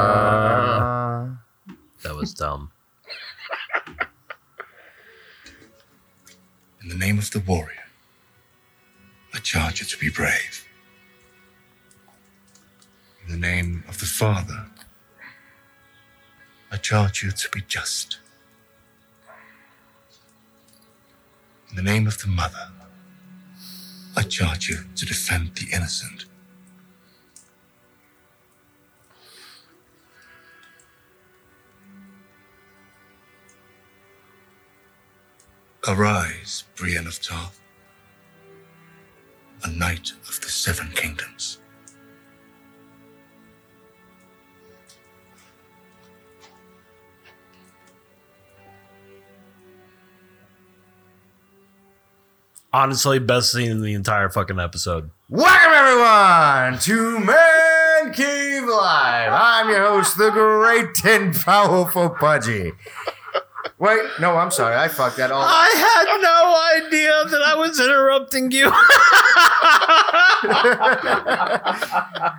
Uh, That was dumb. In the name of the warrior, I charge you to be brave. In the name of the father, I charge you to be just. In the name of the mother, I charge you to defend the innocent. Arise, Brienne of Tarth, a knight of the Seven Kingdoms. Honestly, best scene in the entire fucking episode. Welcome everyone to Man Cave Live. I'm your host, the great and powerful Pudgy. Wait, no, I'm sorry, I fucked that all. I had no idea that I was interrupting you.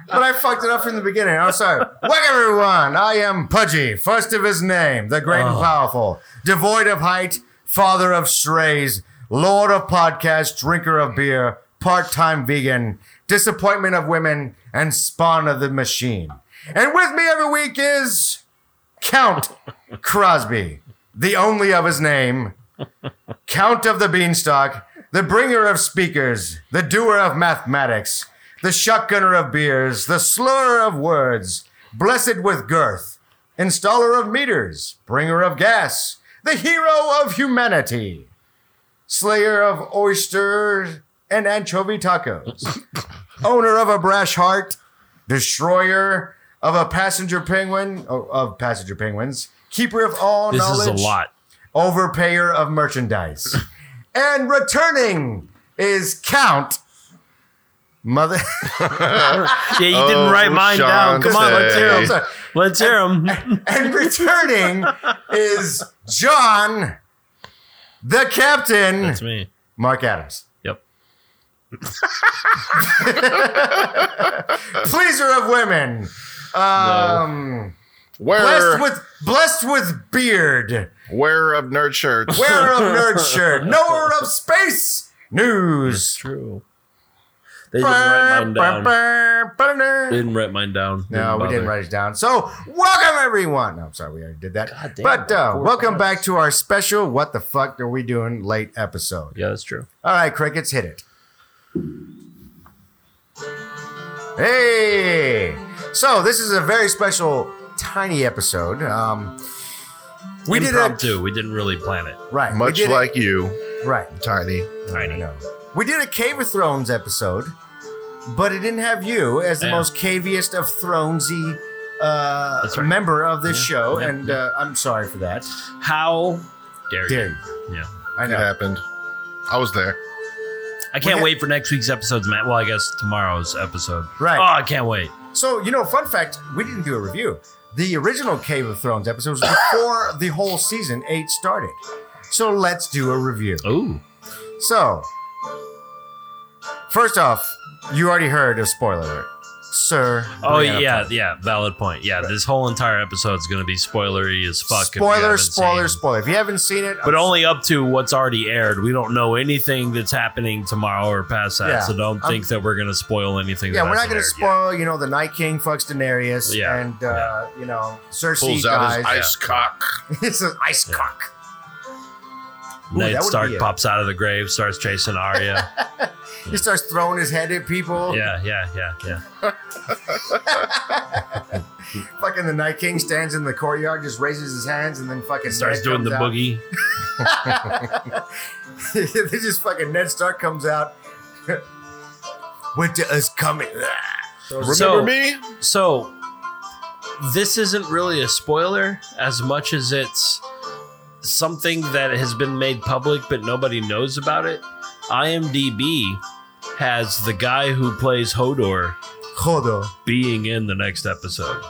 But I fucked it up from the beginning. I'm sorry. Welcome, everyone. I am Pudgy, first of his name, the great and Oh. powerful, devoid of height, father of strays, lord of podcasts, drinker of beer, part time vegan, disappointment of women, and spawn of the machine. And with me every week is Count Crosby, the only of his name, Count of the Beanstalk, the bringer of speakers, the doer of mathematics the shotgunner of beers, the slurrer of words, blessed with girth, installer of meters, bringer of gas, the hero of humanity, slayer of oysters and anchovy tacos, owner of a brash heart, destroyer of a passenger penguin, oh, of passenger penguins, keeper of all this is knowledge a lot. overpayer of merchandise. and returning is Count Mother. Yeah, you didn't write mine down. Come on, let's hear I'm him. sorry. Let's hear him. and returning is John, the Captain, That's me. Mark Adams. Yep. Pleaser of women. Um, Wearer, blessed with blessed with beard. wearer of nerd shirts. Wearer of nerd shirt. Knower of space news. True. They didn't write mine down. They didn't write mine down. No, we didn't write it down. So, welcome everyone. No, I'm sorry, we already did that. God damn, but uh, four welcome buttons. back to our special "What the fuck are we doing?" late episode. Yeah, that's true. All right, crickets, hit it. Hey! So this is a very special, tiny episode. Um, we did a Impromptu. We didn't really plan it. right, we Much did a- like you, right. Tiny. I Tiny. know. We did a Cave of Thrones episode, but it didn't have you as the Yeah. most caviest of Thronesy uh, That's right. member of this Yeah, show, yeah, and uh, I'm sorry for that. How dare you? Dare you? Yeah. I It know. happened. I was there. I can't Okay. wait for next week's episodes, Matt. Well, I guess tomorrow's episode. Right. Oh, I can't wait. So you know, fun fact: we didn't do a review. The original Cave of Thrones episode was before the whole season eight started. So let's do a review. Ooh. So, first off, you already heard a spoiler alert, sir. Oh Brienne of yeah, Tarth. yeah. Valid point. Yeah, this whole entire episode's gonna be spoilery as fuck. if you Spoiler, haven't spoiler, seen- spoiler. If you haven't seen it, But I'm only up to what's already aired. We don't know anything that's happening tomorrow or past that, Yeah, so don't I'm- think that we're gonna spoil anything. Yeah, that we're not hasn't going to aired spoil. You know, the Night King fucks Daenerys, Yeah, and uh, you know Cersei Pulls out dies. his ice cock. it's an ice Yeah. cock. yet. Ooh, that Ned would Stark be a- pops out of the grave, starts chasing Arya. He starts throwing his head at people. yeah, yeah, yeah, yeah. Fucking the Night King stands in the courtyard, just raises his hands, and then fucking Starts Ned doing comes the boogie. out. this is fucking Ned Stark comes out. Winter is coming. Remember So- me? So, this isn't really a spoiler as much as it's something that has been made public, but nobody knows about it. IMDb has the guy who plays Hodor Hold on. being in the next episode.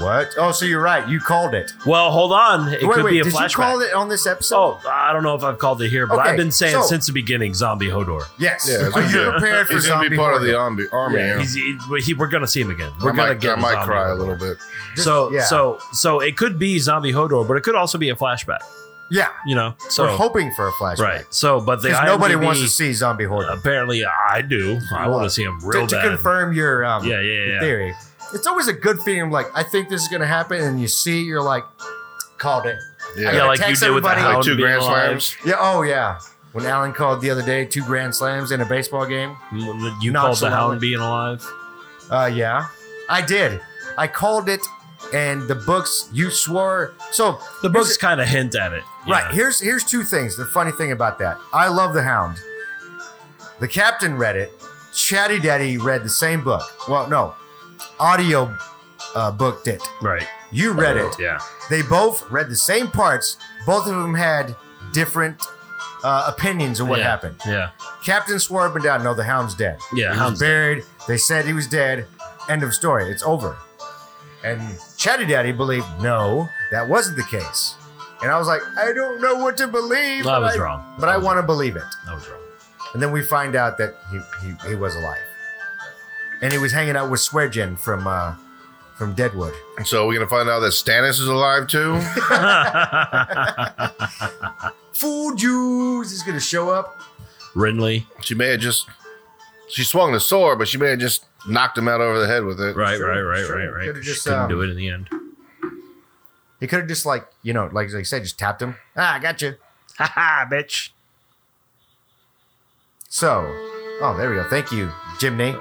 What? Oh, so you're right. You called it. Well, hold on. It wait, could wait. be a did flashback. you call it on this episode? Oh, I don't know if I've called it here, but Okay, I've been saying so- since the beginning, Zombie Hodor. yes. Yeah, it's Are gonna be you a- prepared for He's gonna zombie be part of the horde? army. army yeah, He's, he, he- we're gonna see him again. I We're gonna might, get. I the might Zombie cry a Hodor. little bit. So yeah. so so it could be Zombie Hodor, but it could also be a flashback. Yeah. You know. So We're hoping for a flashback. right. So but the Because nobody IMDb wants to see zombie horde. Apparently, I do. I Well, want to see him real to, to bad. confirm your um, Yeah, yeah, yeah. theory. It's always a good feeling. Like I think this is gonna happen, and you see, you're like, called it. Yeah, yeah, gotta like you text did with the everybody. Hound like two being grand alive. slams. Yeah. Oh yeah. When Alan called the other day, two grand slams in a baseball game. When You called the Nonchalant. Hound being alive. Uh, yeah, I did. I called it, and the books you swore. So The books kind of hint at it. you Right. know. Here's here's two things. The funny thing about that. I love the Hound. The captain read it. Chatty Daddy read the same book. Well, no, audio uh, booked it. Right. You read it. Yeah. They both read the same parts. Both of them had different uh, opinions of what Yeah. happened. Yeah. Captain swore up and down, no, the hound's dead. Yeah, he hound's was buried. They said he was dead. End of story. It's over. And Chatty Daddy believed no, that wasn't the case. And I was like, I don't know what to believe. I but was wrong. but I I was want to believe it. That was wrong. And then we find out that he he, he was alive, and he was hanging out with Sweargen from uh, from Deadwood. So we're gonna find out that Stannis is alive too. Fool Jews is gonna show up. Renly. she may have just she swung the sword, but she may have just knocked him out over the head with it. Right, Sure, right, right, sure. right, right. Could've Just just, couldn't um, do it in the end. He could have just like you know like like I said just tapped him. Ah, I got you. Haha, bitch. So, oh, there we go. Thank you, Jimny.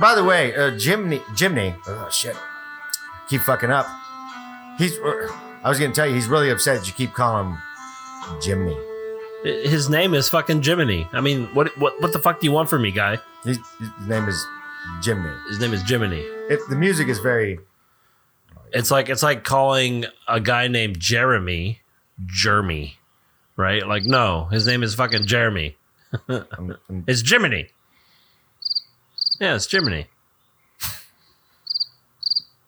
By the way, uh, Jimny, Jimny, oh shit, keep fucking up. He's. er, I was gonna tell you, he's really upset that you keep calling him Jimny. His name is fucking Jiminy. I mean, what what what the fuck do you want from me, guy? His, his name is Jimny. His name is Jiminy. It, the music is very. It's like it's like calling a guy named Jeremy Jeremy, right? Like no, his name is fucking Jeremy. I'm, I'm- It's Jiminy. Yeah, it's Jiminy.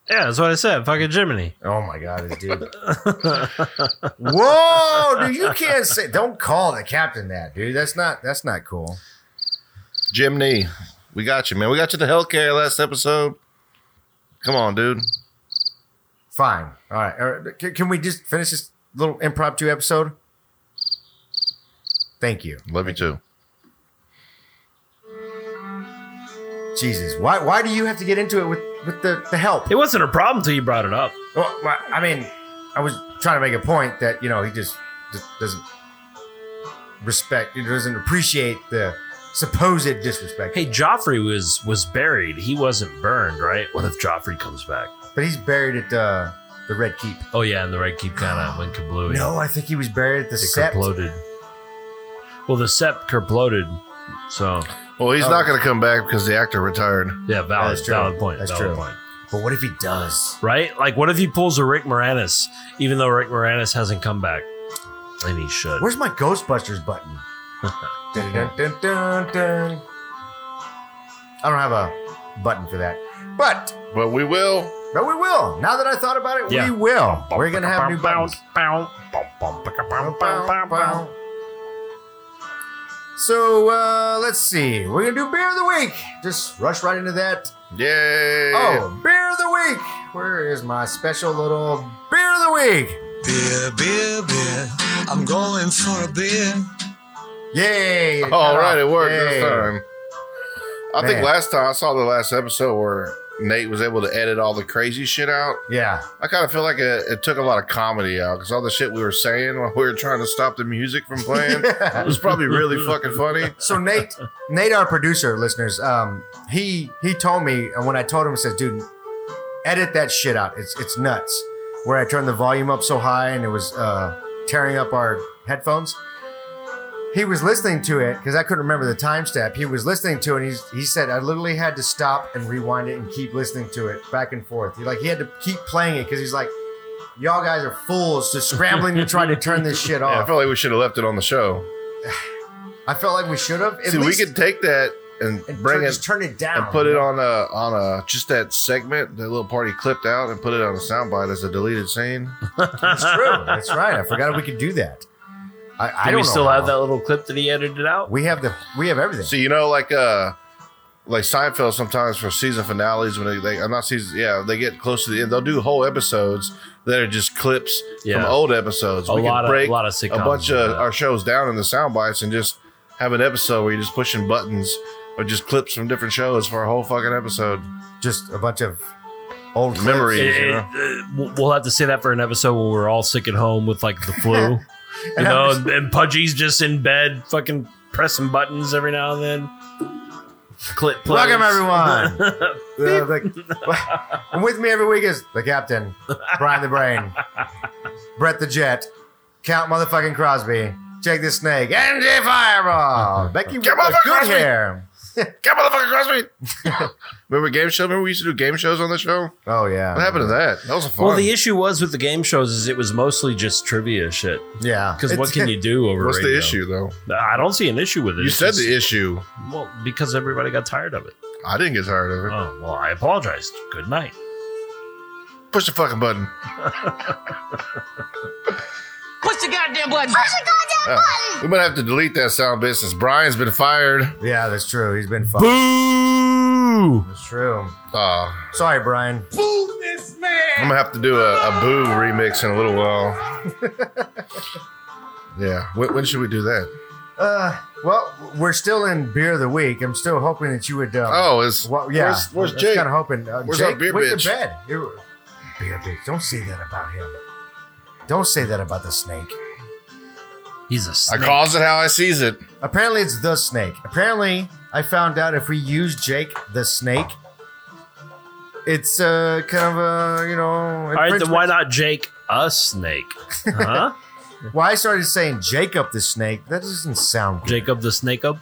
Yeah, that's what I said. Fucking Jiminy. oh my god, this dude! Whoa, dude, you can't say. Don't call the captain that, dude. That's not. That's not cool. Jimny, we got you, man. We got you to healthcare last episode. Come on, dude. Fine. All right. All right. Can, can we just finish this little impromptu episode? Thank you. Love you too. Jesus, why why do you have to get into it with with the the help? It wasn't a problem till you brought it up. Well, why- I mean, I was trying to make a point that you know he just, just doesn't respect, he doesn't appreciate the supposed disrespect. Hey, Joffrey was was buried. He wasn't burned, right? What if Joffrey comes back? but he's buried at uh, the Red Keep. Oh yeah, and the Red Keep kind of went kablooey. No, I think he was buried at the it Sept. kerploded. Well, the Sept kerploded. So Well, he's Oh. not gonna come back because the actor retired. yeah, valid, That's true. valid point. That's valid true. point. But what if he does? Right? Like, what if he pulls a Rick Moranis, even though Rick Moranis hasn't come back, and he should? Where's my Ghostbusters button? Dun, dun, dun, dun, dun. I don't have a button for that, but But we will. But we will. Now that I thought about it, Yeah. we will. We're gonna have new buttons. So uh, let's see. We're gonna do beer of the week. Just rush right into that. Yay! Oh, beer of the week. Where is my special little beer of the week? Beer, beer, beer. I'm going for a beer. Yay! it All cut right, off. it worked Yay. this time. I think Man. last time I saw the last episode where Nate was able to edit all the crazy shit out. Yeah. I kind of feel like it, it took a lot of comedy out because all the shit we were saying while we were trying to stop the music from playing was probably really fucking funny. So Nate, Nate, our producer, listeners, um, he he told me, and when I told him, he says, "Dude, edit that shit out. It's it's nuts." Where I turned the volume up so high and it was uh, tearing up our headphones. He was listening to it because I couldn't remember the timestamp. He was listening to it. And he's, he said, "I literally had to stop and rewind it and keep listening to it back and forth." He like he had to keep playing it because he's like, "Y'all guys are fools to scrambling to try to turn this shit Yeah, I off." feel like we should have left it on the show. I felt like we should have. at See, least- we could take that and and bring turn, it just turn it down and put it on a on a just that segment, that little part he clipped out and put it on a soundbite as a deleted scene. That's true. That's right. I forgot we could do that. I, I Do don't we know still have that how. little clip that he edited out? We have the we have everything. So you know, like uh, like Seinfeld sometimes for season finales when they, they I'm not season, yeah, they get close to the end, they'll do whole episodes that are just clips Yeah. from old episodes. A lot of- a lot of a sitcoms bunch do of that. our shows down in the sound bites and just have an episode where you're just pushing buttons or just clips from different shows for a whole fucking episode. Just a bunch of old clips. Memories, It- you it- know? uh, we'll have to say that for an episode where we're all sick at home with like the flu, you And I'm know, just- and, and Pudgy's just in bed, fucking pressing buttons every now and then. Clip players. Welcome everyone. Uh, like- and with me every week is the captain, Brian the Brain, Brett the Jet, Count motherfucking Crosby, Jake the Snake, and Jay Fireball. Becky with the motherfucking good Crosby. hair. Get motherfucking Crosby. Remember game show? Remember we used to do game shows on the show? Oh yeah. What happened to that? That was a fun. Well, the issue was with the game shows is it was mostly just trivia shit. Yeah. Because what It's- can you do over What's radio? the issue though? I don't see an issue with it. You It's said just- the issue. well because everybody got tired of it. I didn't get tired of it. Oh well, I apologize. Good night. Push the fucking button. Push the goddamn button. Uh, we might have to delete that sound bit since Brian's been fired. Yeah, that's true. He's been fucked. Boo! That's true. Uh, Sorry, Brian. I'm gonna have to do a, a boo remix in a little while. yeah. When, when should we do that? Uh, well, we're still in beer of the week. I'm still hoping that you would. Um, Oh, it's well, yeah. Where's, where's I was Jake? Kind of hoping. Uh, Where's Jake our beer went bitch? to bed. You- Beer bitch. Don't say that about him. Don't say that about the snake. He's a I snake. calls it how I sees it. Apparently, it's the snake. Apparently, I found out if we use Jake the snake, it's uh, kind of a you know. All right, then why not Jake a snake? Huh? Why I started saying Jacob the snake? That doesn't sound good. Jacob the snake up.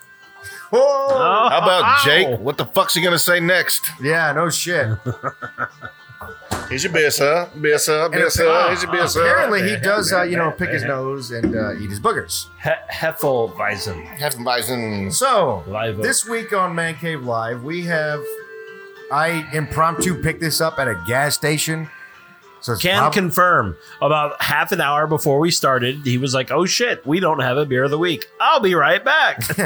Oh, How about Jake? What the fuck's he gonna say next? yeah. No shit. He's your best, huh? Best, huh? Best, appa- huh? He's your best, huh? Oh, Apparently, he does, uh, you know, pick his nose and uh, eat his boogers. He- Heffelweisen. Have some bison. So, Live oak. this week on Man Cave Live, we have. I impromptu picked this up at a gas station. So it's Can prob- confirm. About half an hour before we started, he was like, "Oh shit, we don't have a beer of the week. I'll be right back." We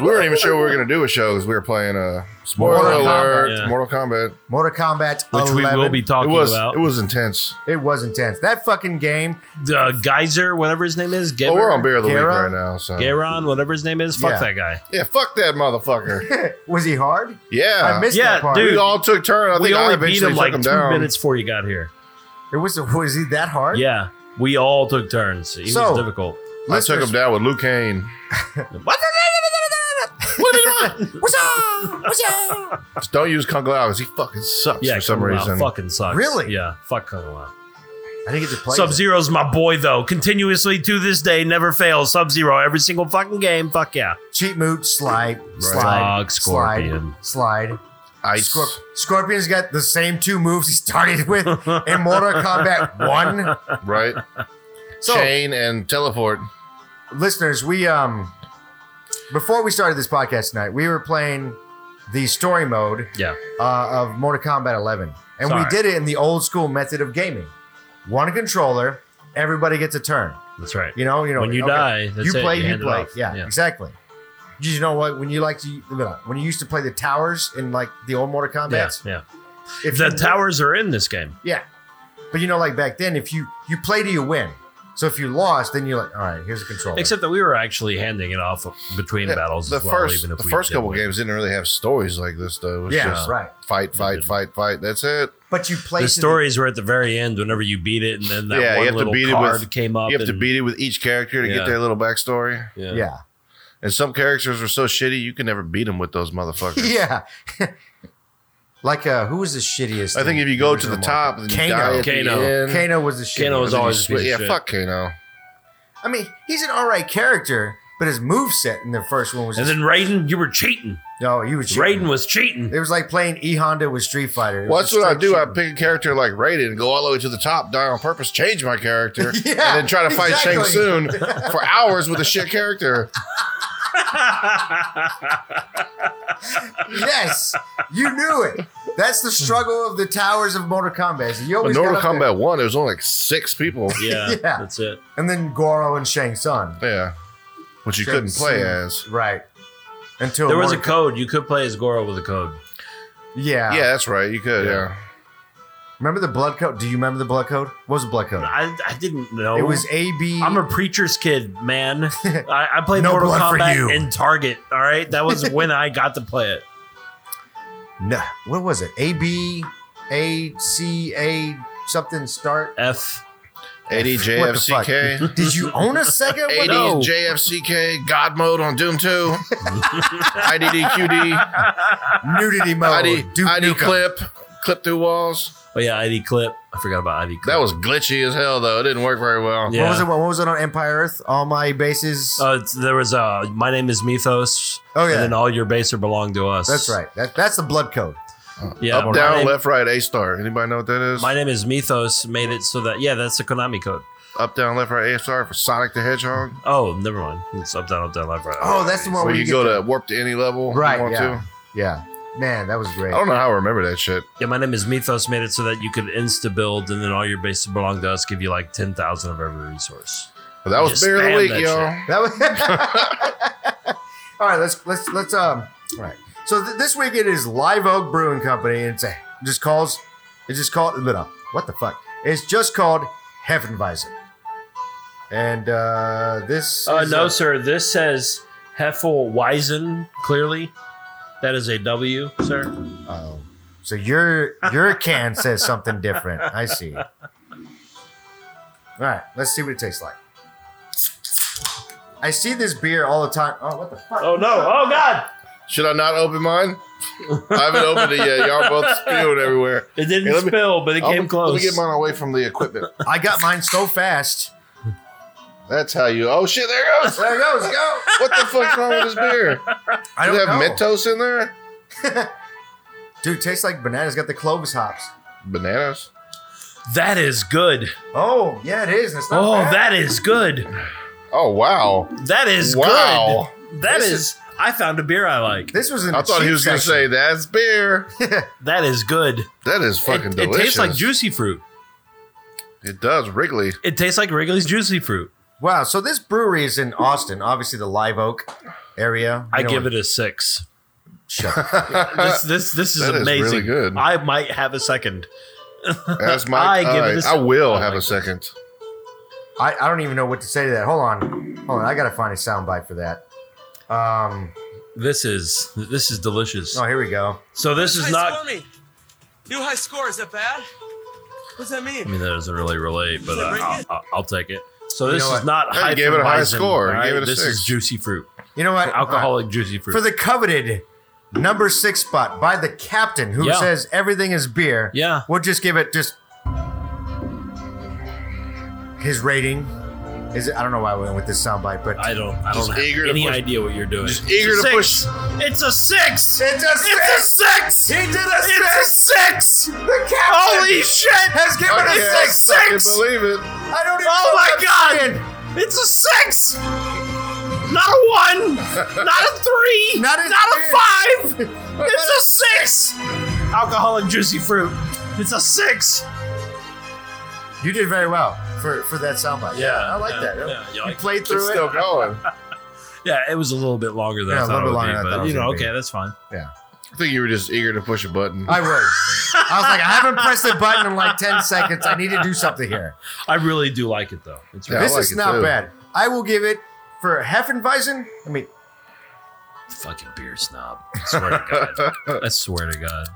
weren't even sure we were gonna do a show because we were playing uh spoiler Mortal Kombat. alert, Yeah. Mortal Kombat. Mortal Kombat Which we 11. will be It talking was about. it was intense. It was intense. That fucking game. uh, Geyser, whatever his name is, Well, Geber, Oh, we're on beer of the Guerra? week right now, so Garon, whatever his name is. Fuck Yeah. that guy. Uh, yeah, fuck that motherfucker. Was he hard? Yeah, I missed Uh, yeah, that part. dude. We all took turn. I we think I only eventually beat him took like him two down. minutes before you got here. It was. Was he that hard? Yeah, we all took turns. He So- was difficult. I took Listeners- him down with Luke Kane. What? What's up? What's up? Just don't use Kung Lao because he fucking sucks Yeah, for some Kung Lao reason. fucking sucks. Really? Yeah, fuck Kung Lao. I didn't get to play. Sub it. Zero's my boy though. Continuously to this day, never fails. Sub Zero every single fucking game. Fuck yeah. Cheat mood. Slide. Slide. Frog, Scorpion. Slide. Slide. Ice. Scorp- Scorpion's got the same two moves he started with in Mortal Kombat 1. right? So, Chain and teleport. listeners, we, um, before we started this podcast tonight, we were playing the story mode Yeah. uh, of Mortal Kombat 11. And we Sorry. did it in the old school method of gaming one controller, everybody gets a turn. That's right. You know, you know, When you okay, die, that's you it, play, you you, hand it play. off. Yeah, Yeah. exactly. Did you know what? When you like to, when you used to play the towers in like the old Mortal Yeah. Kombat, yeah. if The you- towers are in this game. Yeah. But you know, like back then, if you you play to you win. So if you lost, then you're like, all right, here's a controller. Except that we were actually handing it off between battles the as well, first, even if the we first did couple win. games didn't really have stories like this though. It was yeah, just right. fight, fight, didn't. fight, fight. That's it. But you play The to stories were at the very end whenever you beat it, and then that Yeah, you one have to little beat it card with- came up. You have to and- beat it with each character to Yeah. get their little backstory. The, yeah. And some characters are so shitty you can never beat them with those motherfuckers. Yeah. like uh who was the shittiest? I think in if you go to original the Mortal top, and you Kano. die Kano. at The end, Kombat? Kano was the shittiest. Kano was and then you always a split- piece of yeah, shit. fuck Kano. I mean, he's an alright character, but his moveset in the first one was And just, then Raiden, you were cheating. no, he was shooting. Raiden was cheating. It was like playing E Honda with Street Fighter. It Well, was that's what I just do. I straight pick a character like Raiden and go all the way to the top, die on purpose, change my character, Yeah, and then try to fight exactly. Shang Tsung for hours with a shit character. Yes, you knew it. That's the struggle of the towers of Mortal Kombat. is You In always Mortal got up there. Kombat 1, there was only like six people. Yeah, Yeah. that's it. and then Goro and Shang Tsung. yeah. Which you Shang couldn't play Tsung. as. right until There was a Mortal code. You could play as Goro with a code. Ko- yeah. Yeah, that's right. You could, yeah. Remember the blood code? Do you remember the blood code? What was the blood code? I, I didn't know. It was A B. I'm a preacher's kid, man. I, I played No Mortal blood for you. Kombat in Target. All right, that was when I got to play it. no. What was it? A B A C A something start. F. What the fuck? 80JFCK. Did you own a Sega? What the- 80 JFCK God mode on Doom 2. IDDQD. nudity mode. ID, Duke ID Nukem. clip. Clip through walls. Oh yeah, ID clip. I forgot about ID clip. That was glitchy as hell, though. It didn't work very well. Yeah. What was it? What was it on Empire Earth? All my bases. Uh, it's- there was uh, my name is Mythos. Oh, yeah. and then all your base are belong to us. that's right. That, that's the blood code. Yeah, Up, my down, name- left, right, A star. Anybody know what that is? My name is Mythos. Made it so that yeah, that's the Konami code. Up, down, left, right, A star for Sonic the Hedgehog. Oh, never mind. It's up down up down left right. Oh, that's the one Where where you get go the- to warp to any level Right, you want yeah. to. Yeah, man, that was great. I don't know how I remember that shit. Yeah, my name is Mythos. Made it so that you could insta build, and then all your bases belong to us. Give you like ten thousand of every resource. But that You was just beer of the spam week, that y'all. That was- all right, let's let's let's um. All right, so th- this week it is Live Oak Brewing Company. and It's a, it just calls it's just called no, no, what the fuck? It's just called Hefeweizen. And uh, this Uh, is no, a- sir. This says Heffelweizen. Clearly, that is a W, sir. oh. so your your can says something different. I see. All right, let's see what it tastes like. I see this beer all the time. Oh, what the fuck? Oh no! Oh God! Should I not open mine? I haven't opened it yet. Y'all both spewing everywhere. It didn't Hey, let me- spill, but it I'll- came close. Let me get mine away from the equipment. I got mine so fast. That's how you. Oh shit! There it goes. There it goes. Go. What the fuck's wrong with this beer? I Does don't it have know. Mentos in there? Dude, tastes like bananas. Got the cloves hops. Bananas. that is good. Oh, yeah, it is. and It's not Oh, bad. that is good. Oh wow! That is Wow. good. That This is, I found a beer I like. This was in. I the thought he cheap was gonna say section. that's beer. That is good. That is fucking it, it delicious. tastes like juicy fruit. It does. Wrigley. It tastes like Wrigley's juicy fruit. Wow. So this brewery is in Austin, obviously the Live Oak area. I give it a six. Shut up. This this this is That is amazing. really good. I might have a second. That's my. I give it alright, a I will I have like a second. I, I don't even know what to say to that. Hold on. Hold on. I gotta find a soundbite for that. Um. This is this is delicious. Oh, here we go. So this is not. me. New high score, is that bad? What's that I mean? mean, that doesn't really relate, but Does it I, break I'll, I'll take it. So You this know is what? not. Hey, you gave it a high Hefeweizen, score. You all gave right? it a this six. is juicy fruit, You know what? alcoholic juicy fruit. For the coveted number six spot by the captain, who Yeah. says everything is beer. Yeah. We'll just give it just his rating. Is it, I don't know why we went with this soundbite, but I don't. I Just don't have eager to any push- idea what you're doing. Just eager It's a to six. It's a six. It's a It's a six. He did a It's a six. the captain Holy shit! has given I a can't six. fucking six. believe it. I don't even Oh my know god! It's a six! Not a one! Not a three! Not Not a a, three. five! It's a six! Alcoholic juicy fruit. It's a six! god! You did very well for for that soundbite. Yeah, I like yeah, that. yeah, you you like- played It's through it. still going. Yeah, it was a little bit longer than Yeah, I a thought little it would bit longer be, than I but thought it you was know, gonna be. okay, that's fine. I think you were just eager to push a button. I was. I was like, I haven't pressed the button in like ten seconds. I need to do something here. I really do like it though. It's Yeah, I this like is it not too. bad. I will give it for Heffenweisen. I mean, fucking beer snob. I swear to God. I swear to God.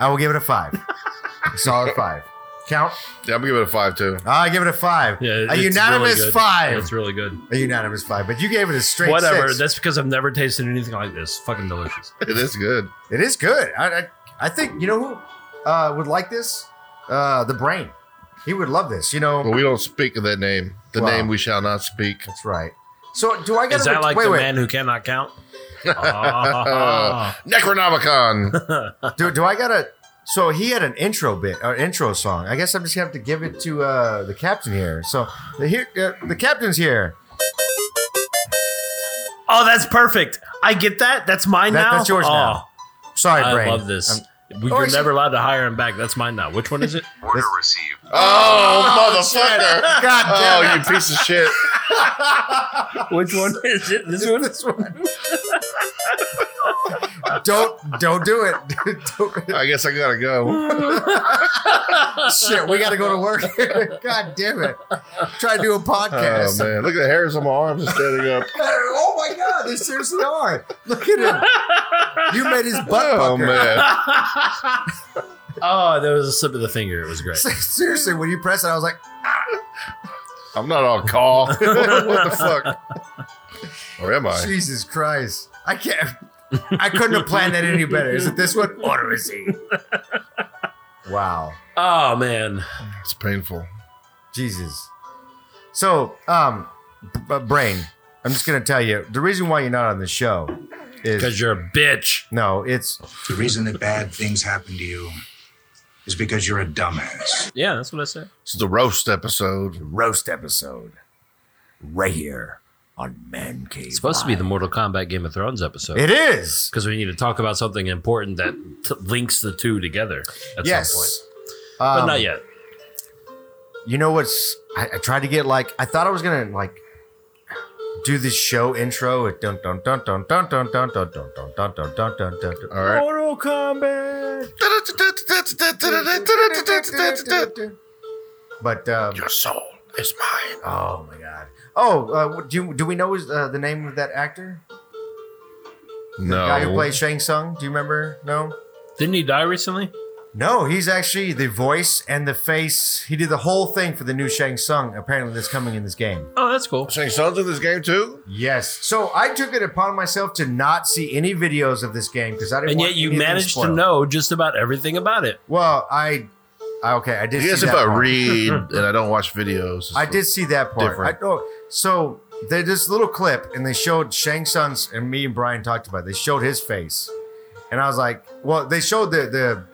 I will give it a five. A solid five. Count. Yeah, I'm gonna give it a five too. I give it a five. Yeah, it's a really unanimous good. five. It's really good. a unanimous five. But you gave it a straight Whatever. six. That's because I've never tasted anything like this. Fucking delicious. It is good. It is good. I, I, I think you know who uh, would like this. Uh, the brain. He would love this. You know. But we don't speak of that name. The Wow. name we shall not speak. That's right. So do I got Is that to like wait? the wait. man who cannot count? Ah. Uh, Necronomicon. Do, do I gotta? So he had an intro bit or intro song. I guess I'm just gonna have to give it to uh, the captain here. So the here uh, the captain's here. Oh, that's perfect. I get that. That's mine That- now. that's yours oh, now. Sorry, I brain. love this. we, you're Oh, it's- never allowed to hire him back. That's mine now. Which one is it? Order received. Oh, motherfucker. God damn Oh, you piece of shit. Which one is it? This one. this one. Uh, don't don't do it. Don't- I guess I gotta go. Shit, we got to go to work. God damn it! Try to do a Oh podcast. man, look at the hairs on my arms are standing up. Oh my god, they seriously are. Look at him. You made his butt Oh pucker. man, Oh, there was a slip of the finger. It was great. Seriously, when you press it, I was like, I'm not on call. what the fuck? Or am I? Jesus Christ. I can't I couldn't have planned that any better. Is it this one? Order receipt. Wow. Oh man. It's painful. Jesus. So, um b- b- brain, I'm just gonna tell you the reason why you're not on the show Because is you're a bitch. no, it's The reason that bad things happen to you is because you're a dumbass. Yeah, that's what I said. It's the roast episode. roast episode. Right here on Man Cave. It's supposed to be the Mortal Kombat Game of Thrones episode. It is. because we need to talk about something important that t- links the two together at yes. some point. But Um, not yet. you know what's I, I tried to get like I thought I was gonna like do this show intro with dun dun dun dun dun dun dun dun dun dun dun dun dun dun dun dun All right. Mortal Kombat But um, Your soul is mine. oh my god. Oh, uh, what- do you, do we know his, uh, the name of that actor? The guy who No. played Shang Tsung? Do you remember? No? Didn't he die recently? No, he's actually the voice and the face. He did the whole thing for the new Shang Tsung, apparently, that's coming in this game. Oh, that's cool. Shang Tsung's in this game too. Yes. So I took it upon myself to not see any videos of this game because I didn't. And want yet you anything managed to spoiled. know just about everything about it. Well, I, I okay, I did. I See guess that if I part. read and I don't watch videos, I did see that part. Different. I, oh, so they this little clip, and they showed Shang Tsung's, and me and Brian talked about. It. They showed his face, and I was like, well, they showed the the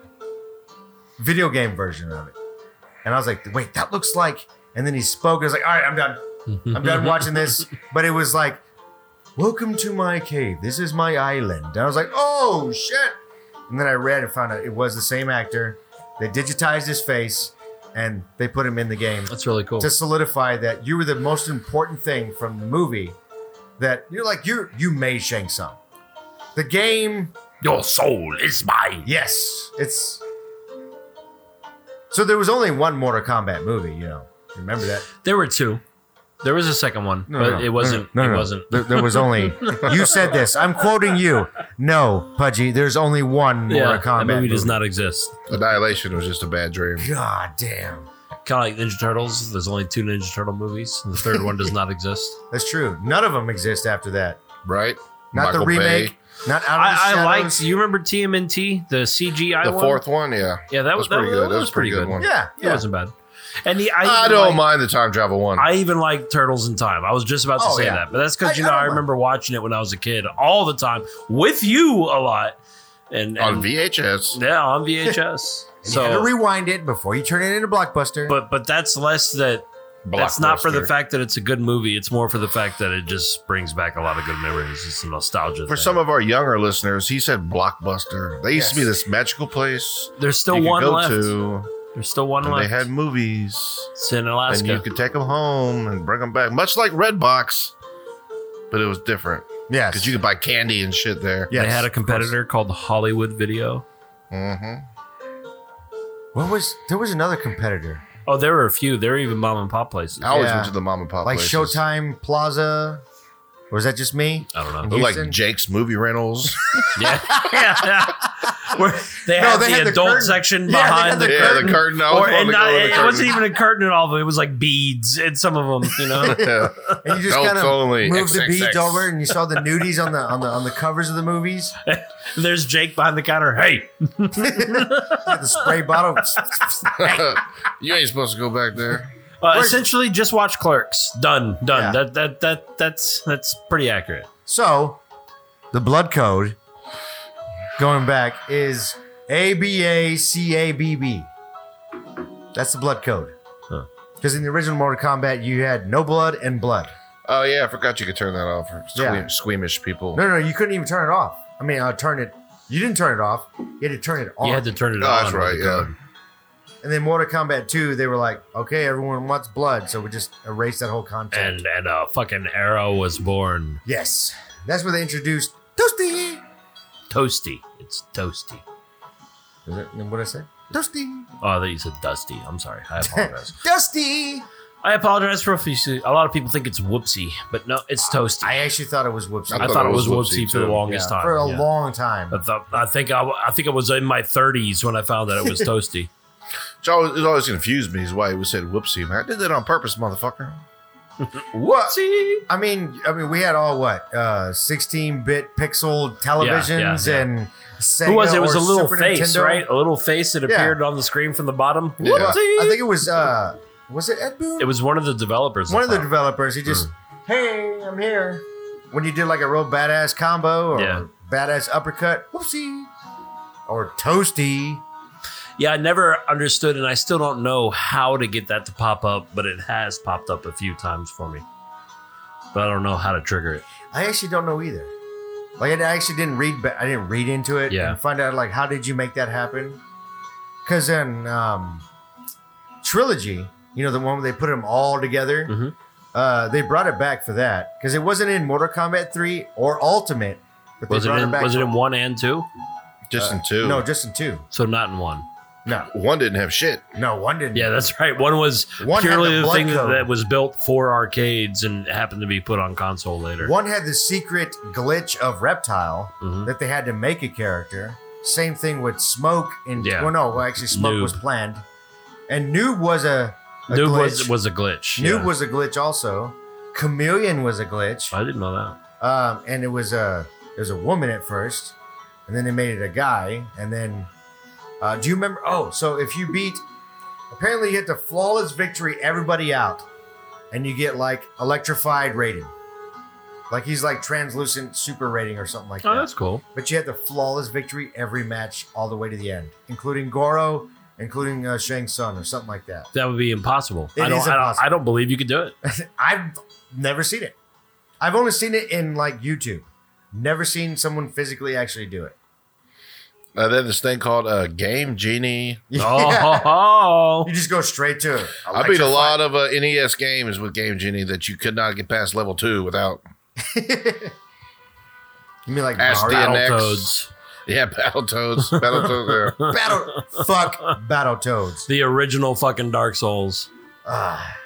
video game version of it, and I was like, wait, that looks like. And then he spoke. I was like, all right, I'm done. Mm-hmm. I'm done watching this. But it was like, welcome to my cave. This is my island. And I was like, oh shit. And then I read and found out it was the same actor. They digitized his face and they put him in the game That's really cool. to solidify that you were the most important thing from the movie. That you're like you you made Shang Tsung. The game, Your soul is mine. yes, it's. So there was only one Mortal Kombat movie, you know. Remember that? There were two. There was a second one, No, but no, no. it wasn't. No, no, it no. wasn't. There, there was only you said this. I'm quoting you. No, Pudgy, there's only one Mortal Yeah, Kombat that movie does movie. not exist. Annihilation was just a bad dream. God damn, Kind of like Ninja Turtles. There's only two Ninja Turtle movies. and The third one does not exist. that's true. None of them exist after that. right? Not the Bay. remake. Not out of the I, I shadows. liked. You remember TMNT, the CGI The one? fourth one, yeah. Yeah, that was, that was pretty good. That was pretty good. one. Yeah, It yeah. wasn't bad. And the I even don't liked- mind the time travel one. I even like Turtles in Time. I was just about to Oh, say yeah. that, but that's because you I- know I I, don't remember watching it when I was a kid all the time with you a lot, and, on and- VHS. yeah on VHS. You had to so, rewind it before you turn it into blockbuster. but but that's less that that's not for the Blockbuster. fact that it's a good movie. It's more for the fact that it just brings back a lot of good memories. It's a nostalgia. For thing. some of our younger listeners, he said Blockbuster. They used to be this magical place there's still you could one go left. to, There's still one and they left. had movies, it's in and you Alaska. could take them home and bring them back, much like Redbox, but it was different yes, because you could buy candy and shit there. yes. they had a competitor called Hollywood Video. Mm-hmm. What was there was another competitor Oh, there were a few. There were even mom and pop places. I always Yeah. went to the mom and pop like places. Showtime Plaza, or is that just me? I don't know. Looked like Houston. Jake's movie rentals. Yeah. yeah. Where they No, had they the had the adult curtain. section Yeah, they behind had the, the yeah, the curtain. curtain. I Or, always wanted and to not, go to it the curtain. wasn't even a curtain at all, but it was like beads in some of them, you know? yeah. And you just Adults kind of only. moved the XXX. beads over, and you saw the nudies on the on the on the covers of the movies. There's Jake behind the counter. Hey, Got the spray bottle. you ain't supposed to go back there. uh, essentially just watch Clerks. Done, done. Yeah. That that that that's that's pretty accurate. so, the blood code going back is A B A C A B B. That's the blood code. Huh. Because in the original Mortal Kombat, you had no blood and blood. Oh yeah, I forgot you could turn that off for sque- Yeah. squeamish people. No, no, you couldn't even turn it off. I mean, uh, turn it. You didn't turn it off. You had to turn it on. You had to turn it Oh, on. that's right. with the Yeah. gun. and then Mortal Kombat 2, they were like, okay, everyone wants blood, so we just erase that whole concept. And and a fucking arrow was born. yes, that's where they introduced Toasty. Toasty. It's toasty. Is it? What did I say? Toasty. Oh, I thought you said dusty. I'm sorry. I apologize. Dusty. I apologize profusely. A lot of people think it's whoopsie, but no, it's toasty. I, I actually thought it was Whoopsie. I thought, it was whoopsie, for the too. longest Yeah, time. for a yeah. long time. I, thought, I think I, I think I was in my 30s when I found that it was toasty. It's always, it's always confused me is why we said whoopsie. Man, I did that on purpose, motherfucker. What? See? I mean, I mean, we had all what uh, 16-bit pixel televisions yeah. and Sega Who was it? It was or a little Super face, Nintendo. right? A little face that Yeah. appeared on the screen from the bottom. Yeah. Yeah. Whoopsie. I think it was uh, was it Ed Boon? it was Mm. one of the developers. one of the found. developers. He just, hey, I'm here. When you did like a real badass combo or Yeah. badass uppercut, whoopsie, or toasty. Yeah, I never understood, and I still don't know how to get that to pop up, but it has popped up a few times for me. But I don't know how to trigger it. I actually don't know either. Like I actually didn't read, but I didn't read into it Yeah. and find out like how did you make that happen? Because in um, trilogy, you know the one where they put them all together, Mhm. uh, they brought it back for that because it wasn't in Mortal Kombat three or Ultimate, but they Was it brought in? it back. Was it in one and two? Just in two. Uh, no, just in two. So not in one. No, one didn't have shit. no, one didn't. Yeah, that's right. One was One had purely the the blood thing that, code. that was built for arcades and happened to be put on console later. One had the secret glitch of Reptile Mhm. that they had to make a character. Same thing with Smoke and Yeah. well, no, well, actually Smoke Noob. was planned, and Noob was a, a Noob glitch. was was a glitch. Noob yeah. was a glitch also. Chameleon was a glitch, I didn't know that. um, and it was a it was a woman at first, and then they made it a guy, and then uh, do you remember? Oh, so if you beat, apparently you get to flawless victory everybody out, and you get like electrified Raiden, like he's like translucent super rating or something like Oh, that. that's cool. But you had the flawless victory every match all the way to the end, including Goro, including uh, Shang Tsung or something like that. That would be impossible. It I don't, is I don't. impossible. I don't believe you could do it. I've never seen it. I've only seen it in like YouTube. Never seen someone physically actually do it. Uh, they had this thing called uh, Game Genie. Oh, You just go straight to it. I beat a lot of uh, NES games with Game Genie that you could not get past level two without. You mean like Ask Mario? DNX. Battletoads. Yeah, Battletoads. Battletoads. Yeah. Battle fuck Battletoads. The original fucking Dark Souls. Ah,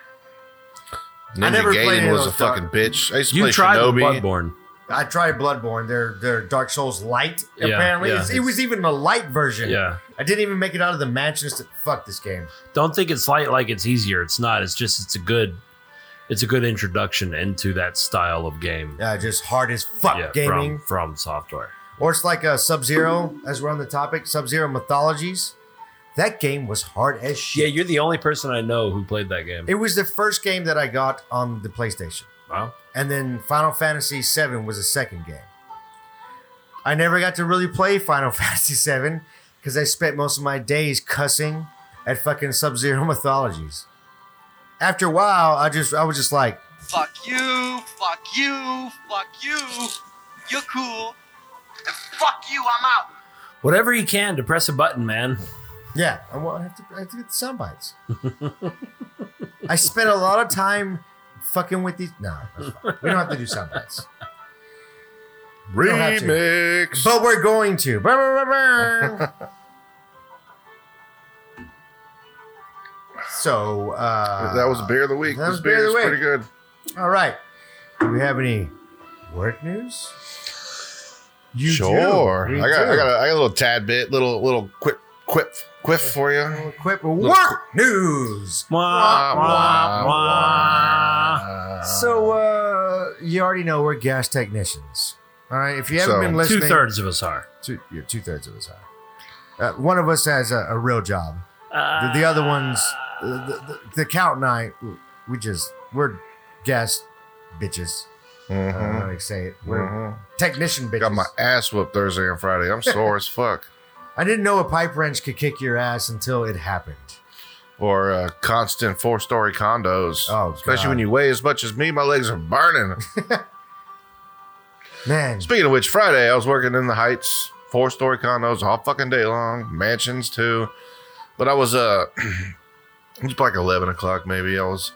Ninja never played any Gaiden of was a those fucking bitch. I used to You play tried the Shinobi. Bloodborne. I tried Bloodborne. Their their Dark Souls light. Yeah, apparently, yeah. It's- it was even a light version. Yeah. I didn't even make it out of the mansion. Just fuck this game. Don't think it's light like it's easier. It's not. It's just it's a good it's a good introduction into that style of game. Uh, just hard as fuck Yeah, gaming. from from software. Or it's like a Sub Zero, as we're on the topic, Sub Zero Mythologies. That game was hard as shit. Yeah, you're the only person I know who played that game. It was the first game that I got on the PlayStation. wow. And then Final Fantasy VII was the second game. I never got to really play Final Fantasy VII because I spent most of my days cussing at fucking Sub Zero Mythologies. After a while, I just I was just like, Fuck you, fuck you, fuck you. You're cool. And fuck you, I'm out. Whatever you can to press a button, man. yeah, I won't have to, I have to get the sound bites. I spent a lot of time fucking with these. No, that's fine. we don't have to do sound bites. We don't have to. Remix. But we're going to. Brr, brr, brr, brr. so uh, that was beer of the week. that was this beer beer of is the pretty week. good. all right. Do we have any work news? You do. sure. You I got, do. I got, a, I got a little tad bit, little, little quip, quip, quiff for you. Quick work news. Wah, wah, wah. So uh, you already know we're gas technicians. All right. If you haven't So- been listening, Two thirds of us are. two, yeah, two thirds of us are. Uh, one of us has a, a real job. The, the other ones, the, the, the count and I, we just we're gas bitches. I don't know how to say it. uh, We're Mhm. technician bitches. Mm-hmm. Got my ass whooped Thursday and Friday. I'm sore as fuck. I didn't know a pipe wrench could kick your ass until it happened. or uh, constant four story condos. Oh, especially God. when you weigh as much as me, my legs are burning. Man, Speaking of which, Friday I was working in the Heights, four story condos all fucking day long, mansions too. But I was uh, it was like eleven o'clock maybe. I was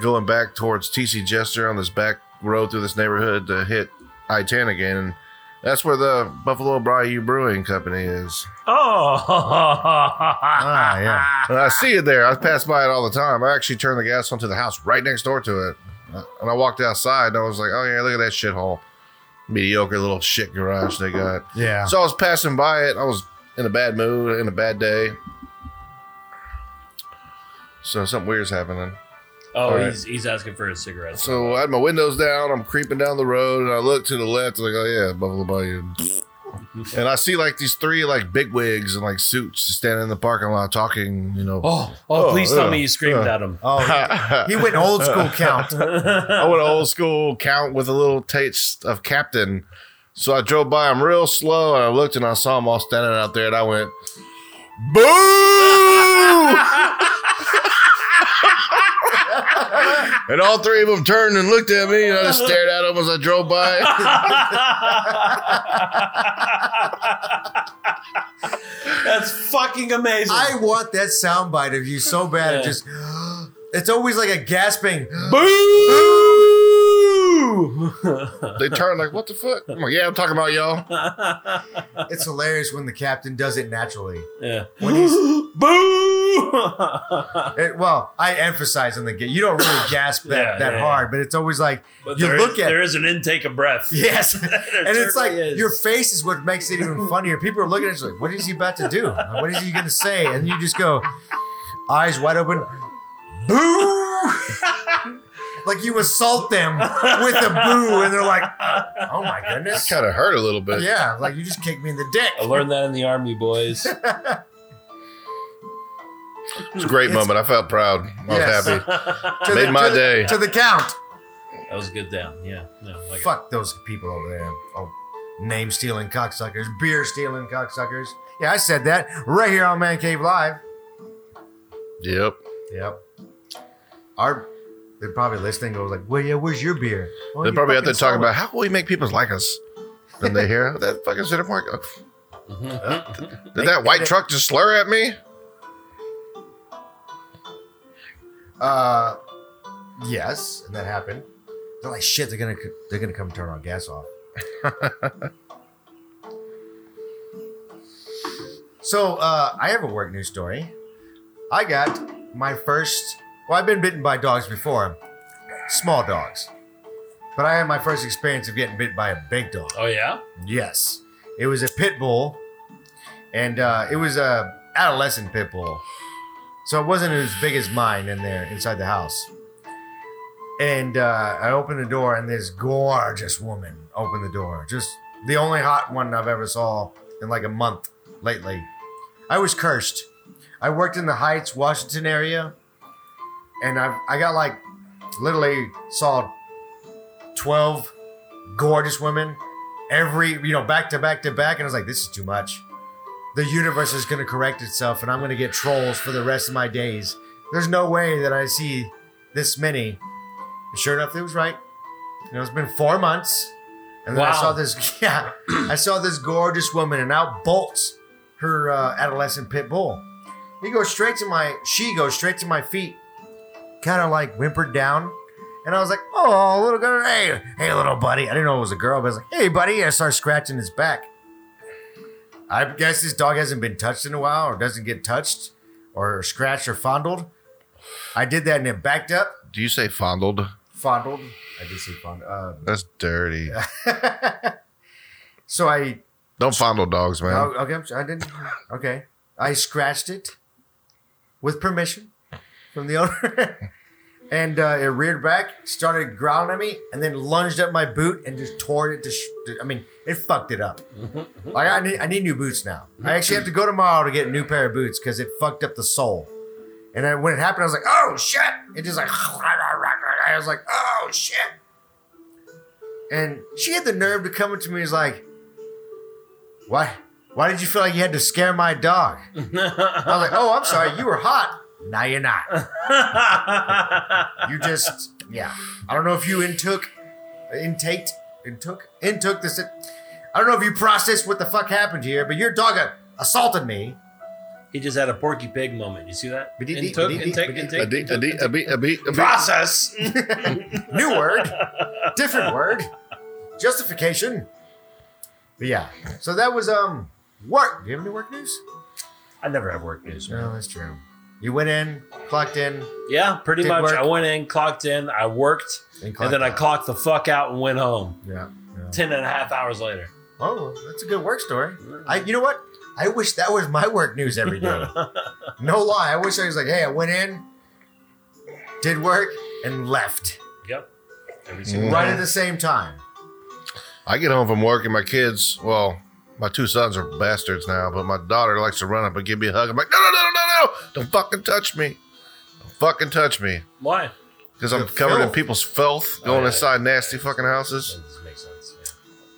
going back towards TC Jester on this back road through this neighborhood to hit I ten again, and that's where the Buffalo Bayou Brewing Company is. Oh, ah, yeah. And I see it there. I pass by it all the time. I actually turned the gas on to the house right next door to it. And I walked outside and I was like, oh, yeah, look at that shithole. Mediocre little shit garage they got. Yeah. So I was passing by it. I was in a bad mood, in a bad day. So something weird's happening. oh, right. he's, he's asking for a cigarette. So I had my windows down. I'm creeping down the road, and I look to the left. Like, oh yeah, Buffalo Bayou. and I see like these three like big wigs and like suits standing in the parking lot talking. You know, Oh, oh, please tell yeah, me you screamed yeah. at him. Oh, he went old school count. I went old school count with a little taste of captain. So I drove by him real slow and I looked and I saw them all standing out there and I went, Boo! and all three of them turned and looked at me and I just stared at them as I drove by. That's fucking amazing. I want that soundbite of you so bad. It Yeah. just, it's always like a gasping. Boo! they turned like, What the fuck? I'm like, Yeah, I'm talking about y'all. It's hilarious when the captain does it naturally. yeah. When he's, Boo! it, well, I emphasize on the ga- You don't really gasp that, Yeah, that yeah, hard, but it's always like But you there look is- at there is an intake of breath. Yes. There and it's like certainly is. your face is what makes it even funnier. People are looking at you like, what is he about to do? What is he going to say? And you just go, eyes wide open, boo! like you assault them with a boo, and they're like, oh my That goodness. kind of hurt a little bit. Yeah, like you just kicked me in the I dick. learned that in the army, boys. It was a great moment. I felt proud. I was Yes. happy. To Made my to day. Oh To the count. That was good down. Yeah. No, like Fuck those people over there. Oh, name stealing cocksuckers, beer stealing cocksuckers. Yeah, I said that right here on Man Cave Live. Yep. Yep. Our they're probably listening. Goes like, well, yeah, where's your beer? Well, They're you probably out there fucking talking saw about how can we make people like us? Then they hear that fucking center park. Oh. Did that white truck just slur at me? it. Uh, yes, and that happened. They're like, shit. They're gonna they're gonna come turn our gas off. so uh, I have a work news story. I got my first. Well, I've been bitten by dogs before, small dogs, but I had my first experience of getting bit by a big dog. Oh yeah. Yes. It was a pit bull, and uh, it was a adolescent pit bull, so it wasn't as big as mine in there inside the house. And uh, I opened the door, and this gorgeous woman opened the door. Just the only hot one I've ever saw in like a month lately. I was cursed. I worked in the Heights, Washington area, and I I got like literally saw twelve gorgeous women every you know back to back to back and i was like this is too much the universe is going to correct itself and i'm going to get trolls for the rest of my days there's no way that i see this many and sure enough it was right you know it's been four months and then i Wow. saw this yeah i saw this gorgeous woman and out bolts her uh, adolescent pit bull he goes straight to my she goes straight to my feet kind of like whimpered down and I was like, oh, little girl, hey, hey, little buddy. I didn't know it was a girl, but I was like, hey, buddy. And I started scratching his back. I guess this dog hasn't been touched in a while or doesn't get touched or scratched or fondled. I did that and it backed up. Do you say fondled? Fondled. I did say fondled. Um, That's dirty. so I, Don't fondle dogs, man. oh, okay, I'm sorry, I didn't, okay. I scratched it with permission from the owner. and uh, it reared back, started growling at me, and then lunged up my boot and just tore it to, sh- to- I mean, it fucked it up. like, I need, I need new boots now. I actually have to go tomorrow to get a new pair of boots because it fucked up the sole. And I, when it happened, I was like, oh shit. It just like, I was like, oh shit. And she had the nerve to come up to me and was like, why, why did you feel like you had to scare my dog? I was like, oh, I'm sorry, you were hot. Now you're not. You just yeah. I don't know if you intook, intaked, intook, intook this. I don't know if you processed what the fuck happened here, but your dog uh, assaulted me. He just had a porky pig moment. You see that? But he- he- Intake, but he- intake, but he- A intake, beat, a intake. beat, a beat, a beat, a beat. Process. New word, different word, justification. But yeah. So that was um work. Do you have any work news? I never have work news. man. No, that's true. You went in, clocked in, Yeah, pretty Did much. work. I went in, clocked in, I worked, and and clocked then I out. clocked the fuck out and went home. Yeah. yeah. Ten and a half hours later. Oh, that's a good work story. I, you know what? I wish that was my work news every day. no lie, I wish I was like, hey, I went in, did work, and left Yep. Every single Mm. right at the same time. I get home from work and my kids, well, my two sons are bastards now, but my daughter likes to run up and give me a hug. I'm like, no, no, no, no, no, no. Don't fucking touch me. Don't fucking touch me. Why? Because I'm The covered in filth. people's filth Oh, going yeah. inside nasty fucking houses. That doesn't make sense. yeah.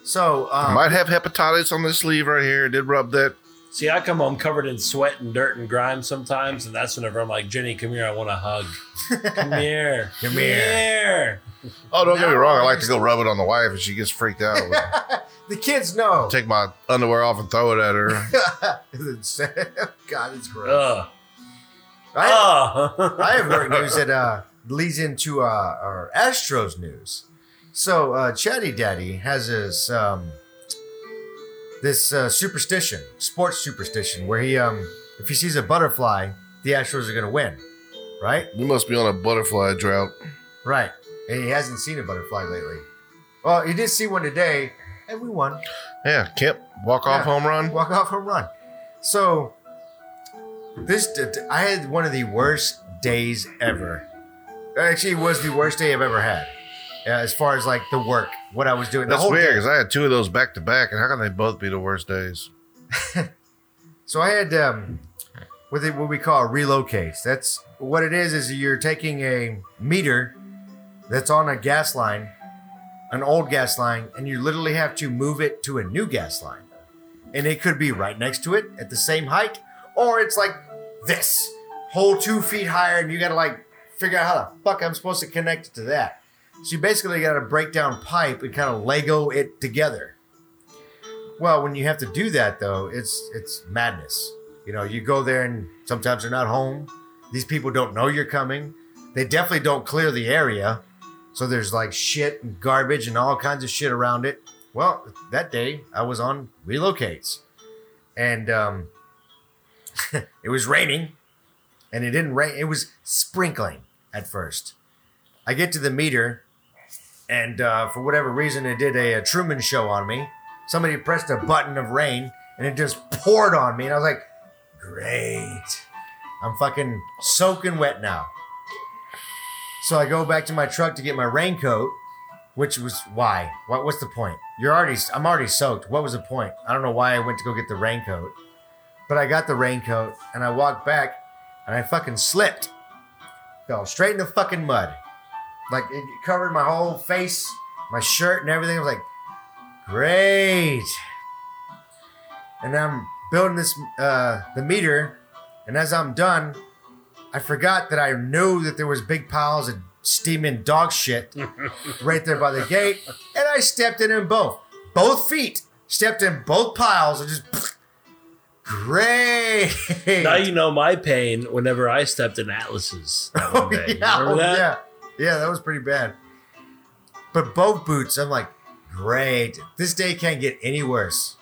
So, I um, might have hepatitis on this sleeve right here. Did rub that. See, I come home covered in sweat and dirt and grime sometimes, and that's whenever I'm like, Jenny, come here, I want a hug. Come here. Come here. Oh, don't get me wrong. I like to go rub it on the wife and she gets freaked out. I the kids know. take my underwear off and throw it at her. God, it's gross. Ugh. I, uh. Ugh. I have work news that uh, leads into uh, our Astros news. So, uh, Chatty Daddy has this um, this uh, superstition, sports superstition, where he um, if he sees a butterfly, the Astros are going to win, right? We must be on a butterfly drought. Right. And he hasn't seen a butterfly lately. Well, he did see one today, and we won. Yeah, Kemp, walk off Yeah. home run. Walk off home run. So this d- d- I had one of the worst days ever. Actually, it was the worst day I've ever had. uh, as far as like the work, what I was doing. the That's whole weird day. because I had two of those back to back, and how can they both be the worst days? So I had um, what, they, what we call relocates. That's what it is. Is you're taking a meter that's on a gas line, an old gas line, and you literally have to move it to a new gas line, and it could be right next to it at the same height, or it's like this whole two feet higher, and you got to like figure out how the fuck I'm supposed to connect it to that. So you basically got to break down pipe and kind of Lego it together. Well, when you have to do that though, it's it's madness. You know, you go there and sometimes they're not home. These people don't know you're coming. They definitely don't clear the area. So there's like shit and garbage and all kinds of shit around it. Well, that day I was on relocates. And um it was raining. And it didn't rain. It was sprinkling at first. I get to the meter and uh, for whatever reason it did a, a Truman show on me somebody pressed a button of rain and it just poured on me and i was like great i'm fucking soaking wet now so i go back to my truck to get my raincoat which was why what, what's the point you're already i'm already soaked what was the point i don't know why i went to go get the raincoat but i got the raincoat and i walked back and i fucking slipped fell straight in the fucking mud like it covered my whole face my shirt and everything i was like Great. And I'm building this uh, the meter, and as I'm done, I forgot that I knew that there was big piles of steaming dog shit right there by the gate, and I stepped in them both, both feet, stepped in both piles, and just great. Now you know my pain whenever I stepped in atlases. That one Oh, day. You yeah, remember that? yeah, yeah, that was pretty bad. But both boots, I'm like, great. This day can't get any worse.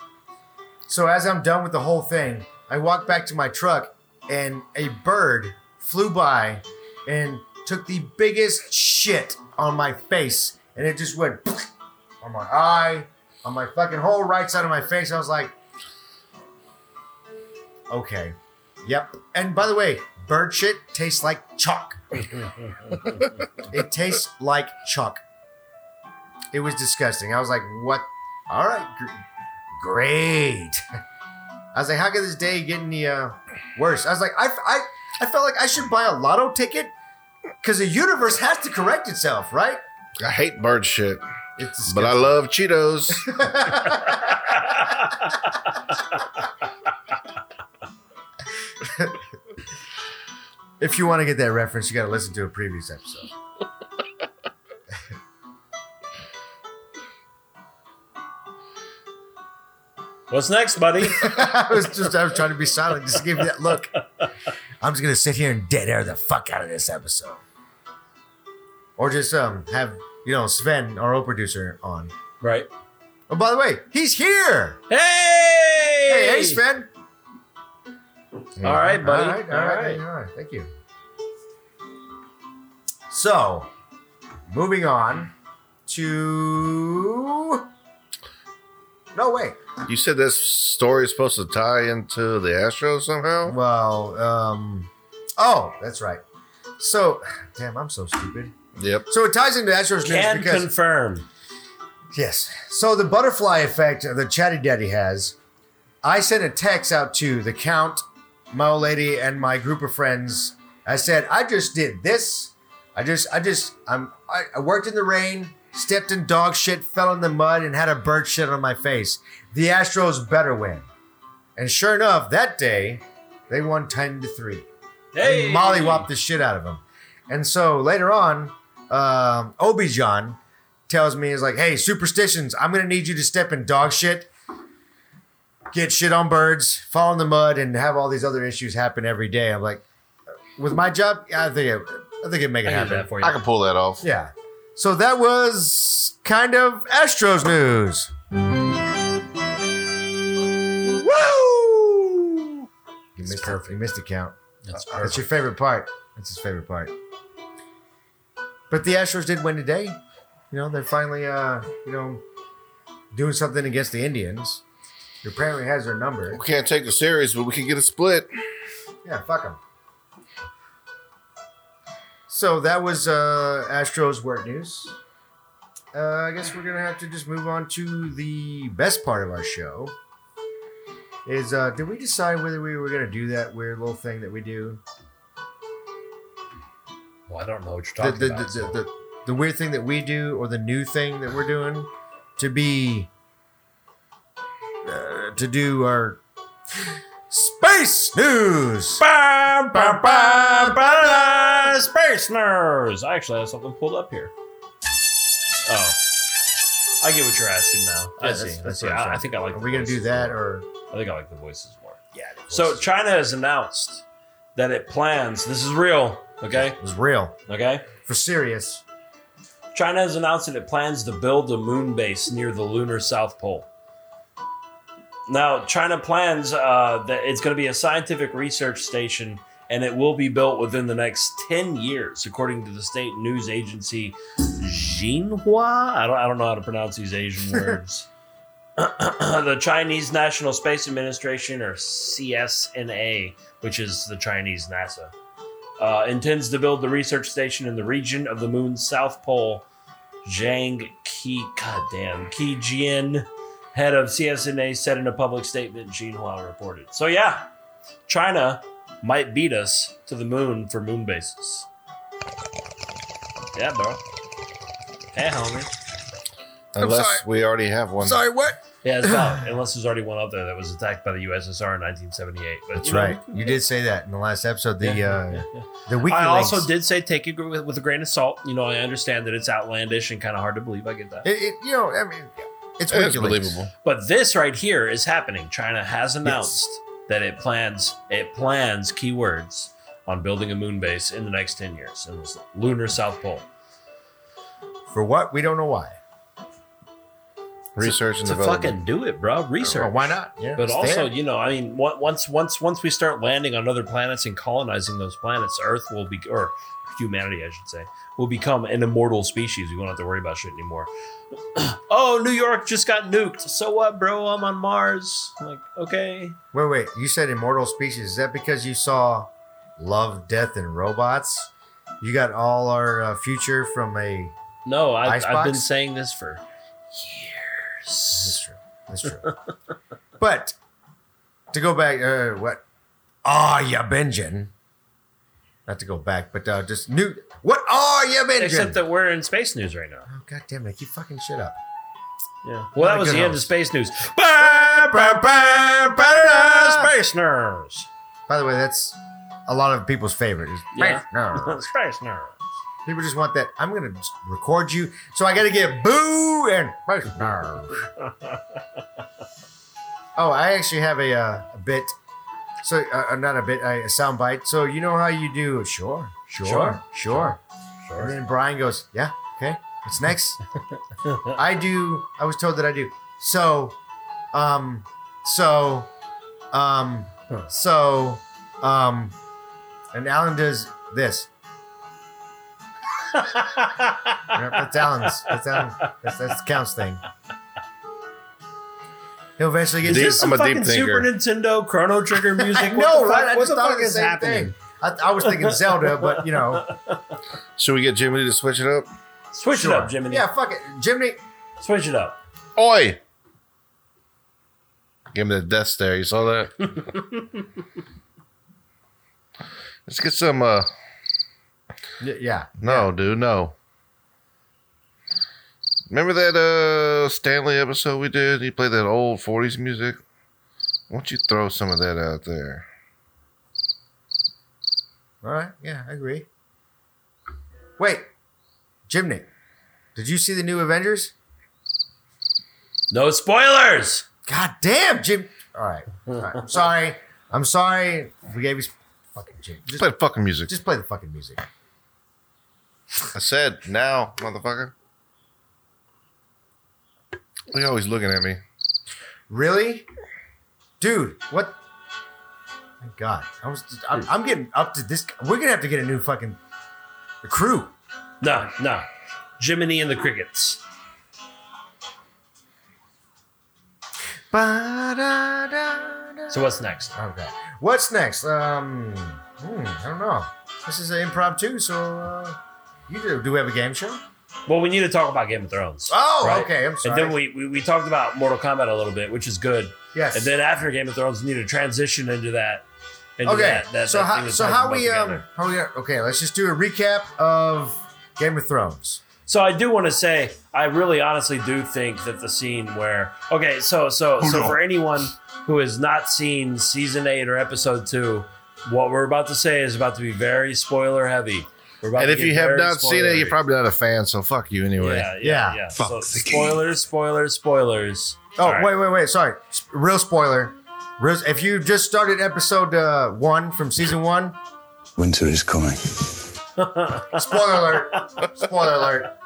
So as I'm done with the whole thing, I walk back to my truck, and a bird flew by and took the biggest shit on my face, and it just went on my eye, on my fucking whole right side of my face. I was like, okay, yep. And by the way, bird shit tastes like chalk. It tastes like chalk. It was disgusting. I was like, what? All right, gr- great. I was like, how could this day get any uh, worse? I was like, I, I, I felt like I should buy a lotto ticket because the universe has to correct itself, right? I hate bird shit, It's but I love Cheetos. If you want to get that reference, you got to listen to a previous episode. What's next, buddy? I was just I was trying to be silent. Just give me that look. I'm just gonna sit here and dead air the fuck out of this episode. Or just um have you know Sven, our old producer, on. right. Oh, by the way, he's here. Hey! Hey, hey, Sven. All right, buddy. All right, all right, all right. Thank you. So, moving on to. No way. You said this story is supposed to tie into the Astros somehow? Well, um, oh, that's right. So, damn, I'm so stupid. Yep. So it ties into Astros news Can because confirm. yes. So the butterfly effect that Chatty Daddy has. I sent a text out to the Count, my old lady, and my group of friends. I said I just did this. I just, I just, I'm, I, I worked in the rain, stepped in dog shit, fell in the mud, and had a bird shit on my face. The Astros better win. And sure enough, that day, they won ten to three Hey, and mollywopped the shit out of him. And so later on, um, Obi John tells me, he's like, hey, superstitions, I'm going to need you to step in dog shit, get shit on birds, fall in the mud, and have all these other issues happen every day. I'm like, with my job, I think it, I think it'd make I it can do happen. that for you. I can pull that off. Yeah. So that was kind of Astros news. Woo! You missed, the, you missed the count. That's Uh, That's your favorite part. That's his favorite part. But the Astros did win today. You know, they're finally, uh, you know, doing something against the Indians. Who apparently has their number. We can't take the series, but we can get a split. Yeah, fuck them. So that was uh, Astros work news. Uh, I guess we're gonna have to just move on to the best part of our show. Is uh, did we decide whether we were gonna do that weird little thing that we do? Well, I don't know what you're The talking the, the, about. the, the the weird thing that we do or the new thing that we're doing to be uh, to do our space news. Ba, ba, ba, ba, Space nerds. I actually have something pulled up here. Oh, I get what you're asking now. I Yeah, see. that's- I that's see. what I'm I, I saying. think I like. Are the we gonna do voices that more. or? I think I like the voices more. Yeah. So China has announced that it plans. This is real. Okay. it was real Okay. for serious. China has announced that it plans to build a moon base near the lunar South Pole. Now, China plans uh, that it's going to be a scientific research station and it will be built within the next 10 years, according to the state news agency Xinhua. I don't, I don't know how to pronounce these Asian words. the Chinese National Space Administration, or CSNA, which is the Chinese NASA uh, intends to build the research station in the region of the moon's south pole. Zhang Qi, goddamn, Qi Jian, head of CSNA, said in a public statement, Xinhua reported. So, yeah, China might beat us to the moon for moon bases. Yeah, bro. Hey, homie. Unless we already have one. what? Yeah, it's valid. Unless there's already one out there that was attacked by the USSR in 1978. But, That's you know, right. You did say that in the last episode. The uh, the weekly. I also did say take it with, with a grain of salt. You know, I understand that it's outlandish and kind of hard to believe. I get that. It, it- you know, I mean, it's It's WikiLeaks. believable. But this right here is happening. China has announced that it plans it plans keywords on building a moon base in the next 10 years in the lunar south pole. For what we don't know why. Research and To development. fucking do it, bro. Well, Research. why not? Yeah. But it's also, there. you know, I mean, on- once once once we start landing on other planets and colonizing those planets, Earth will be or humanity, I should say, will become an immortal species. We won't have to worry about shit anymore. oh, New York just got nuked. So what, bro? I'm on Mars. Like, okay. wait, wait. You said immortal species. Is that because you saw Love, Death, and Robots? You got all our uh, future from a. No, I, I've Icebox? been saying this for That's years. true. That's true. but to go back, uh, what? Are you binging? Not to go back, but uh, just new. What are you binging? Except that we're in space news right now. Oh, God damn it. I keep fucking shit up. Yeah. Well, that Not was a the good end of host. space news. Ba, ba, ba, ba, da, da, space nerds. By the way, that's a lot of people's favorite. Is, Yeah. No. Space nerds. People just want that. I'm gonna just record you, so I gotta get boo and oh, I actually have a, uh, a bit. So uh, uh, not a bit, a, a sound bite. So you know how you do? Sure, sure, sure, sure. And then Brian goes, "Yeah, okay. What's next?" I do. I was told that I do. So, um, so, um, so, um, and Alan does this. Yeah, that's Alan's. That's Alan. That's, that's Count's thing. He'll eventually get Is Dude, this some I'm a deep fucking Super thinker. Nintendo Chrono Trigger music? I What the know, fuck- right? I what just the thought fuck of the is same happening? thing. I, I was thinking Zelda, but you know, Should we get Jimmy to switch it up? Switch sure. it up, Jiminy. Yeah, fuck it, Jiminy. Switch it up. Oi! Give him the death stare. You saw that? Let's get some. uh Y- yeah, No, dude, no. Remember that uh Stanley episode we did? He played that old 40s music. Why don't you throw some of that out there? all right, yeah, I agree. Wait, Jiminy, did you see the new Avengers? No spoilers. God damn, Jim. All right, all right. I'm sorry. I'm sorry. We gave you s- fucking Jim. Just Just, play the fucking music. just play the fucking music. I said now, motherfucker. He always looking at me. Really? Dude, what? Thank God. I was, I'm, I'm getting up to this. We're going to have to get a new fucking the crew. No, no. Jiminy and the Crickets. Ba-da-da-da. So what's next? Okay. oh, What's next? Um, hmm, I don't know. This is an impromptu, so uh, you do, do we have a game show? Well, we need to talk about Game of Thrones. Oh, right? okay. I'm And sorry. then we, we we talked about Mortal Kombat a little bit, which is good. yes. And then after Game of Thrones, we need to transition into that. Into okay. That, that, so that thing how, that so ties how them we both um together. how we okay? Let's just do a recap of Game of Thrones. So I do want to say I really honestly do think that the scene where okay, so so so for anyone who has not seen season eight or episode two, what we're about to say is about to be very spoiler heavy. We're about And to if get you have very not seen spoiler it, you're heavy. probably not a fan, so fuck you anyway. yeah, yeah, Yeah. yeah. Fuck so the game. spoilers, spoilers, spoilers. Oh All right. wait, wait, wait! Sorry, S- real spoiler. Real, if you just started episode uh, one from season one, Winter is coming. spoiler alert! Spoiler alert!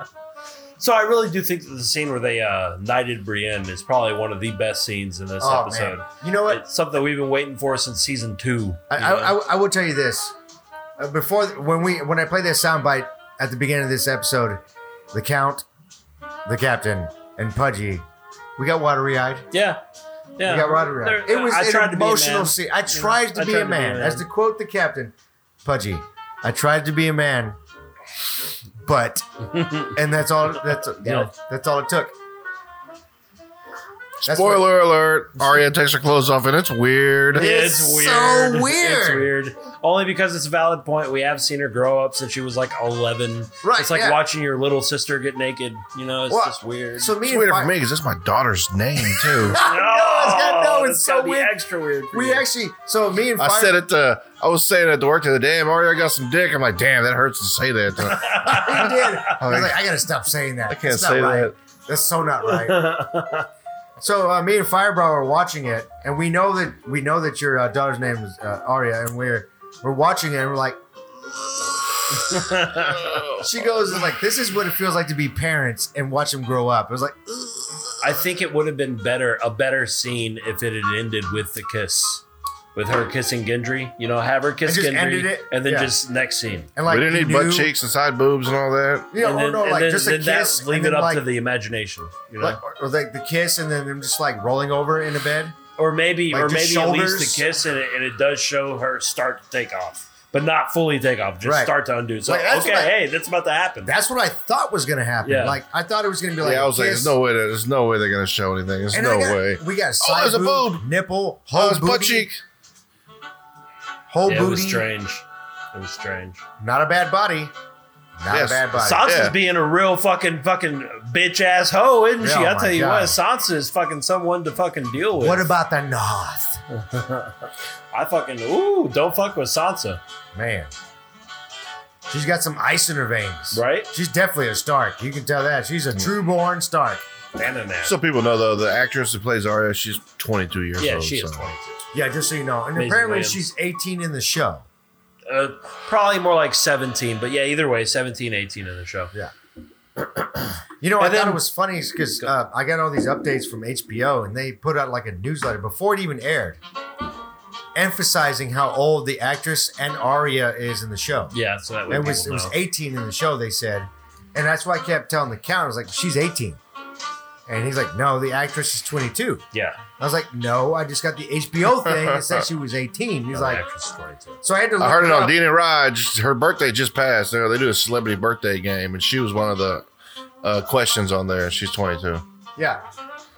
So I really do think that the scene where they uh, knighted Brienne is probably one of the best scenes in this Oh episode. man, you know what? It's something we've been waiting for since season two. I, you I, know? I, I will tell you this. Uh, before when we when I played that soundbite at the beginning of this episode, the count, the captain, and Pudgy, we got watery eyed. yeah, yeah. We got watery eyed. There- It was I an tried to be a emotional man. scene. I tried to I be tried a man. As to quote the captain, Pudgy, I tried to be a man, but and that's all. That's Yeah. that's all it took. That's what- Spoiler alert! Arya takes her clothes off, and it's weird. Yeah. It's, It's weird. so It's weird. weird. Only because it's a valid point. We have seen her grow up since she was like 11. Right, It's like yeah. watching your little sister get naked. You know, it's Well, just weird. So me It's and Oh, weird Fi- for me because that's my daughter's name too. I know, it's- I know, it's Oh, that's so gotta be weird. extra weird. for We you. actually, so me and I Fire- said it to. I was saying it to work to the damn Arya got some dick. I'm like, damn, that hurts to say that. To, I did. I was like, I gotta stop saying that. I can't That's not say right. that. That's so not right. so uh, me and Fireball are watching it, and we know that we know that your uh, daughter's name is uh, Aria, and we're we're watching it, and we're like. she goes it's like this is what it feels like to be parents and watch them grow up. It was like I think it would have been better, a better scene if it had ended with the kiss, with her kissing Gendry. You know, have her kiss And just ended Gendry, it? and then Yeah. just next scene. and like we didn't you need butt knew- cheeks and side boobs and all that. You know, and or then, no, and like then- just a then kiss. that's- and leave then, it up like, to the imagination, you know? like, or, or like the kiss, and then them just like rolling over in the bed. or maybe, like or the maybe at least shoulders? the kiss, and it, and it does show her start to take off, but not fully take off, just Right. start to undo. So Like, that's okay, what I- hey, that's about to happen. That's what I thought was gonna happen. Yeah. Like I thought it was gonna be like yeah, I a was like, kiss. there's no way. That, there's no way they're gonna show anything. There's And I no got- way. We got Oh, side there's a boob, boob. nipple, whole Oh, it's butt booty, cheek. whole Yeah, it was booty. strange. It was strange. Not a bad body. Not Yes. a bad body. Sansa's Yeah. being a real fucking fucking bitch ass hoe, isn't she? Oh I my tell you God. what, Sansa is fucking someone to fucking deal with. what about the North? I fucking ooh, don't fuck with Sansa, Man. She's got some ice in her veins. right? Mm. She's definitely a Stark. You can tell that. She's a true born Stark. Banana. So people know though the actress who plays Arya, she's 22 years yeah, old. she is so. 22. Yeah, just so you know. And Maisie apparently Williams. she's 18 in the show. Uh, probably more like 17, but yeah, either way, 17, 18 in the show. You know, I And then- thought it was funny because uh, I got all these updates from HBO, and they put out like a newsletter before it even aired, emphasizing how old the actress and Arya is in the show. Yeah, so that way it was it people was know. 18 in the show. They said, and that's why I kept telling the count. I was like, she's 18, and he's like, no, the actress is 22. Yeah, I was like, no, I just got the HBO thing. It said she was 18. He's no, like, the actress is 22. so I had to. Look I heard it on up. Dean and Raj. Her birthday just passed. You know, They do a celebrity birthday game, and she was one of the uh, questions on there. She's 22. Yeah.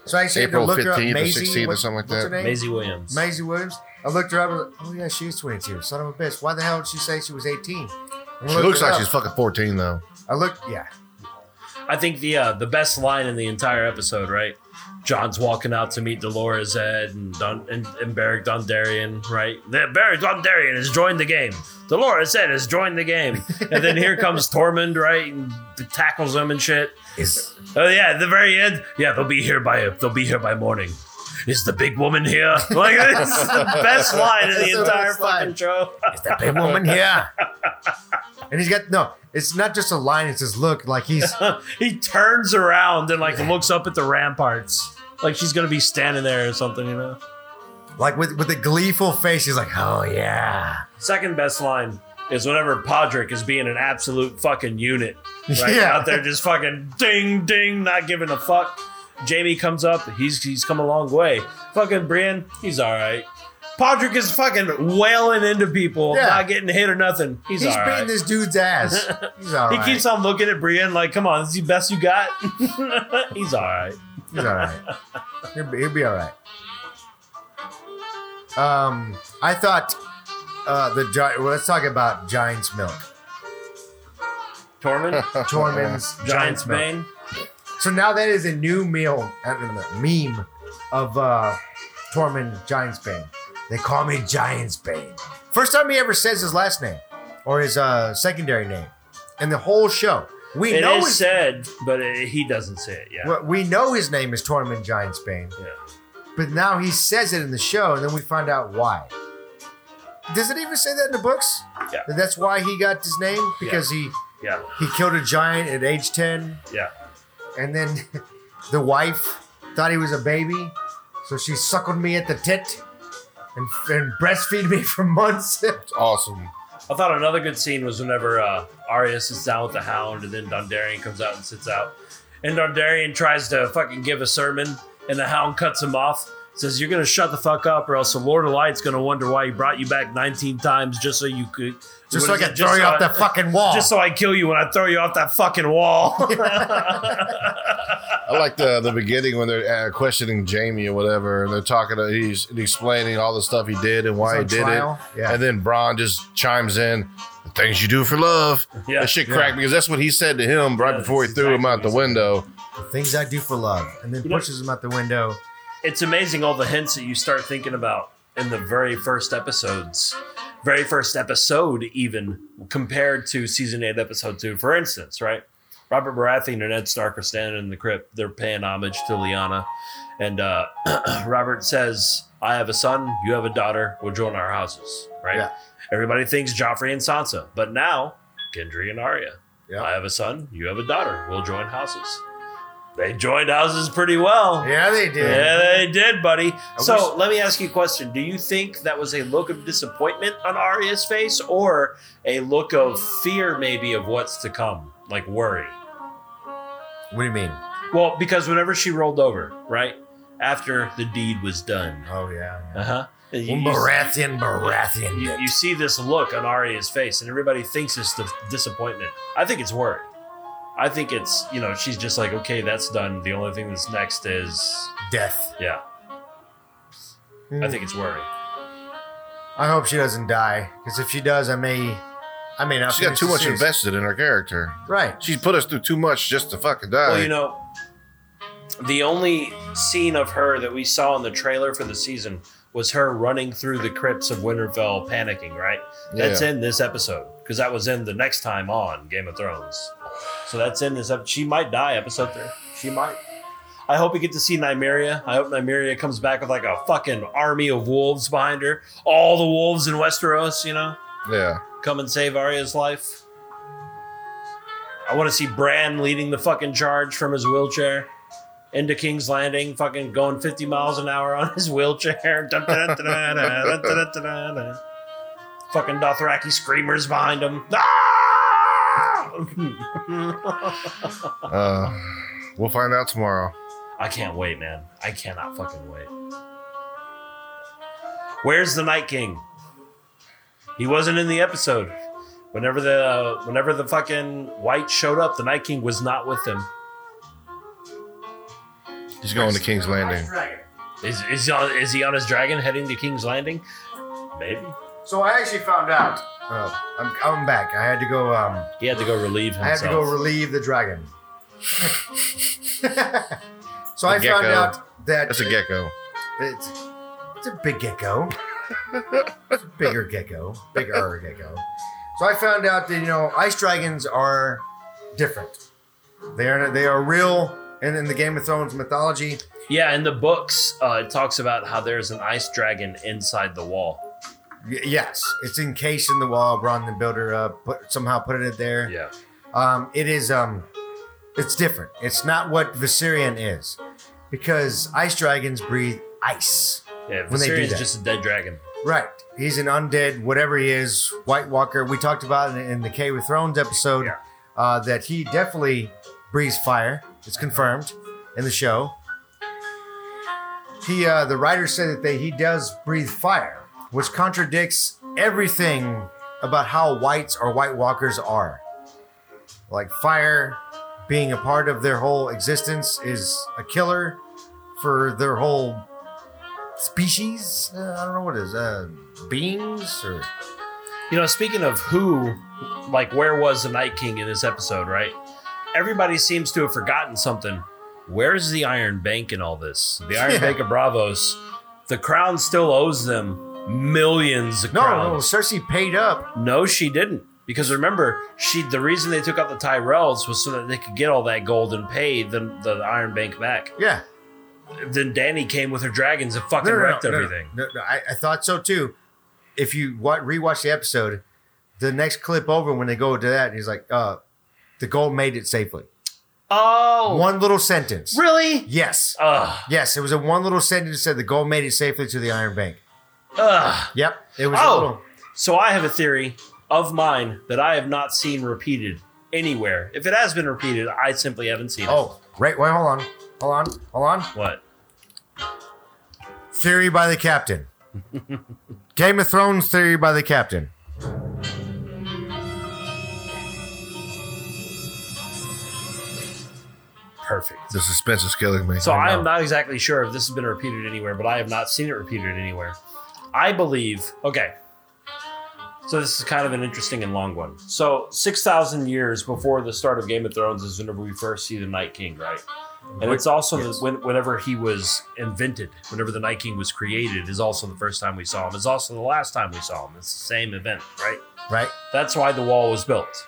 So I actually April had to look her up. 15th or Maisie, 16th or what- something like what's her that. name? Maisie Williams. Maisie Williams. I looked her up. and I was like, oh yeah, she is 22. Son of a bitch. Why the hell did she say she was 18? She looks like she's fucking 14 though. I looked. Yeah. I think the uh, the best line in the entire episode, right? John's walking out to meet Dolores Ed and Dun- and, and Beric Dondarrion, right? The- Beric Dondarrion has joined the game. Dolores Ed has joined the game, and then here comes Tormund, right? And tackles him and shit. Is Oh yeah, at the very end. Yeah, they'll be here by they'll be here by morning. Is the big woman here? Like this is the best line in That's the the entire best line. fucking show. is that big woman here? and he's got no. It's not just a line. It says look like he's. he turns around and like looks up at the ramparts. Like she's gonna be standing there or something, you know. Like with with a gleeful face, he's like, "Oh yeah, Second best line is whenever Podrick is being an absolute fucking unit. Right? Yeah. Out there just fucking ding ding, not giving a fuck. Jamie comes up, he's he's come a long way. Fucking Brian, he's alright. Podrick is fucking wailing into people, Yeah. not getting hit or nothing. He's, he's, all beating right. this dude's ass." He's all he right. keeps on looking at Brian like, come on, this is the best you got? he's alright. He's all right. He'll be, he'll be all right. Um, I thought uh, the gi- well, let's talk about Giant's Milk, Tormund, Tormund's Giant's Milk. Bane. So now that is a new meal, uh, no, no, meme of uh, Tormund Giant's Bane. They call me Giant's Bane. First time he ever says his last name or his uh, secondary name in the whole show. We It know is his, said, but it, he doesn't say it yet. well, we know his name is Tormund Giant's Bane. Yeah. But now he says it in the show, and then we find out why. Does it even say that in the books? Yeah. That that's why he got his name because Yeah, he he killed a giant at age ten, yeah. and then the wife thought he was a baby, so she suckled me at the tit and, and breastfeed me for months. It's awesome. I thought another good scene was whenever uh, Arya sits down with the Hound, and then Dondarrion comes out and sits out, and Dondarrion tries to fucking give a sermon, and the Hound cuts him off. Says you're gonna shut the fuck up, or else the Lord of Light's gonna wonder why he brought you back 19 times just so you could, just what like is I it? could throw Just you so off I- that fucking wall. just so I kill you when I throw you off that fucking wall. I like the the beginning when they're uh, questioning Jamie or whatever, and they're talking. To, he's explaining all the stuff he did and why he on did trial. it. Yeah. And then Braun just chimes in, "The things you do for love." Yeah. That shit cracked because that's what he said to him right Yeah, before he that's threw him exactly out the what window. The things I do for love, and then know- pushes him out the window. it's amazing all the hints that you start thinking about in the very first episodes very first episode even compared to season 8 episode 2 for instance right robert baratheon and ed stark are standing in the crypt they're paying homage to lyanna and uh, robert says i have a son you have a daughter we'll join our houses right Yeah. everybody thinks joffrey and sansa but now gendry and arya Yeah. i have a son you have a daughter we'll join houses they joined houses pretty well Yeah, they did. yeah, they did, buddy. so wish- let me ask you a question. Do you think that was a look of disappointment on Arya's face or a look of fear, maybe, of what's to come? Like worry? What do you mean? Well, because whenever she rolled over, right? After the deed was done. Oh yeah. yeah. Uh huh. You, you, Baratheon, Baratheon. you- did. you see this look on Arya's face, and everybody thinks it's the disappointment. I think it's worry. I think it's, you know, she's just like, okay, that's done. The only thing that's next is, Death. yeah. Hmm. I think it's worry. I hope she doesn't die, because if she does, I may, I may not. She got finish too the much series. invested in her character. Right. She's put us through too much just to fucking die. Well, you know, the only scene of her that we saw in the trailer for the season was her running through the crypts of Winterfell panicking, right? That's Yeah. in this episode because that was in the next time on Game of Thrones. So that's in this episode. She might die, episode three. She might. I hope we get to see Nymeria. I hope Nymeria comes back with like a fucking army of wolves behind her. All the wolves in Westeros, you know? Yeah. come and save Arya's life. I want to see Bran leading the fucking charge from his wheelchair into King's Landing, fucking going 50 miles an hour on his wheelchair. Da-da-da-da-da-da-da-da-da-da. fucking Dothraki screamers behind him. Ah! Uh, we'll find out tomorrow. I can't wait, man. I cannot fucking wait. Where's the Night King? He wasn't in the episode. Whenever the whenever the fucking White showed up, the Night King was not with them. He's going to King's Landing. Is is he on, is he on his dragon heading to King's Landing? Maybe So I actually found out. Uh, I'm, I'm back. I had to go. Um, he had to go relieve himself. I had to go relieve the dragon. so I gecko. found out that That's a gecko. It's, it's a big gecko. it's a bigger gecko. Bigger gecko. So I found out that, you know, ice dragons are different. They are they are real and in the Game of Thrones mythology. yeah, in the books, uh, it talks about how there's an ice dragon inside the wall. Y- yes. It's encased in the wall. Bron the Builder uh, put somehow put it in there. Yeah, Um, it is um it's different. It's not what Viserion is. Because ice dragons breathe ice. yeah. When they do Viserion's that. just a dead dragon. Right. He's an undead, whatever he is, White Walker. We talked about it in the Cave of Thrones episode Yeah. uh, that he definitely breathes fire. It's confirmed in the show. He, uh, the writer said that they, he does breathe fire, which contradicts everything about how whites or White Walkers are. Like fire being a part of their whole existence is a killer for their whole species. Uh, I don't know what it is. Uh, beings or You know, speaking of who, like, where was the Night King in this episode, right? Everybody seems to have forgotten something. Where's the Iron Bank in all this? The Iron Yeah. Bank of Bravos. The crown still owes them millions of no, no. crowns. Cersei paid up. No, she didn't. Because remember, she the reason they took out the Tyrells was so that they could get all that gold and pay the, the Iron Bank back. Yeah, Then Danny came with her dragons and fucking wrecked everything. No, no, I, I thought so too. If you wa- rewatch the episode, the next clip over when they go to that, he's like, uh, "The gold made it safely." Oh, One little sentence. really? Yes, Ugh, yes. It was a one little sentence that said the gold made it safely to the Iron Bank. ugh. Yep, it was. Oh. A little, So I have a theory of mine that I have not seen repeated anywhere. If it has been repeated, I simply haven't seen it. oh, right. Wait, hold on, hold on, hold on. What? Theory by the captain. Game of Thrones theory by the captain. Perfect. The suspense is killing me. So I am not exactly sure if this has been repeated anywhere, but I have not seen it repeated anywhere. I believe. Okay. So this is kind of an interesting and long one. So six thousand years before the start of Game of Thrones is whenever we first see the Night King, right? And it's also the- when, whenever he was invented, whenever the Night King was created, is also the first time we saw him. Is also the last time we saw him. It's the same event, right? Right. That's why the wall was built.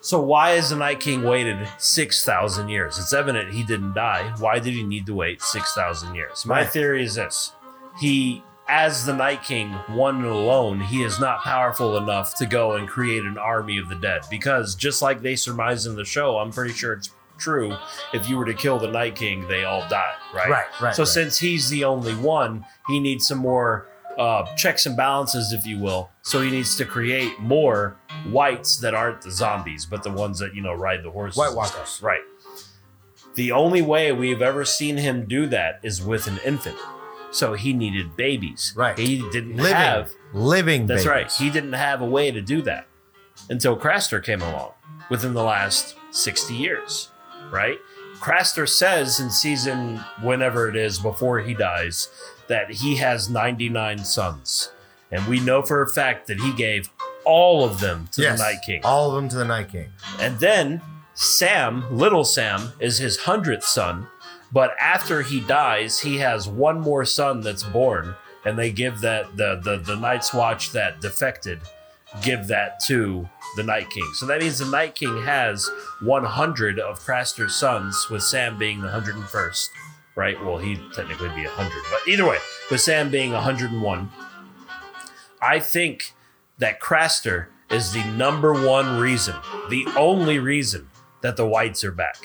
So why has the Night King waited 6,000 years? It's evident he didn't die. Why did he need to wait 6,000 years? My Right. theory is this. He as the Night King, one and alone, he is not powerful enough to go and create an army of the dead. Because just like they surmise in the show, I'm pretty sure it's true. If you were to kill the Night King, they all die, right? Right, right, So right. since he's the only one, he needs some more uh, checks and balances, if you will. So he needs to create more whites that aren't the zombies, but the ones that you know ride the horses. White and Walkers. stuff. right? The only way we've ever seen him do that is with an infant. So he needed babies. Right. He didn't Living, have. living. That's babies. right. He didn't have a way to do that until Craster came along within the last 60 years, right? Craster says in season whenever it is before he dies that he has 99 sons. And we know for a fact that he gave all of them to Yes, the Night King. All of them to the Night King. And then Sam, little Sam, is his hundredth son. But after he dies, he has one more son that's born and they give that the the the Night's Watch that defected give that to the Night King. So that means the Night King has 100 of Craster's sons, with Sam being the 101st, right? Well, he'd technically be 100, but either way, with Sam being 101, I think that Craster is the number one reason, the only reason that the whites are back.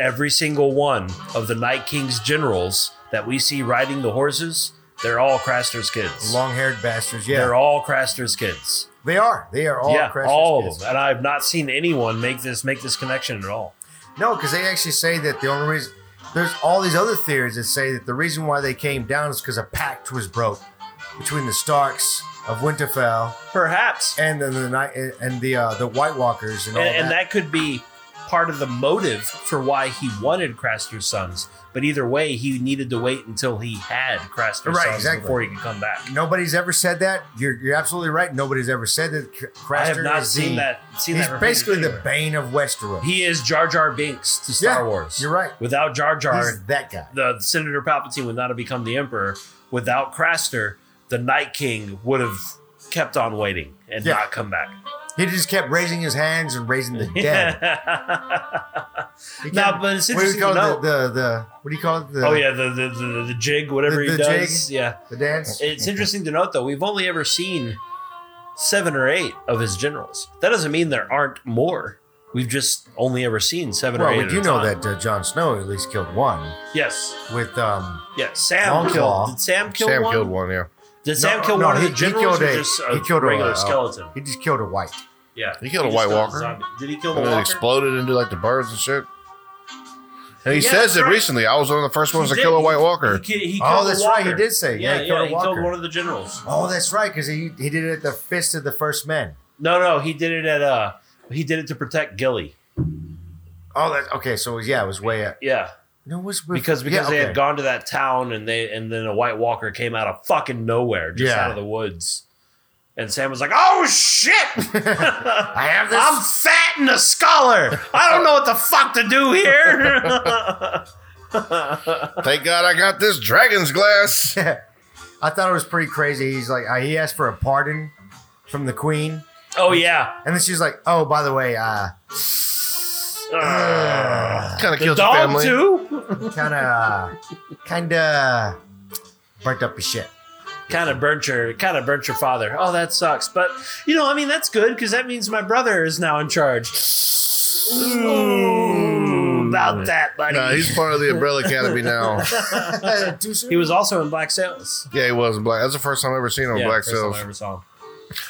Every single one of the Night King's generals that we see riding the horses, they're all Craster's kids. Long haired bastards. Yeah. They're all Craster's kids. they are. They are all yeah, Craster's all kids. of them. And I've not seen anyone make this make this connection at all. No, because they actually say that the only reason there's all these other theories that say that the reason why they came down is because a pact was broke between the Starks of Winterfell Perhaps, and then the night and the uh, the White Walkers and all and, and that. that could be part of the motive for why he wanted Craster's sons. But either way, he needed to wait until he had Craster's Right, sons exactly. before he could come back. Nobody's ever said that. You're, you're absolutely right. Nobody's ever said that. C- Craster I have not is seen the- that. Seen He's that repeated basically the anywhere. bane of Westeros. He is Jar Jar Binks to Star Yeah, Wars. You're right. Without Jar He's Jar, that guy. the Senator Palpatine would not have become the Emperor. Without Craster, the Night King would have kept on waiting and Yeah. not come back. He just kept raising his hands and raising the dead. Yeah. He No, kept- but it's what do you interesting call to it? The, the the what do you call it? The, oh yeah, the the, the, the jig, whatever he The- the does. Yeah, the dance. it's interesting to note though we've only ever seen seven or eight of his generals. That doesn't mean there aren't more. We've just only ever seen seven or Well, eight. we at do a know time. that uh, Jon Snow at least killed one Yes. with um. Yeah. Sam Longclaw. killed. Did Sam kill Sam one? killed one, yeah. Did Sam No, kill no, one he- of the he generals killed or a- just a he killed a, regular uh, skeleton? He just killed a white. Yeah. He killed a just White killed Walker. zombie. Did he kill And the then it Walker? exploded into like the birds and shit. And he Yeah, says that's it right. recently. I was one of the first ones He to kill a did. White Walker. He, ki- he Oh, killed a that's right, he Walker. did say, yeah, Yeah, he yeah, killed a he killed Walker. one of the generals. Oh, that's right, because he he did it at the fist of the first men. No, no, he did it at uh he did it to protect Gilly. Oh, that okay. So yeah, it was way up. Yeah. No, it was with, Because because yeah, they okay. had gone to that town and they and then a white walker came out of fucking nowhere, just Yeah. out of the woods. And Sam was like, "Oh shit! I have this. I'm fat and a scholar. I don't know what the fuck to do here." Thank God I got this dragon's glass. I thought it was pretty crazy. He's like, uh, he asked for a pardon from the queen, oh yeah, and then she's like, "Oh, by the way, uh, Ugh. kind of the killed your dog family. too. kind of, uh, kind of burnt up your shit." kind of burnt your kind of burnt your father. Oh, that sucks. But you know, I mean, that's good because that means my brother is now in charge. Ooh, about that, buddy. Nah, he's part of the Umbrella Academy now. Too soon? He was also in Black Sails. Yeah, he was in black. That's the first time I ever Oh, seen him in Yeah, Black first time Sails. I ever saw him.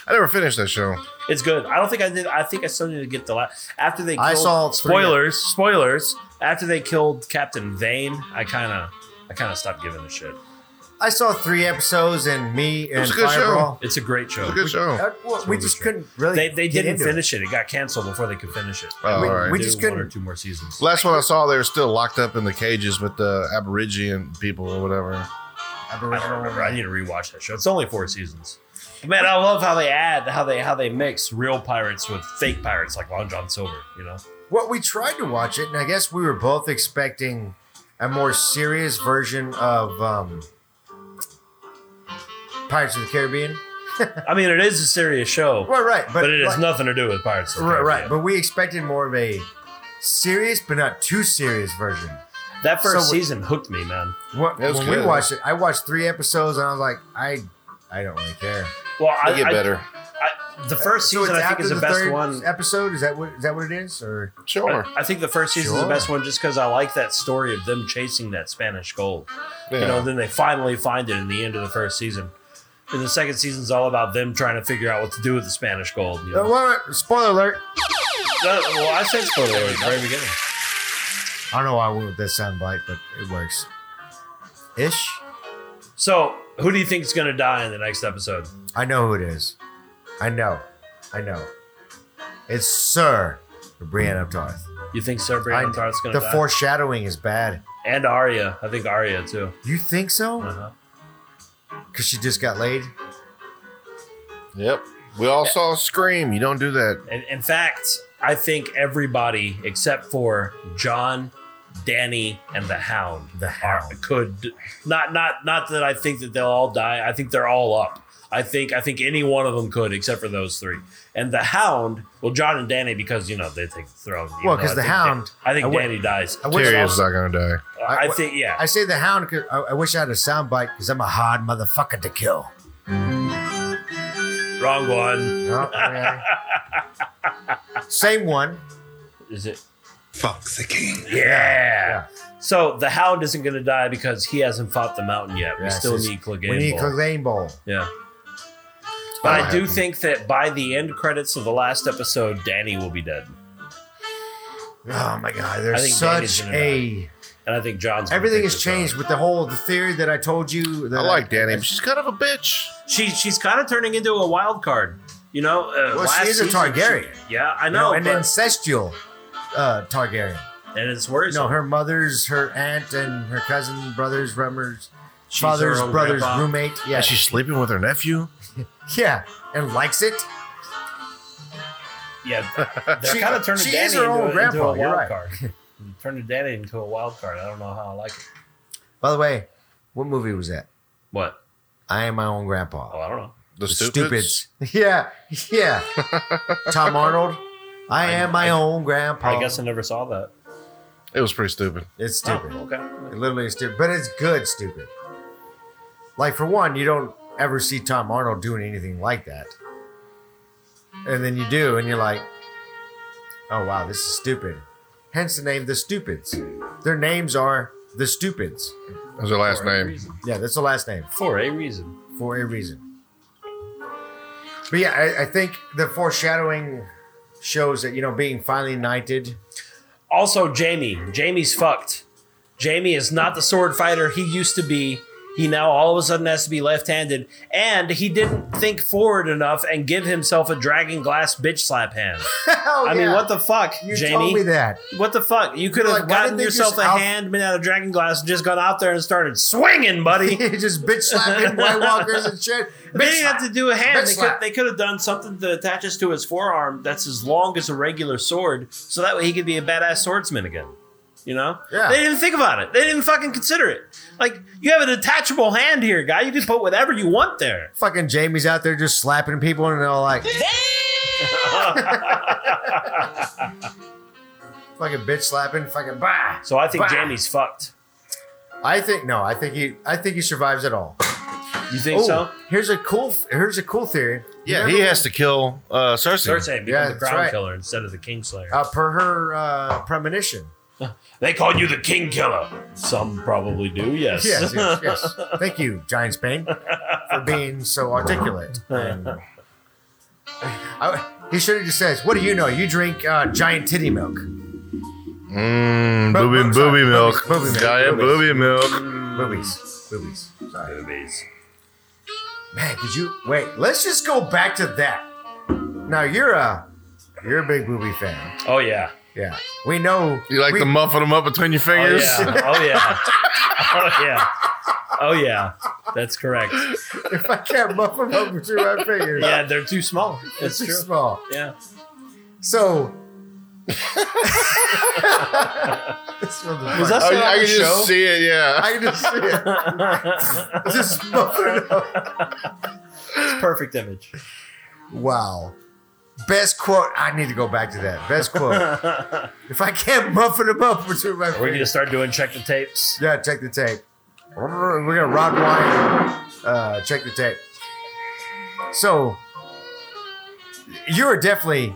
I never finished that show. It's good. I don't think I did. I think I still need to get the last after they. Killed, I saw three- spoilers. Spoilers. After they killed Captain Vane, I kind of, I kind of stopped giving a shit. I saw three episodes, and me and was a good show. Fireball. It's a great show. It's a good show. Uh, well, we just couldn't really. They, they get didn't into finish it. it. got canceled before they could finish it. Oh, we- all right. we- They just did one couldn't- or two more seasons. Last one I saw, they were still locked up in the cages with the Aborigine people or whatever. I don't remember. I need to rewatch that show. It's only four seasons. Man, I love how they add how they how they mix real pirates with fake pirates like Long John Silver. You know, Well, we tried to watch it, and I guess we were both expecting a more serious version of um, Pirates of the Caribbean. I mean, it is a serious show, Right, right, but, but, it has like- nothing to do with pirates. of the Right, right, Caribbean. but we expected more of a serious, but not too serious version. That So first what- season hooked me, man. What, It when was we good. watched it, I watched three episodes, and I was like, I, I don't really care. Well, I They get I- better. I- the first So season it's I think after is the, best one. episode. Is that what is that what it is? Or Sure. I, I think the first season is the Sure. best one just because I like that story of them chasing that Spanish gold. Yeah. You know, then they finally find it in the end of the first season. And the second season's all about them trying to figure out what to do with the Spanish gold. You know? Uh, wait, wait, spoiler alert! No, well, I said spoiler alert at the very beginning. I don't know why I went with that soundbite, but it works. Ish. So, who do you think is going to die in the next episode? I know who it is. I know. I know. It's Sir Brienne of Tarth. You think Sir I- Brandon Tart's going the to die? foreshadowing is bad. and Arya. I think Arya, too. You think so? Uh-huh. Because she just got laid? Yep. We all saw Scream. You don't do that. In, in fact, I think everybody except for John, Danny and the Hound The are- Hound. could not not not that I think that they'll all die. I think they're all up. I think I think any one of them could, except for those three. And the Hound, well, John and Danny, because you know they take the throne. even Well, though 'cause I the think Dan- Hound- I think I would- Danny dies. I wish Tyrion's I, not gonna die. I, think yeah. I say the hound 'cause I, I wish I had a soundbite because I'm a hard motherfucker to kill. Wrong one. Oh, okay. Same one. Is it? Fuck the king. Yeah. So the Hound isn't going to die because he hasn't fought the Mountain yet. We Yes, still it's- need Clegane. We need Bowl. Clegane Bowl. Yeah. But I That'll do happen. think that by the end credits of the last episode, Danny will be dead, Oh my god, I there's think such Danny's gonna a and I think John's. gonna everything take has the throne. changed with the whole the theory that I told you. That I like Danny, but she's kind of a bitch. She she's kind of turning into a wild card. You know, uh, Well, she last is a season, Targaryen. she- yeah, I you know, know, an but- ancestral uh, Targaryen. and it's You worse. know, her mother's, her aunt, and her cousin, brothers, rumors, She's her father's, own brother's, grandpa. roommate. Yeah, And she's sleeping with her nephew. yeah, and likes it. Yeah, they're She- kind of turning she Danny is her into, own a- into grandpa, a you're wild right. card. turning Danny into a wild card. I don't know how I like it. By the way, what movie was that? What? I am my own Oh, grandpa. I don't know. The, The stupids. Yeah, yeah. Tom Arnold. I, am my own grandpa. I guess I never saw that. It was pretty stupid. it's stupid. Oh, okay. It literally is stupid, but it's good stupid. Like for one, you don't ever see Tom Arnold doing anything like that, and then you do, and you're like, "Oh wow, this is stupid." Hence the name the Stupids. Their names are the Stupids. That was her last For a name. reason. Yeah, that's the last name For a reason. for a reason. But yeah, I, I think the foreshadowing shows that you know being finally knighted. Also, Jamie. Jamie's fucked. Jamie is not the sword fighter he used to be. He now all of a sudden has to be left handed, and he didn't think forward enough and give himself a dragon glass bitch slap hand. Oh, I mean, yeah. what the fuck, You Jamie? told me that. What the fuck? You could have Like, why gotten didn't they yourself just a out- hand made out of dragon glass and just gone out there and started swinging, buddy. they You're just bitch slapping White Walkers and shit. Bitch didn't slap. have to do a hand. Bitch They could, slap. they could have done something that attaches to his forearm that's as long as a regular sword, so that way he could be a badass swordsman again. You know? Yeah. They didn't think about it. They didn't fucking consider it. Like, you have an detachable hand here, guy. You can put whatever you want there. Fucking Jamie's out there just slapping people, and they're like, fucking bitch slapping, fucking bah. So I think bah. Jamie's fucked. I think no. I think he. I think he survives it all. You think Ooh, so? here's a cool. Here's a cool theory. Yeah, he has to kill uh, Cersei. Cersei become Yeah, the that's crown right. killer instead of the kingslayer. Uh, per her uh, premonition. They call you the King Killer. Some probably do, yes. Yes, yes, yes. Thank you, Giants Bane, for being so articulate. And I, he should have just says, "What do you know? You drink uh, giant titty milk." Mmm, Bu- bu- booby, sorry, booby milk. booby- booby Giant milk. Mm. booby milk. Boobies, boobies, sorry, boobies. Man, could you wait? Let's just go back to that. Now you're a you're a big booby fan. oh, yeah. Yeah, we know. You like we, to muffle them up between your Oh, fingers? yeah. Oh, yeah. Oh, yeah. Oh, yeah. That's correct. If I can't muff them up between my fingers, Yeah, they're too small. That's it's too true. small. Yeah. So. this motherfucker. Was that I, still on Oh, I the can just show? see it, yeah. I can just see it. Just muffing it up. Perfect image. Wow. Best quote. I need to go back to that. Best quote. if I can't muffin them up between my We're going to fingers. start doing check the tapes. Yeah, check the tape. We're gonna rod wine. Uh, check the tape. So you are definitely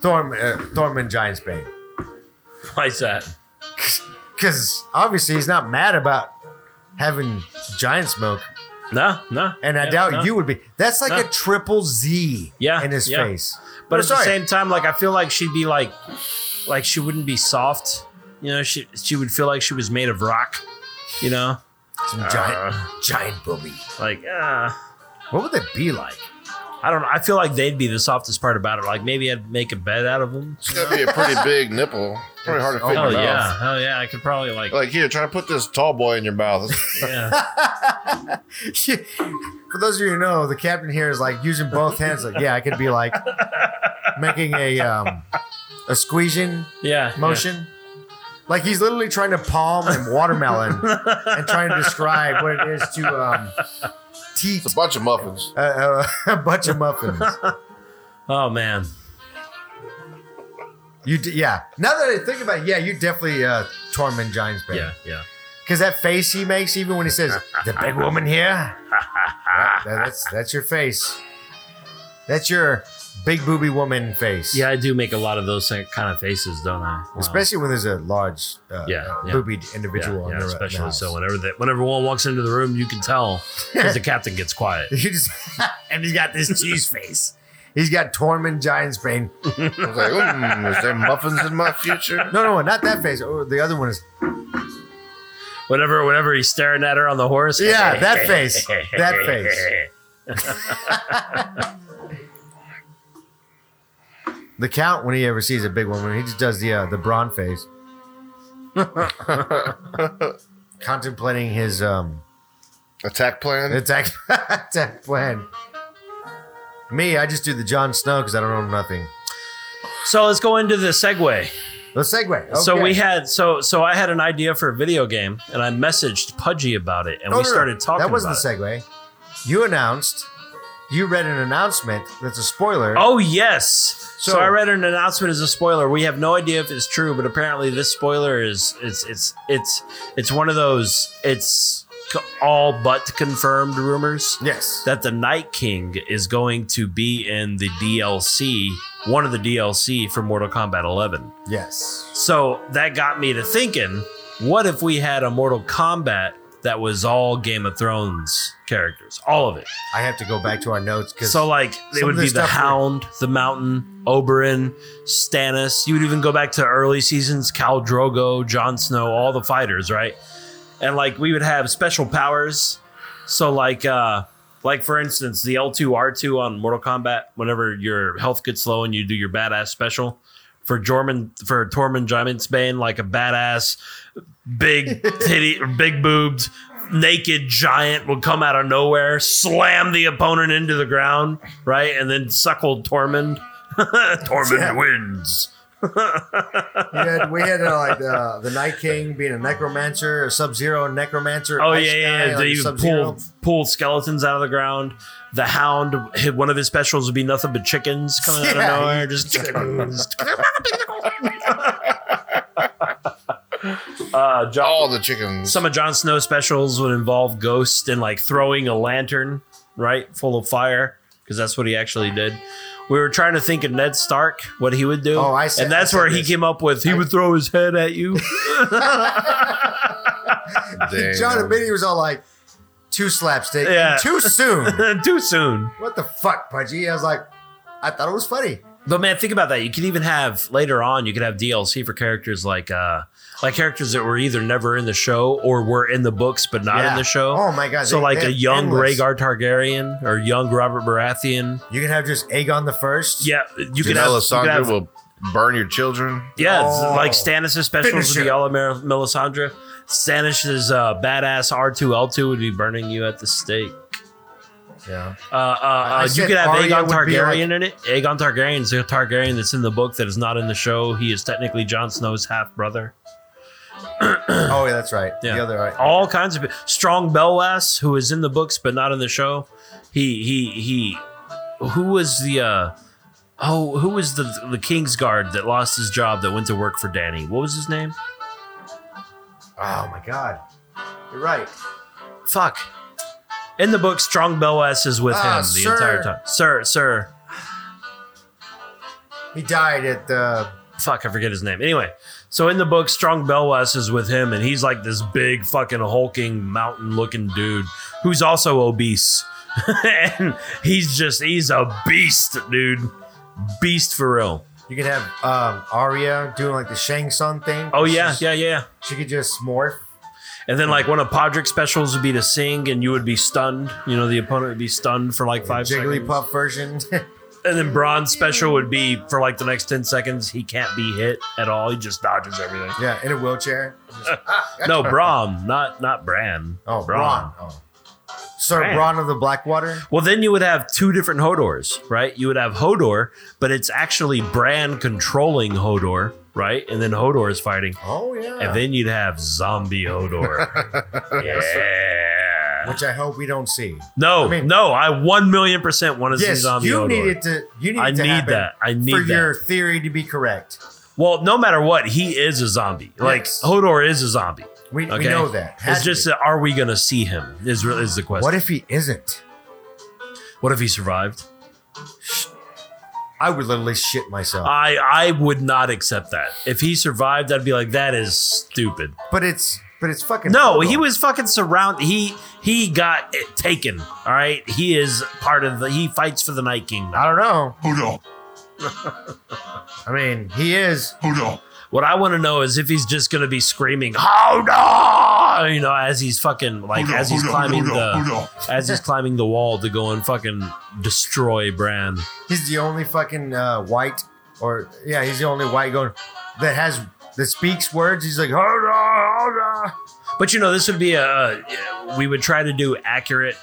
Thorm uh, Thorman Giants Bane Why's that? because obviously he's not mad about having giant smoke, No, no. and I Yeah, doubt no. you would be. That's like No. a triple Z Yeah, in his yeah. face. But Or at the sorry, same time, like I feel like she'd be like, like she wouldn't be soft. You know, she she would feel like she was made of rock. You know, some giant giant booby. Uh, like ah. What would that be like? I don't. know. I feel like they'd be the softest part about it. Like maybe I'd make a bed out of them. It's gonna be a pretty big nipple. Pretty hard to fit Oh in your yeah, mouth. oh yeah. I could probably like. Like here, try to put this tall boy in your mouth. yeah. For those of you who know, the captain here is like using both hands. Like, yeah, I could be like making a um, a squeezing yeah, yeah. motion. Like he's literally trying to palm and watermelon and trying to describe what it is to um, teach It's a bunch of muffins. a, a, a bunch of muffins. Oh man. You d- yeah. Now that I think about it, yeah, you definitely uh, torn Giants band. Yeah, yeah. Because that face he makes, even when he says, "The big woman here," that- that's that's your face. That's your big booby woman face. Yeah, I do make a lot of those kind of faces, don't I? Wow. Especially when there's a large, uh, Yeah, uh, yeah. boobied yeah, individual. yeah, in the, in the especially house. so whenever that whenever one walks into the room, you can tell because the captain gets quiet. You just- and he's got this cheese face. He's got Tormund Giant's brain. I was like, mm, is there muffins in my future? No, no, not that face. Oh, the other one is. Whenever whenever he's staring at her on the horse, Yeah, that face. That face. The count, when he ever sees a big woman, he just does the uh, the brawn face, contemplating his um Attack plan? attack attack plan. Me, I just do the Jon Snow because I don't know nothing. So let's go into the segue. The segue. So Okay. we had so so I had an idea for a video game, and I messaged Pudgy about it, and No, we no, no. started talking. Oh, That wasn't about the segue. You announced. You read an announcement that's a spoiler. It. Oh yes. So, So- I read an announcement as a spoiler. We have no idea if it's true, but apparently this spoiler is it's it's it's it's one of those it's c- all but confirmed rumors yes. that the Night King is going to be in the DLC, one of the DLC for Mortal Kombat 11. yes. So that got me to thinking what if we had a Mortal Kombat that was all Game of Thrones characters? All of it. I have to go back to our notes because So, like, it some would of be this the stuff we- Hound, the Mountain, Oberyn, Stannis. You would even go back to early seasons, Cal Drogo, Jon Snow, all the fighters, right? And, like, we would have special powers. So, like, uh, like for instance, the L2R2 on Mortal Kombat, whenever your health gets low and you do your badass special, for Jorman for Tormund Giant's Bane, like a badass, big titty or big boobed, naked giant would come out of nowhere, slam the opponent into the ground, right, and then suckle Tormund. Tormund Yeah. wins. we had, we had uh, like the, the Night King being a necromancer, a Sub Zero necromancer. Oh ice yeah, yeah, yeah. guy, like They would Sub-Zero. pull pull skeletons out of the ground. The Hound, hit- one of his specials would be nothing but chickens coming out Yeah. of nowhere. Just uh, John, All the chickens. some of Jon Snow's specials would involve ghosts and like throwing a lantern, right, full of fire, because that's what he actually did. We were trying to think of Ned Stark, what he would do. Oh, I said- and that's I said where he this. came up with he would throw his head at you. Damn. John and Biddy was all like, too slapstick, Yeah. too soon. Too soon. what the fuck, Pudgy? I was like, I thought it was funny. Though, man, think about that. You could even have later on. You could have DLC for characters like, uh, like characters that were either never in the show or were in the books but not in Yeah. the show. Oh my god! so, they- like they a have young endless- Rhaegar Targaryen or young Robert Baratheon. You can have just Aegon the First. Yeah, you you could have. You could have will burn your children. yeah, Oh. like Stannis' specials Finish would be him. all of Mer- Melisandre. Stannis' uh, badass R two L two would be burning you at the stake. yeah. Uh, uh, I uh, you said could have Arya Aegon would be like- Targaryen in it. Aegon Targaryen's a Targaryen that's in the book that is not in the show. He is technically Jon Snow's half brother. Oh, yeah, that's right. Yeah. The other right. All kinds of strong Belwas who is in the books but not in the show. He he he. Who was the uh? Oh, who was the the King's guard that lost his job that went to work for Danny? What was his name? Oh my god. You're right. Fuck. In the book, Strong Belwas is with Ah, him the sir. entire time. Sir, sir. He died at the. fuck, I forget his name. Anyway, so in the book, Strong Belwas is with him, and he's like this big fucking hulking mountain looking dude who's also obese. and he's just he's a beast, dude. Beast for real. You could have um, Arya doing like the Shang Tsung thing. Oh yeah, She's- yeah, yeah. She could just morph. And then like one of Podrick's specials would be to sing and you would be stunned. You know, the opponent would be stunned for like five seconds. Jigglypuff version. And then Braun's special would be for like the next ten seconds, he can't be hit at all. He just dodges everything. yeah, in a wheelchair. No, Braun, not not Bran. Oh, Bronn. Braun. Oh. Sir Bran. Braun of the Blackwater. Well, then you would have two different Hodors, right? You would have Hodor, but it's actually Bran controlling Hodor, right? And then Hodor is fighting. Oh yeah. And then you'd have zombie Hodor. yeah. which I hope we don't see. No, I mean- no, I one million percent want to see Yes, zombie you Hodor. need it to. You need I it to need happen that. I need for that. your theory to be correct. well, no matter what, he is a zombie. Like Yes. Hodor is a zombie. We, Okay, we know that. Has It's to just be. that are we gonna see him? Is re- is the question. what if he isn't? what if he survived? I would literally shit myself. I I would not accept that. If he survived, I'd be like, that is stupid. but it's but it's fucking. No, Hodor. he was fucking surrounded. He he got it taken. All right, he is part of the. He fights for the Night King. I don't know. Hodor, I mean, he is. Hodor. What I want to know is if he's just gonna be screaming "Hodor," you know, as he's fucking like as he's climbing the as he's climbing the wall to go and fucking destroy Bran. He's the only fucking uh, white, or yeah, he's the only white going that has that speaks words. He's like, hold on, hold on. But you know, this would be a uh, we would try to do accurate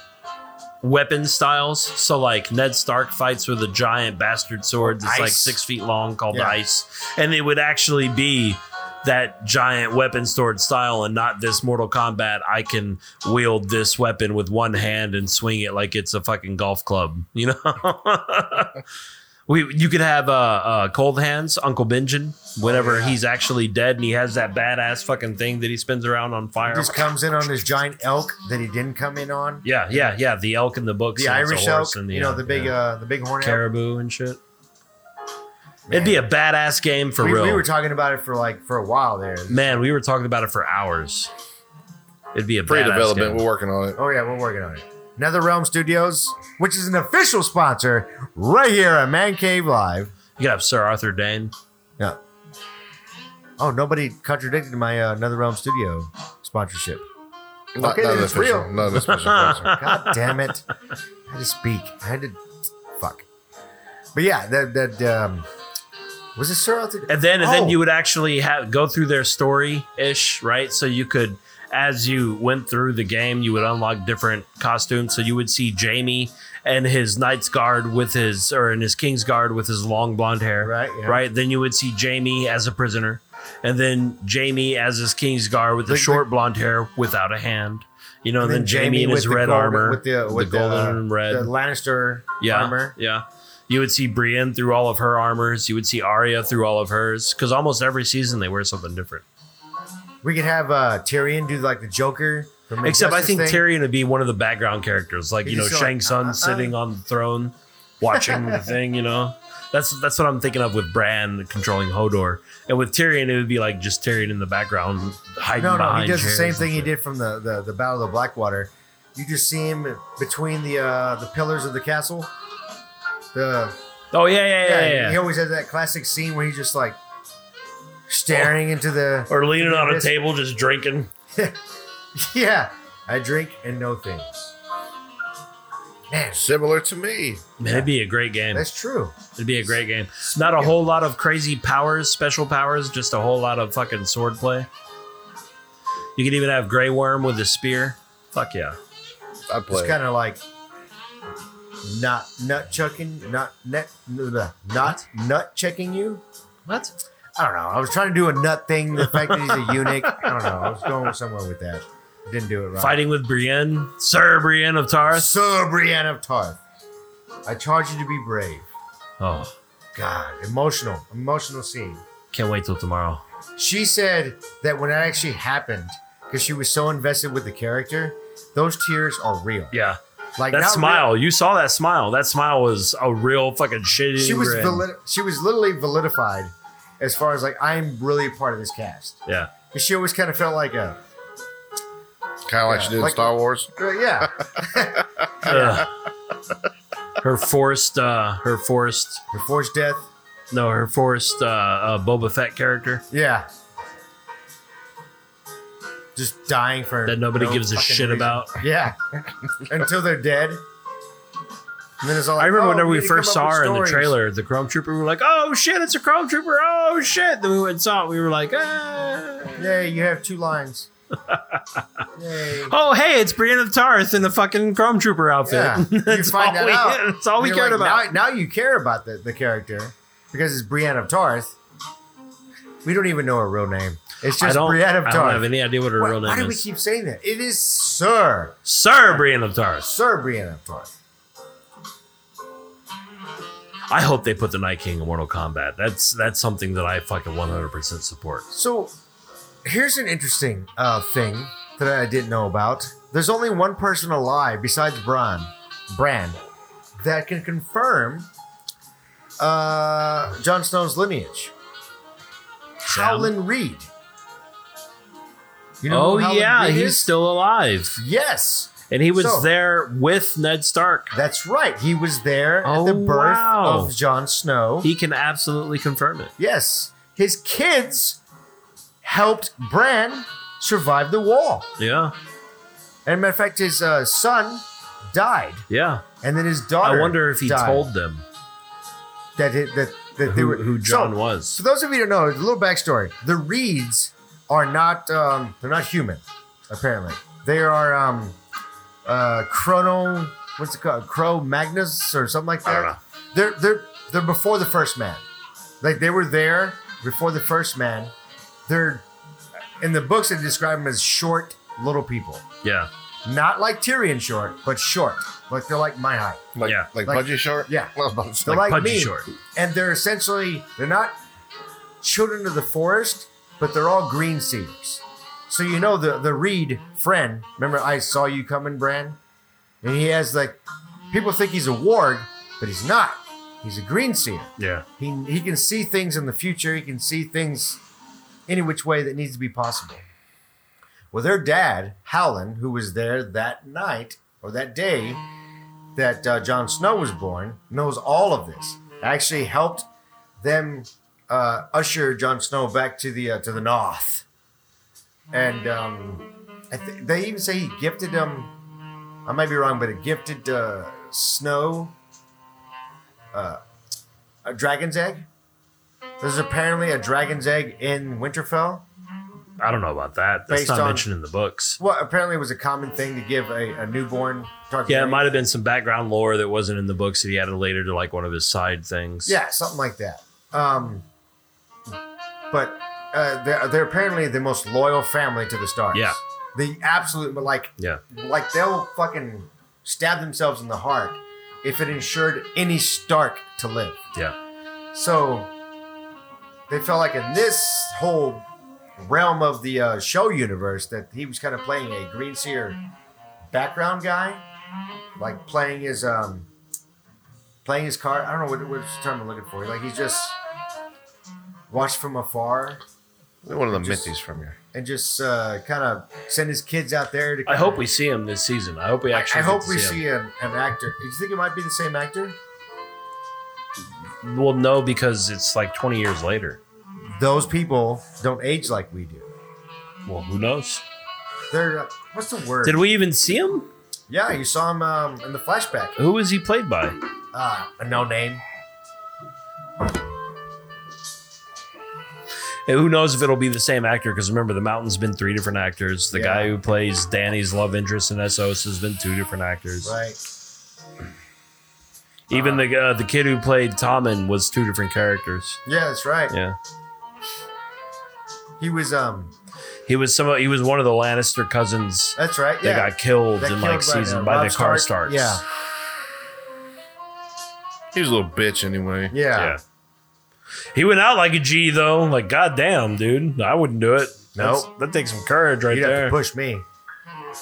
weapon styles. So like Ned Stark fights with a giant bastard sword that's like Ice. six feet long called Yeah. ice, and it would actually be that giant weapon sword style and not this Mortal Kombat. I can wield this weapon with one hand and swing it like it's a fucking golf club. You know. We, you could have uh, uh, Cold Hands, Uncle Benjamin, Oh, whenever he's actually dead and he has that badass fucking thing that he spins around on fire. He just comes in on his giant elk that he didn't come in on. Yeah, yeah, yeah. The elk in the books. The and it's a Irish horse elk, and you know, the big, yeah, uh, the big horn elk. caribou and shit. It'd be a badass game for we, real. we were talking about it for like for a while there. Man, we were talking about it for hours. It'd be a Badass Pre-development. game. We're working on it. Oh yeah, we're working on it. Nether Realm Studios, which is an official sponsor, right here at Man Cave Live. You could have Sir Arthur Dane. Yeah. Oh, nobody contradicted my uh, Nether Realm Studio sponsorship. Not, Okay, not then an it's official- real. Not an official sponsor. God damn it! I had to speak. I had to fuck. But yeah, that that um, was it Sir Arthur. And then and Oh. then you would actually have go through their story ish, right? So you could as you went through the game, you would unlock different costumes. So you would see Jamie and his Knight's Guard with his or in his King's Guard with his long blonde hair. Right, yeah. Right. Then you would see Jamie as a prisoner. And then Jamie as his King's Guard with the, The- the- short blonde hair without a hand. You know, and, then, Jamie, in with his the red gold- armor. with the with the golden uh, and red the Lannister yeah, armor. Yeah. You would see Brienne through all of her armors. You would see Arya through all of hers. Because almost every season they wear something different. We could have uh, Tyrion do like the Joker. From Except I Injustice think thing. Tyrion would be one of the background characters. Like, He'd you know, just go Shang like, Tsung uh, uh, sitting on the throne watching the thing, you know? That's that's what I'm thinking of with Bran controlling Hodor. And with Tyrion, it would be like just Tyrion in the background hiding No, no, behind he does the chairs same and thing he shit. did from the, the, the Battle of the Blackwater. You just see him between the uh, the pillars of the castle. The Oh, yeah, yeah, yeah. yeah, yeah, he always has that classic scene where he's just like staring into the Or leaning on a Yes. table just drinking. yeah. I drink and no things. Man, Similar to me. Man, it'd be a great game. that's true. It'd be a great game. Not a whole lot of crazy powers, special powers, just a whole lot of fucking swordplay. You could even have Grey Worm with a spear. Fuck yeah. I'd play. It's it. kind of like not nut chucking, not net, not nut checking you. What? I don't know. I was trying to do a nut thing. The fact that he's a eunuch. I don't know. I was going somewhere with that. Didn't do it right. Fighting with Brienne, Sir Brienne of Tarth. Sir Brienne of Tarth. I charge you to be brave. Oh, God, emotional, emotional scene. can't wait till tomorrow. She said that when that actually happened, because she was so invested with the character, those tears are real. Yeah, Like that not smile. You saw that smile. That smile was a real fucking shit. real- she was valid, she was literally validified as far as like I'm really a part of this cast. Yeah, 'Cause She always kind of felt like a Kind of like Yeah, she did in like- Star Wars. uh, yeah. Ugh. her forced, uh, her forced, Her forced death. no, her forced uh, uh, Boba Fett character. Yeah. Just dying for that nobody no gives a fucking shit reason. about. Yeah. Until they're dead. And then it's all like, I remember "Oh, whenever we need to come first up saw with her in the stories." trailer, the Chrome Trooper, we were like, oh shit, it's a Chrome Trooper, oh shit. Then we went and saw it, we were like, ah. Yay, you have two lines. Yay. oh hey, it's Brienne of Tarth in a fucking Chrome Trooper outfit. Yeah. You that's, find all that we, out. that's all we You're cared like, about. Now, now you care about the, the character because it's Brienne of Tarth. We don't even know her real name. It's I just don't, Brienne of I don't Tarth. have any idea what her Why- real why do name we is. keep saying that? It is Sir Sir Brienne of Tarth. Sir Brienne of Tarth. I hope they put the Night King in Mortal Kombat. That's that's something that I fucking 100% support. So here's an interesting uh, thing that I didn't know about. There's only one person alive besides Bran, Bran, that can confirm uh, Jon Snow's lineage. Sam? Howland Reed. You who Oh Howland yeah, Reed he's is? still alive, yes. and he was So- there with Ned Stark. That's right. He was there at the Oh, birth wow. of Jon Snow. He can absolutely confirm it. yes, his kids helped Bran survive the wall. Yeah, And matter of fact, his uh, son died, yeah. and then his daughter. I wonder if he died. told them that it, that that they who, were who John so, was. For those of you who don't know, a little backstory: the Reeds are not um, they're not human. Apparently, they are um, uh, chrono. What's it called? Crow Magnus or something like that. I don't know. They're they're they're before the first man. Like they were there before the first man. They're in the books they describe them as short little people. Yeah, Not like Tyrion short, but short. Like they're like my height. Like, Yeah. like, Like- Budgie Shark? yeah. I was about to say, They're like, like, pudgy me. short. And they're essentially they're not children of the forest, but they're all green cedars. So you know the the Reed friend. Remember, I saw you coming, Bran. And he has like people think he's a warg, but he's not. He's a green seer. yeah. He he can see things in the future. He can see things any which way that needs to be possible. Well, their dad, Howland, who was there that night or that day that uh, Jon Snow was born, knows all of this. Actually, helped them uh, usher Jon Snow back to the uh, to the North, and um, I th- they even say he gifted him. I might be wrong, but it gifted uh, Snow a dragon's egg. There's apparently a dragon's egg in Winterfell. I don't know about that. That's Based not on- mentioned in the books. Well, apparently it was a common thing to give a, a newborn. Targaryen. Yeah, it might have been some background lore that wasn't in the books that he added later to like one of his side things. Yeah, something like that. Um, but uh, they're, they're apparently the most loyal family to the Starks. Yeah. The absolute, but like, yeah. like they'll fucking stab themselves in the heart if it ensured any Stark to live. Yeah. So they felt like in this whole realm of the uh, show universe that he was kind of playing a green seer background guy, like playing his um, playing his card. I don't know what what's the term I'm looking for. Like he's just watched from afar one of the just- minties from here. and just uh, kind of send his kids out there to. I hope we see him this season. I hope we I, actually. I hope get to we him. see an, an actor. Do you think it might be the same actor? Well, no, because it's like 20 years later. Those people don't age like we do. Well, who knows? They're uh, what's the word? Did we even see him? Yeah, you saw him um, in the flashback. Who was he played by? Uh, a no name. And who knows if it'll be the same actor? Because remember, the mountain's been three different actors. The Yeah. guy who plays Danny's love interest in SOS has been two different actors. Right. Even the uh, the kid who played Tommen was two different characters. Yeah, that's right. Yeah, He was um. he was some. He was one of the Lannister cousins That's right. that Uh, Yeah. got killed That in killed like by, season uh, by Robb the car Stark. starts. Yeah. He was a little bitch anyway. yeah. yeah. He went out like a G though. Like goddamn, dude, I wouldn't do it. That's- Nope. that takes some courage right You'd have there. to push me,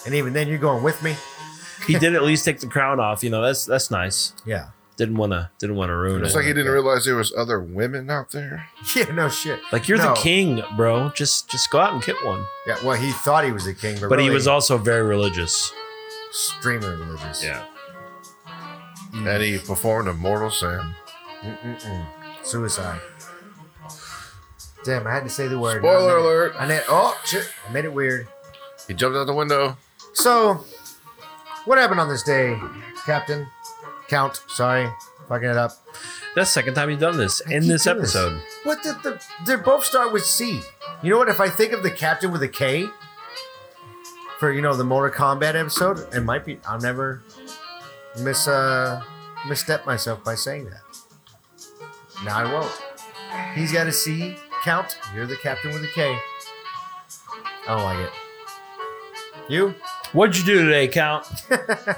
and even then, you're going with me. he did at least take the crown off. You know, that's that's nice. Yeah. Didn't wanna didn't wanna ruin It's it. like he didn't realize there was other women out there. Yeah. No shit. Like you're No. the king, bro. Just just go out and get one. Yeah. Well, he thought he was the king, but, But he really was also very religious. extremely religious. Mm. And he performed a mortal sin. Mm-mm-mm. Suicide. Damn, I had to say the word. Spoiler I made it- alert. I made oh shit, I made it weird. He jumped out the window. So, what happened on this day, Captain? Count. Sorry, fucking it up. That's the second time you've done this I in keep this doing this. episode. What did the? They both start with C. You know what? If I think of the captain with a K, for you know the Mortal Kombat episode, it might be. I'll never miss uh misstep myself by saying that. No, I won't. He's got a C. Count. You're the captain with a K. I don't like it. You? What'd you do today, Count?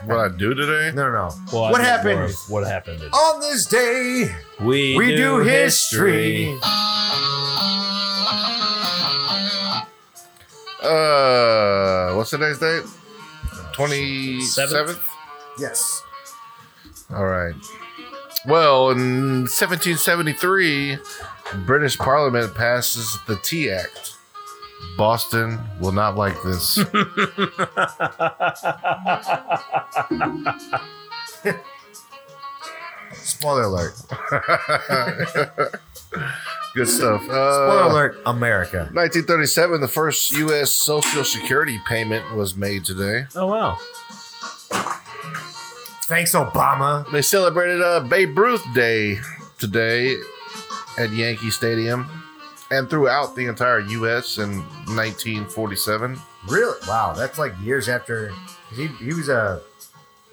What I do today? No, no, no. Well, I what meant happened more of What happened? today. on this day? We, we do history. Uh, what's the next date? Twenty Seventh? seventh. Yes. All right. Well, in 1773, British Parliament passes the Tea Act. Boston will not like this. Spoiler alert. Good stuff. Uh, Spoiler alert. America. 1937, the first U.S. Social Security payment was made today. Oh wow! Thanks, Obama. They celebrated uh, Babe Ruth Day today at Yankee Stadium and throughout the entire U.S. in 1947. Really? Wow. That's like years after 'cause he he was a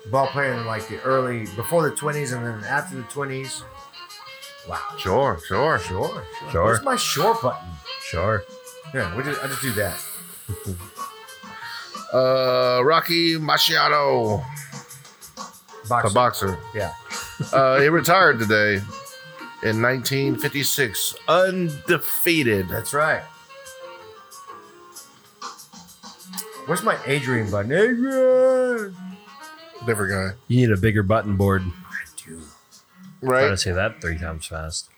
ball player in like the early before the twenties and then after the twenties. Wow. Sure, sure, Sure. Sure. Sure. Where's my sure button? sure. Yeah. We just, I just do that. Uh, Rocky Maciano, Box. a boxer. Yeah. Uh, he retired today in 1956, undefeated. That's right. Where's my Adrian button? Adrian. Different guy, You need a bigger button board. I Try to right? say that three times fast.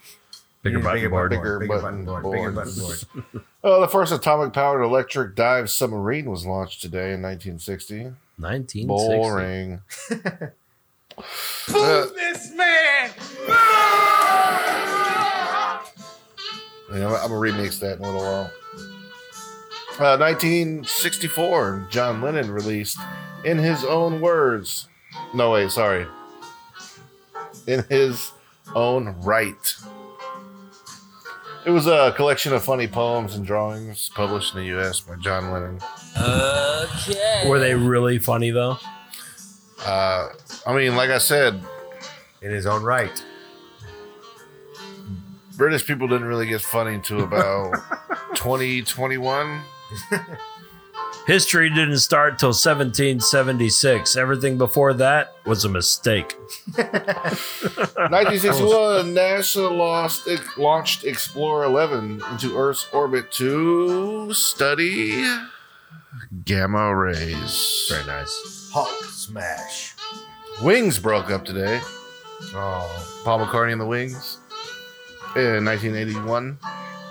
Bigger Yeah, button board. Bigger, Bigger button button board. board. Bigger button board. Oh, the first atomic-powered electric dive submarine was launched today in 1960. 1960. Boring. Uh, This man. You know, I'm gonna remix that in a little while. Uh, 1964, John Lennon released, in his own words, no wait, sorry, in his own right. It was a collection of funny poems and drawings published in the U.S. by John Lennon. Were they really funny though? Uh, I mean, like I said, In his own right. British people didn't really get funny until about 2021. History didn't start till 1776. Everything before that was a mistake. 1961, NASA lost, it launched Explorer 11 into Earth's orbit to study gamma rays. Very nice. Hulk smash. Wings broke up today. Oh. Paul McCartney and the Wings in 1981.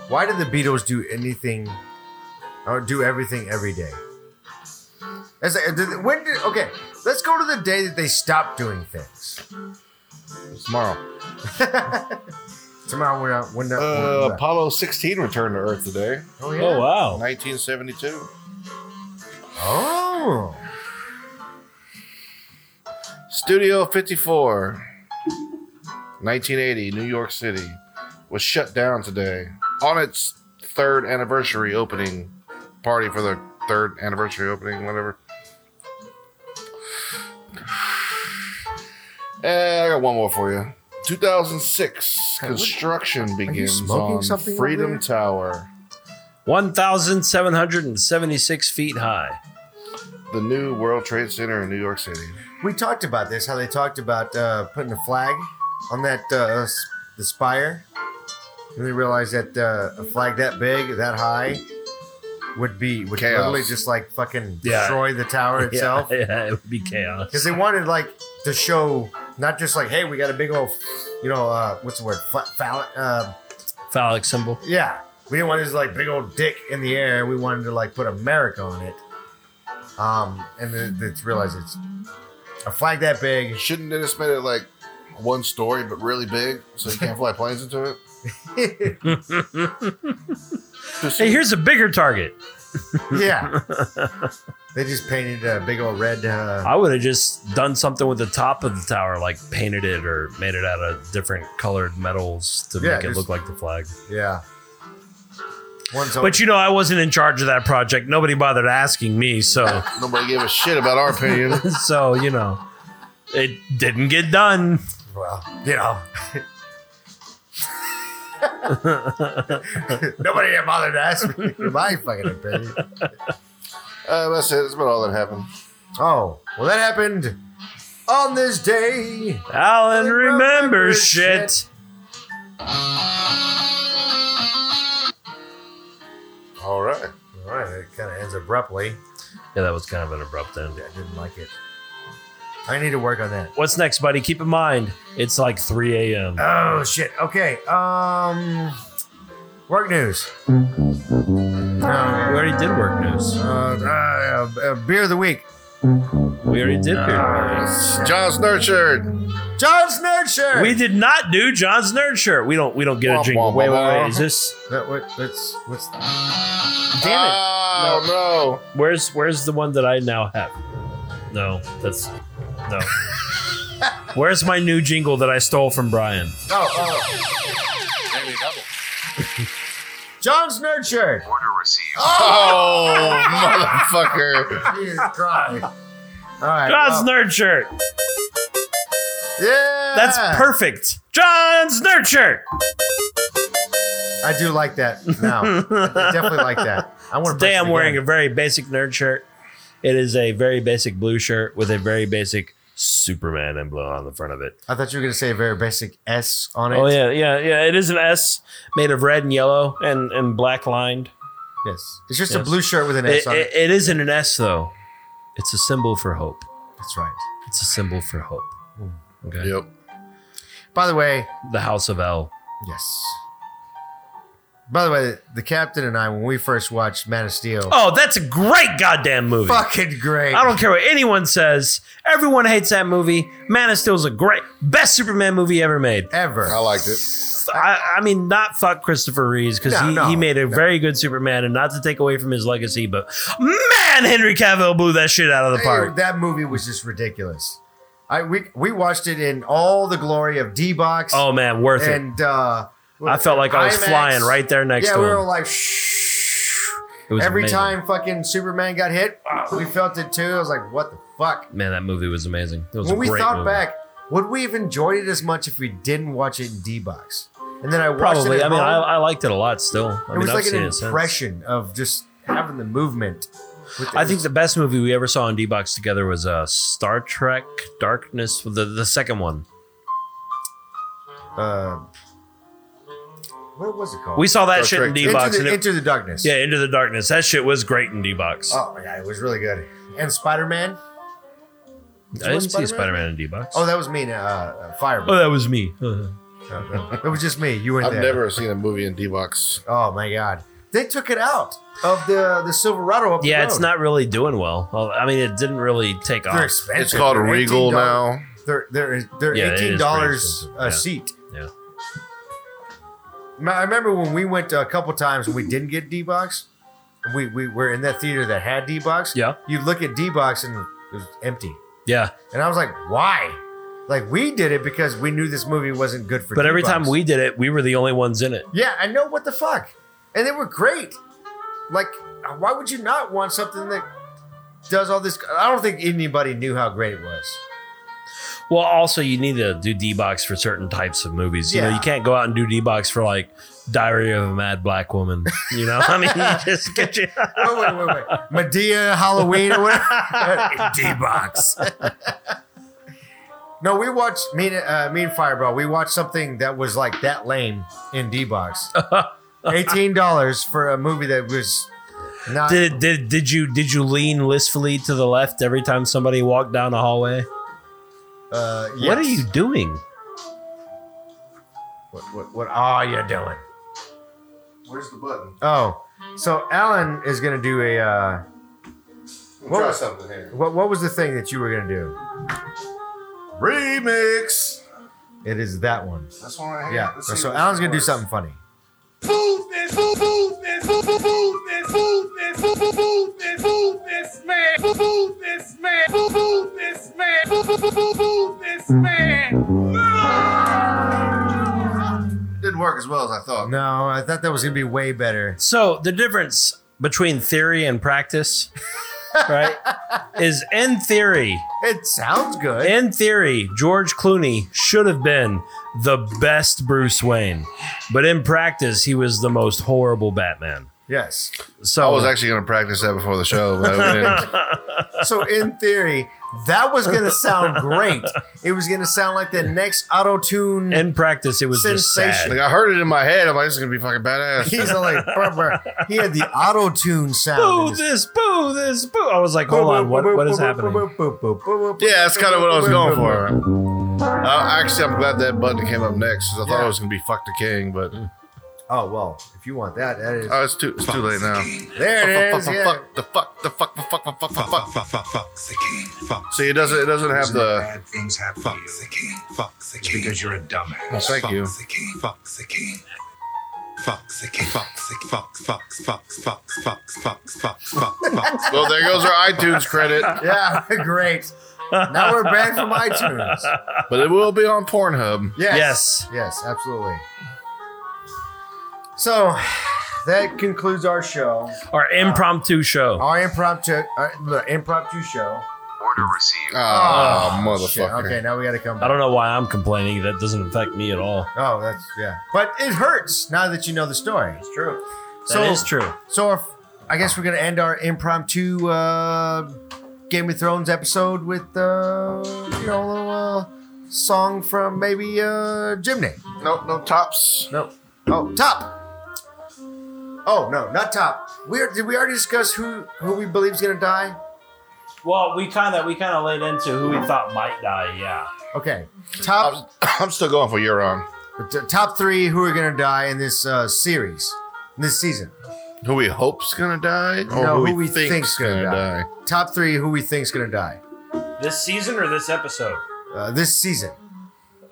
Why did the Beatles do anything or do everything every day? As a- did- when did okay? Let's go to the day that they stopped doing things. Tomorrow. Tomorrow we're not. When, not, Uh, Apollo 16 returned to Earth today, oh yeah. Oh wow! 1972. Oh. Studio 54, 1980, New York City, was shut down today on its third anniversary opening party for the third anniversary opening, whatever. Eh, I got one more for you. 2006, construction begins smoking on something over there? Freedom Tower. 1,776 feet high. The new World Trade Center in New York City. We talked about this. How they talked about uh, putting a flag on that uh, s- the spire, and they realized that uh, a flag that big, that high, would be would Chaos. literally just like fucking Yeah. destroy the tower itself. Yeah, yeah, it would be chaos. because they wanted like to show not just like hey we got a big old you know uh, what's the word Fa- phallic uh, Phallic symbol. yeah we didn't want this like big old dick in the air we wanted to like put America on it um and then it's realized it's a flag that big Shouldn't they just made it like one story, but really big, so you can't fly planes into it? Hey, here's a bigger target. yeah they just painted a big old red uh, I would have just done something with the top of the tower, like painted it or made it out of different colored metals to Yeah, make it just- look like the flag. yeah one's But you know, I wasn't in charge of that project. Nobody bothered asking me, so Nobody gave a shit about our opinion. so you know, it didn't get done. well you know Nobody ever bothered to ask me for my fucking opinion. Uh, that's it. That's about all that happened. Oh, well, that happened on this day. Alan remembers shit. All right. All right, it kind of ends abruptly. Yeah, that was kind of an abrupt end. I didn't like it. I need to work on that. What's next, buddy? Keep in mind, it's like 3 a.m. Oh shit. Okay. Um, work news. Um, we already did work news. Uh, uh, uh, beer of the week. We already did beer. John's nurtured. John's nurture. We did not do John's nerd shirt. We don't. We don't get a Wah, drink. wah, Wait, wah, wait, wah. wait. Is this? That what? That's what's. Damn it. Oh, no. Where's Where's the one that I now have? No, that's no. where's my new jingle that I stole from Brian? Oh, oh. John's nurture. Order received. Oh, motherfucker. Jesus Christ. All right. John's well, nerd shirt. yeah. That's perfect. John's nerd shirt. I do like that now. I definitely like that. I want to. Today I'm wearing a very basic nerd shirt. It is a very basic blue shirt with a very basic Superman emblem on the front of it. I thought you were gonna say a very basic S on it. Oh yeah, yeah, yeah. It is an S made of red and yellow and and black lined. Yes. It's just a Yes. blue shirt with an S It, on it, it. it isn't an S though. It's a symbol for hope. That's right. It's a symbol for hope. Okay. Yep. By the way, The House of L. yes. By the way, the captain and I, when we first watched Man of Steel, Oh, that's a great goddamn movie. fucking great. I don't care what anyone says. Everyone hates that movie. Man of Steel's a great, best Superman movie ever made. ever. I liked it. I, I mean, not fuck Christopher Reeves because No, he, no, he made a no. very good Superman, and not to take away from his legacy, but man, Henry Cavill blew that shit out of the Hey, park. that movie was just ridiculous. I we we watched it in all the glory of D box Oh man, worth it. and uh I felt like I was IMAX. flying right there next Yeah, to we him. were like shh. It was Every amazing. time fucking Superman got hit, we felt it too. I was like, what the fuck? man, that movie was amazing. It was when a we great thought movie. back, would we have enjoyed it as much if we didn't watch it in D box? And then I watched probably. it. I at mean, I, home. I liked it a lot still. I it mean, was I've like seen an it since. impression of just having the movement. with I think the best movie we ever saw on D Box together was uh, Star Trek Darkness, the, the second one. Uh, what was it called? We saw that Star shit in Trek. D into, Box. the, into the darkness. Yeah, Into the Darkness. That shit was great in D Box. Oh yeah, it was really good. And Spider Man. I didn't see Spider-Man? Spider Man in D Box. Oh, that was me. and, Uh, uh, Oh, Fireball. that was me. it was just me. You weren't I've there. never seen a movie in D box. Oh my god, they took it out of the the Silverado up the yeah, it's road. not really doing well. Well, I mean, it didn't really take They're off. expensive. It's called They're Regal $18. now. They're they're they're Yeah, it is pretty eighteen dollars expensive. a Yeah. seat. Yeah. Ma- I remember when we went a couple times and we didn't get D box. We we were in that theater that had D box. Yeah. You look at D box and it was empty, Yeah, and I was like, why? Like we did it because we knew this movie wasn't good for. but every D-Box. time we did it, we were the only ones in it. Yeah, I know what the fuck, and they were great. Like, why would you not want something that does all this? I don't think anybody knew how great it was. Well, also you need to do D box for certain types of movies. You know, Yeah. you can't go out and do D box for like Diary of a Mad Black Woman. You know, I mean, you just get you. Oh wait, wait, wait. Medea Halloween or whatever. D box. no, we watched me and uh, me and Fireball. We watched something that was like that lame in D box. Eighteen dollars for a movie that was not. Did, did did you did you lean listfully to the left every time somebody walked down a hallway? uh, What are yes. you doing? What, what, what are you doing? Where's the button? Oh, so Alan is gonna do a. Uh, Try Try something here. what what was the thing that you were gonna do? Remix. It is that one. That's one right Yeah. So Alan's gonna do something funny. Bootness, boot, bootness, boot, boot, bootness, bootness, boot, boot, bootness, bootness, man, boot, bootness, man, boot, bootness, man, boot, boot, boot, boot, bootness, man. Didn't work as well as I thought. No, I thought that was gonna be way better. So the difference between theory and practice right? Is in theory, It sounds good. in theory, George Clooney should have been the best Bruce Wayne, but in practice, he was the most horrible Batman. yes. So I was actually going to practice that before the show, but we didn't. So in theory, that was gonna sound great. It was gonna sound like the next auto tune. in practice, it was just sad. Sensation. like I heard it in my head. I'm like, this is going to be fucking badass. He's all like, brr, brr. he had the auto tune sound. in Boo his- this, boo this, boo. I was like, hold on, what, what is happening? Yeah, that's kind of what I was going for. Uh, actually, I'm glad that button came up next because I thought Yeah. it was going to be "fuck the king," but uh, Oh well, if you want that, that is oh, it's too it's too late now. there it is. Fuck, Yeah. fuck, the fuck, the fuck, the fuck, fuck, fuck, fuck, Fuck, fuck, fuck. fuck, fuck the king. Fuck, See, it doesn't it doesn't have Isn't it the bad things happen to fuck you? the king. Fuck the It's king. because you're a dumbass. thank fuck you. the king. Fuck the king. Fuck the king. Fuck the king. Fuck, fuck, fuck, fuck, fuck, fuck, fuck, fuck, fuck. well. There goes our iTunes credit, Yeah, great. Now we're banned from iTunes. but it will be on Pornhub. Yes. Yes. Yes, absolutely. So that concludes our show. Our impromptu show. Our impromptu our, look, impromptu show. Order received. Oh, Oh, Shit, motherfucker! Okay, now we gotta come Ah, I back. don't know why I'm complaining. That doesn't affect me at all. Oh, that's yeah. But it hurts now that you know the story. It's true. So that is true. So if, I guess we're gonna end our impromptu uh, Game of Thrones episode with uh, you know a little uh, song from maybe uh, Jimny. No, no tops. No. Oh, top. Oh no, not top. We did we already discuss who who we believe is gonna die? Well, we kind of we kind of laid into who we thought might die. Yeah. Okay, top I'm, I'm still going for Euron. t- top three who are gonna die in this uh, series, in this season. Who we hope's gonna die, or No, who, we think's, gonna, die? Top three who we think's gonna die This season or this episode? uh, this season.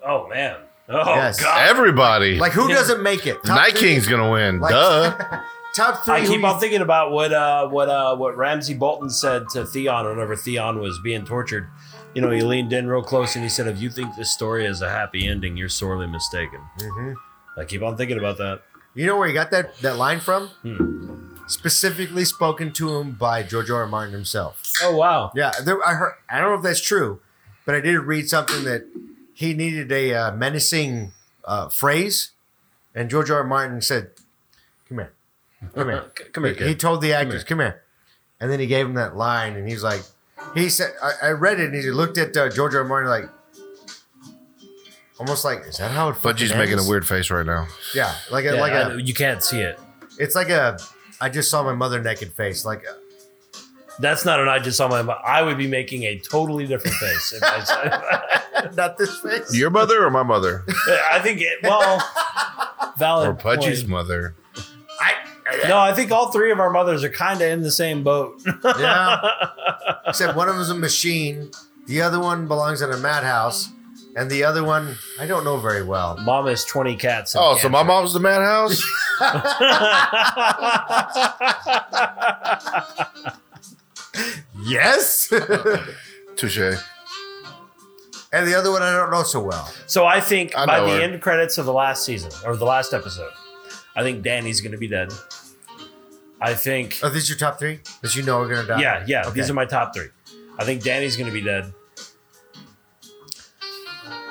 Oh man. Oh Yes. god. Everybody. Like who Yeah. doesn't make it? Top Night three- King's gonna win. Like- Duh. Top three. I who keep you on thinking about what uh, what uh, what Ramsey Bolton said to Theon whenever Theon was being tortured. You know, he leaned in real close and he said, "If you think this story is a happy ending, you're sorely mistaken." Mhm. I keep on thinking about that. You know where he got that, that line from? Hmm. Specifically spoken to him by George R. R. Martin himself. Oh wow! Yeah, there, I heard. I don't know if that's true, but I did read something that he needed a uh, menacing uh, phrase, and George R. R. Martin said, "Come here, come here, Come here, He, he kid. told the actors, "Come here," and then he gave him that line, and he's like, he said, I, I read it, and he looked at uh, George R. R. Martin like. Almost like is that how it? fucking Budgie's making a ends? weird face right now. Yeah, like a Yeah, like I- a you can't see it. It's like a. I just saw my mother naked face. Like, That's not an I just saw my. I would be making a totally different face. If I, said- not this face. Your mother or my mother? I think it. Well, valid. or Pudgy's point. mother? No, I think all three of our mothers are kind of in the same boat. Yeah. Except one of them's a machine. The other one belongs in a madhouse, and the other one I don't know very well. Mom has twenty cats. and Oh, so my cancer. mom's the madhouse? Yes. and Touche. the other one I don't know so well. So I think I by know the her. end credits of the last season or the last episode, I think Danny's going to be dead. I think, Are these your top three that you know are gonna die? yeah, yeah, these Okay. are my top three. I think Danny's going to be dead.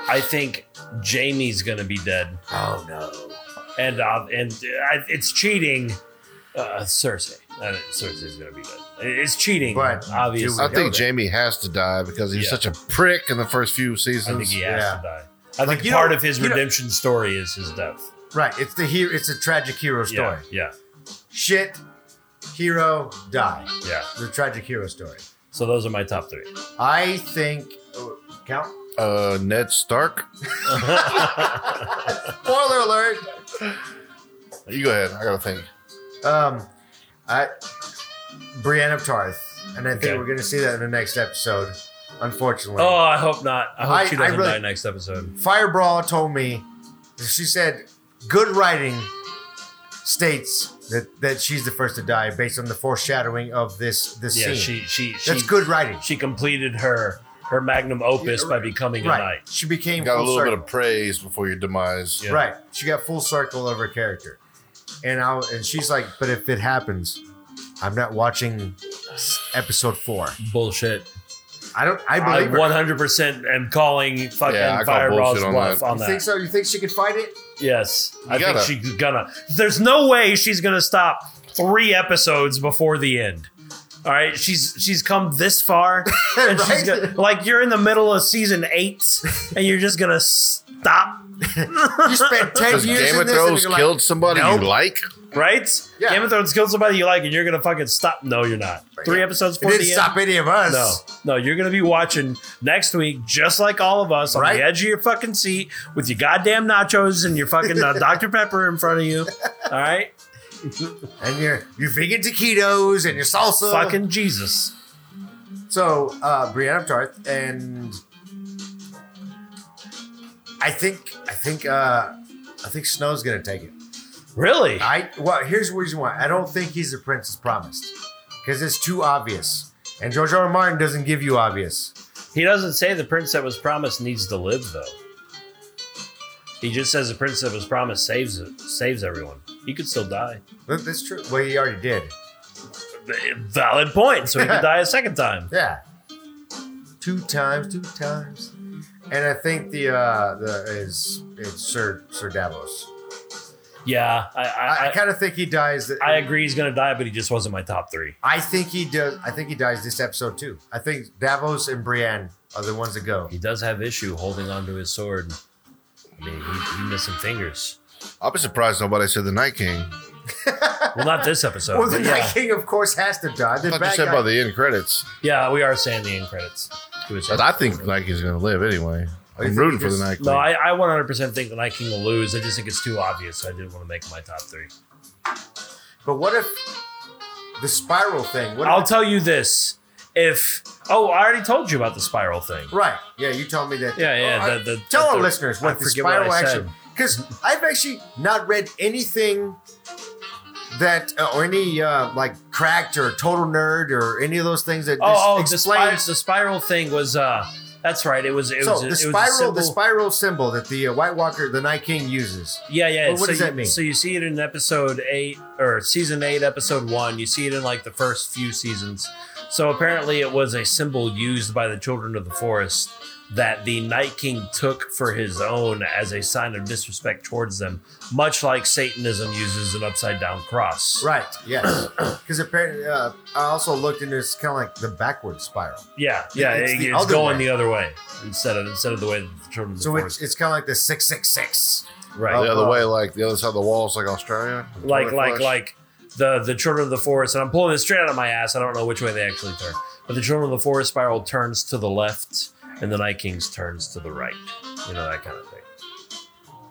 I think Jamie's going to be dead, Oh no. and uh, and uh, it's cheating. Uh, Cersei, uh, Cersei's going to be dead. It's cheating, But do obviously. we- I Yeah, think okay. Jamie has to die because he's Yeah. such a prick in the first few I think seasons. he has Yeah. to die. I Like, you think part know- of his you know- redemption story is his death. Right. It's the hero. It's a tragic hero story. Yeah, Shit. Hero die. yeah, yeah. The tragic hero story. So those are my top three. I think. oh, Count. Uh, Ned Stark. Spoiler alert. You go ahead. I gotta think. Um, I Brienne of Tarth, and I think Okay. we're going to see that in the next episode. Unfortunately, Oh, I hope not. I hope I- she I doesn't really- die next episode. Firebrawl told me she said good writing states that that she's the first to die based on the foreshadowing of this this Yeah, scene. she she she, That's good writing. she completed her her magnum opus by becoming a right. knight. She became You got a full little circle. bit of praise before your demise. Yeah. Right. She got full circle of her character. And I and she's like, but if it happens, I'm not watching s- episode four. Bullshit. I don't. I I believe. her. 100% am calling fucking Yeah, I call Fireball's bullshit on bluff that. on you that. think so? You think she could fight it? Yes. I gotta- think she's gonna. There's no way she's gonna stop three episodes before the end. All right, she's she's come this far, and she's Right? gonna, like you're in the middle of season eight, and you're just gonna stop, You spent ten Because years Game in of this, and Thrones you're like, killed somebody nope. you like. right? Yeah. Game of Thrones killed somebody you like, and you're gonna fucking stop. No, you're not. Three episodes It before didn't the stop end. any of us. No, no, you're gonna be watching next week, just like all of us, on Right? the edge of your fucking seat with your goddamn nachos and your fucking uh, Dr Pepper in front of you. All right, And you're you vegan taquitos and your salsa. fucking Jesus. So, uh, Brianna Tarth, and I think I think uh, I think Snow's gonna take it. Really? I well, here's the reason why. I don't think he's the prince as promised because it's too obvious, and George R. R. Martin doesn't give you obvious. He doesn't say the prince that was promised needs to live, though. He just says the prince that was promised saves it, saves everyone. He could still die. That- That's true. Well, he already did. Valid point. So he could die a second time. Yeah, two times, two times, and I think the uh, the is it's Sir Sir Davos. Yeah, I I, I, I, kind of think he dies. I agree. He's gonna die, but he just wasn't my top three. I think he does. I think he dies this episode too. I think Davos and Brienne are the ones that go. He does have issue holding onto his sword. I mean, he, he missing fingers. I'll be surprised nobody said the Night King. Well, not this episode. Well, the but Night yeah, King, of course, has to die. The I thought you bad said guy- by the end credits. yeah, we are saying the end credits. He was- But I think Night King's gonna live anyway. Oh, you I'm think rooting he for the just- Night King. No, I, I 100% think the Night King will lose. I just think it's too obvious. I didn't want to make my top three. but what if the spiral thing? What I'll if, tell you this. If oh, I already told you about the spiral thing. right. Yeah, you told me that. Yeah, yeah, I- the- the- tell the- our the- listeners I what the forget what I spiral said. action. Because I've actually not read anything that uh, or any uh, like cracked or total nerd or any of those things that just Oh, oh the, spiral, explains. the spiral thing was. uh That's right. It was. It so was. it the was a spiral, symbol- the spiral symbol that the uh, White Walker, the Night King uses. Yeah, yeah. Well, what so does you, that mean? So you see it in episode eight or season eight, episode one. You see it in like the first few seasons. So apparently, it was a symbol used by the children of the forest that the Night King took for his own as a sign of disrespect towards them, much like Satanism uses an upside down cross. Right. Yes. Because apparently, uh, I also looked into it's kind of like the backward spiral. Yeah, yeah, It's it's, the it's other going way. the other way instead of instead of the way that the children of the So it's forest. it's kind of like the six six six. right, the other uh, way, like the other side of the walls, like Australia. like like Flush. like the the children of the forest. And I'm pulling this straight out of my ass. I don't know which way they actually turn, but the children of the forest spiral turns to the left, and the Night King's turns to the right. You know that kind of thing.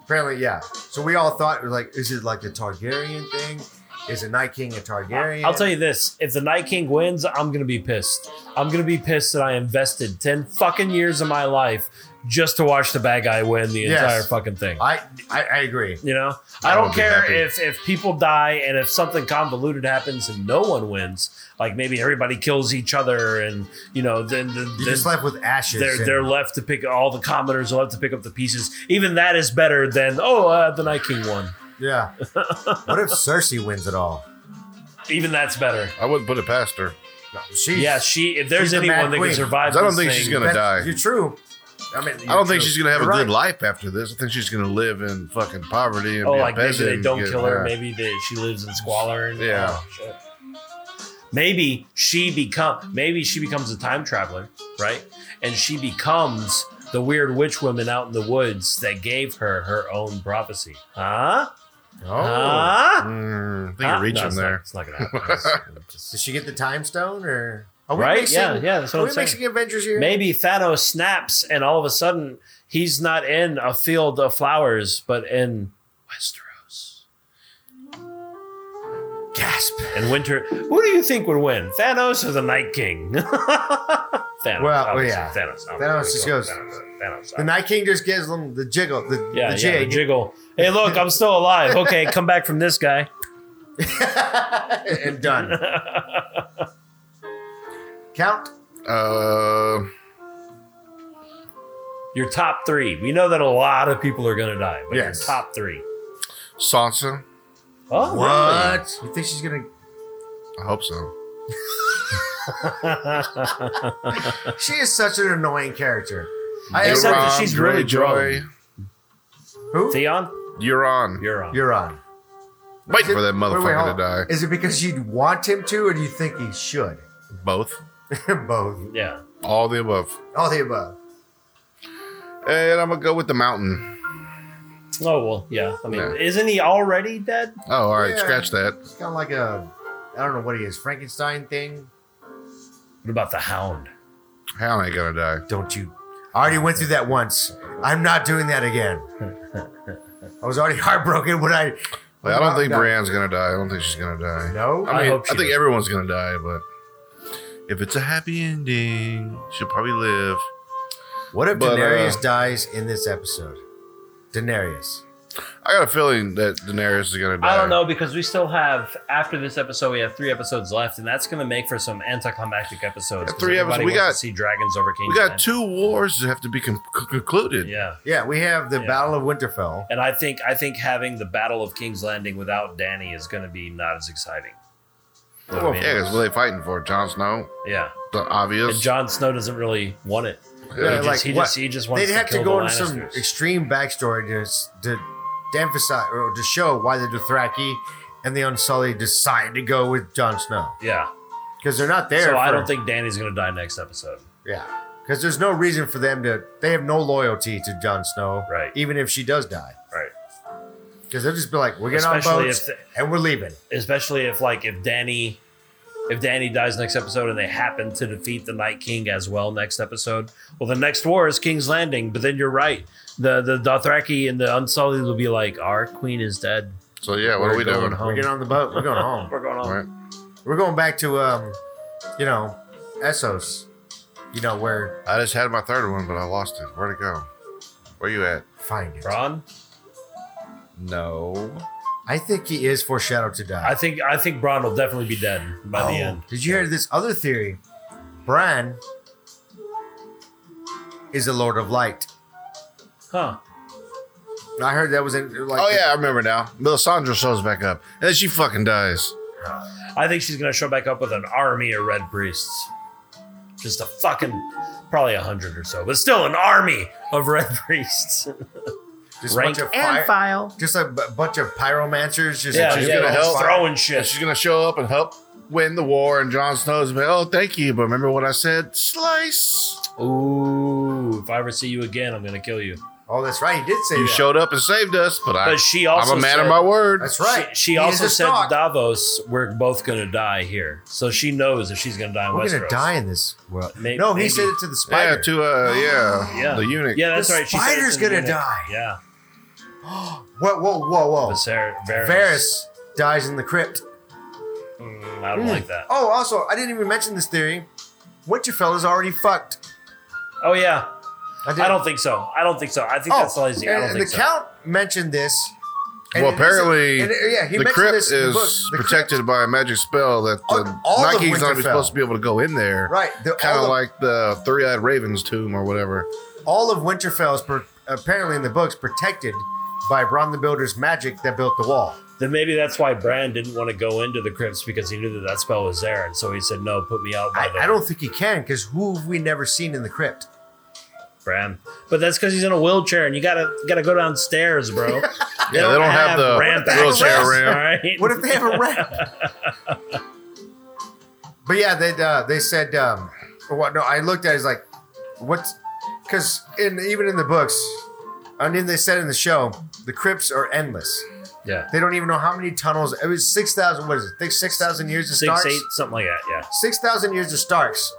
Apparently, yeah. So we all thought like, is it like the Targaryen thing? Is a Night King a Targaryen? I'll tell you this: if the Night King wins, I'm gonna be pissed. I'm gonna be pissed that I invested ten fucking years of my life just to watch the bad guy win the Yes. entire fucking thing. I I, I agree. You know, I, don't would be care happy. if if people die and if something convoluted happens and no one wins. Like maybe everybody kills each other, and you know, then, then, You then just left with ashes. they're and- they're left to pick all the commoners are left to pick up the pieces. Even that is better than oh, uh, the Night King won. yeah. what if Cersei wins it all? Even that's better. I wouldn't put it past her. No, she's, Yeah, she. If there's she's the Mad anyone that Queen. can survive, I don't this think thing- she's gonna die. You're true. I mean, I don't think she's gonna have a good life. life after this. I think she's gonna live in fucking poverty and Oh, be a like maybe peasant they and don't get- kill her. yeah. Maybe they, she lives in squalor. And, Yeah. oh, shit. Maybe she become. Maybe she becomes a time traveler, right? And she becomes the weird witch woman out in the woods that gave her her own prophecy. Huh? Oh. Huh? Mm, I think Huh? you're reaching No, it's not- there. it's not gonna happen. It's- it's Does just- she get the time stone or? Are Right? Yeah, yeah, that's what are I'm we saying. mixing Avengers here? Maybe Thanos snaps, and all of a sudden he's not in a field of flowers, but in Westeros. Gasp. And winter. Who do you think would win, Thanos or the Night King? Thanos. Well, obviously, yeah. Thanos. I'm Thanos gonna just go goes- Thanos. Thanos. The Night King just gives them the jiggle, the, yeah, the yeah, the jig. jiggle. Hey, look, I'm still alive. Okay, come back from this guy. and done. Count. Uh, Your top three. We know that a lot of people are gonna die, but Yes. your top three. Sansa. Oh, You think she's gonna? I hope so. She is such an annoying character. I Except that she's really Greyjoy, who? Theon, You're on. you're on. You're on. Wait for that Wait, wait, motherfucker hold to on. die. Is it because you want him to, or do you think he should? Both. Both. yeah. All the above. All the above. And I'm gonna go with the mountain. Oh well, yeah. I mean, Yeah. isn't he already dead? Oh, all right. Yeah. Scratch that. It's kind of like a, I don't know what he is, Frankenstein thing. What about the Hound? How ain't gonna die? Don't you? I already went through that once. I'm not doing that again. I was already heartbroken when I. Like, I don't think No. Brienne's gonna die. I don't think she's gonna die. No. I I mean, I, hope she think doesn't. everyone's gonna die, but if it's a happy ending, she'll probably live. What if But, uh, Daenerys dies in this episode? Daenerys. I got a feeling that Daenerys is gonna die. I don't know because we still have after this episode we have three episodes left, and that's going to make for some anticlimactic episodes. Yeah, 'cause three episodes. everybody We wants got- to see dragons over King. We got two wars that have to be con- con- concluded. Yeah, Yeah, we have the Yeah. Battle of Winterfell. and I think I think having the Battle of King's Landing without Danny is going to be not as exciting. You know Well, what I yeah, mean? because what are they fighting for? Jon Snow? yeah. The obvious. And Jon Snow doesn't really want it. Yeah, he, just, like he, what- just, he just wants They'd to have kill to go the into some Lannisters. extreme backstory to, s- to, to emphasize or to show why the Dothraki and the Unsullied decided to go with Jon Snow yeah. because they're not there. So I for- don't think Danny's going to die next episode. Yeah, because there's no reason for them to. They have no loyalty to Jon Snow, Right. Even if she does die, Right. because they'll just be like, "We're getting on Especially boats if the- and we're leaving." especially if like if Danny if Danny dies next episode and they happen to defeat the Night King as well next episode. Well, the next war is King's Landing, but then you're right. The the Dothraki and the Unsullied will be like, our queen is dead. so yeah, what are We're we going doing? home. We're getting on the boat. We're going home. We're going on. Right. we're going back to, um, you know, Essos. You know where? I just had my third one, but I lost it. Where'd it go? Where you at? Find it. Bronn? No. I think he is foreshadowed to die. I think I think Bronn will definitely be dead by the Oh, end. Did you hear this other theory? Bran is the Lord of Light. Huh. I heard that was in like Oh yeah, I remember now. Melisandre shows back up, and then she fucking dies. I think she's gonna show back up with an army of red priests. Just a fucking probably a hundred or so, but still an army of red priests. just a rank bunch of fire, file. just a b- bunch of pyromancers. Just yeah, she's yeah, gonna just help. throwing And shit. she's gonna show up and help win the war. And Jon Snow's like, "Oh, thank you, but remember what I said? Slice." Ooh, if I ever see you again, I'm gonna kill you. Oh, that's right. He did say You that. showed up and saved us, but, I, But she also I'm a man said- of my word. that's right. She, she He is also a said stalk. to Davos, "We're both gonna die here," so she knows that she's gonna die in "We're Westeros. gonna die in this world." May- no, he maybe. said it to the spider. Yeah, to uh, yeah, Yeah, the eunuch. Yeah, that's The right. She said spider's it's in the gonna unit. die. Yeah, whoa, whoa, whoa, whoa! Viser- Varys. Varys dies in the crypt. Mm, I don't like that. Oh, also, I didn't even mention this theory. Winterfell is already fucked. Oh yeah, did. I don't think so. I don't think so. I think Oh, that's lazy. I and don't think the so. count mentioned this. and Well, it is- apparently, and, uh, yeah, he the mentioned crypt this in the is book. The crypt- protected by a magic spell that the All- all Night of King's not even Winterfell. supposed to be able to go in there. right? the- Kind all of like the Three-Eyed Raven's tomb or whatever. all of Winterfell is per- apparently in the books protected by Bronn the Builder's magic that built the wall. Then maybe that's why Bran didn't want to go into the crypts because he knew that that spell was there, and so he said, "No, put me out." By I, the I don't think he can because who have we never seen in the crypt? Bran. But that's because he's in a wheelchair, and you gotta gotta go downstairs, bro. Yeah, they don't have, the ramp wheelchair access, ramp. all right? What if they have a rat? but yeah, they uh, they said um, or what? No, I looked at it, it's like what's because in even in the books, I mean they said in the show the crypts are endless. Yeah, They don't even know how many tunnels. It was six thousand. What is it? Six thousand years of six, Starks. eight, something like that. Yeah. Six thousand years of Starks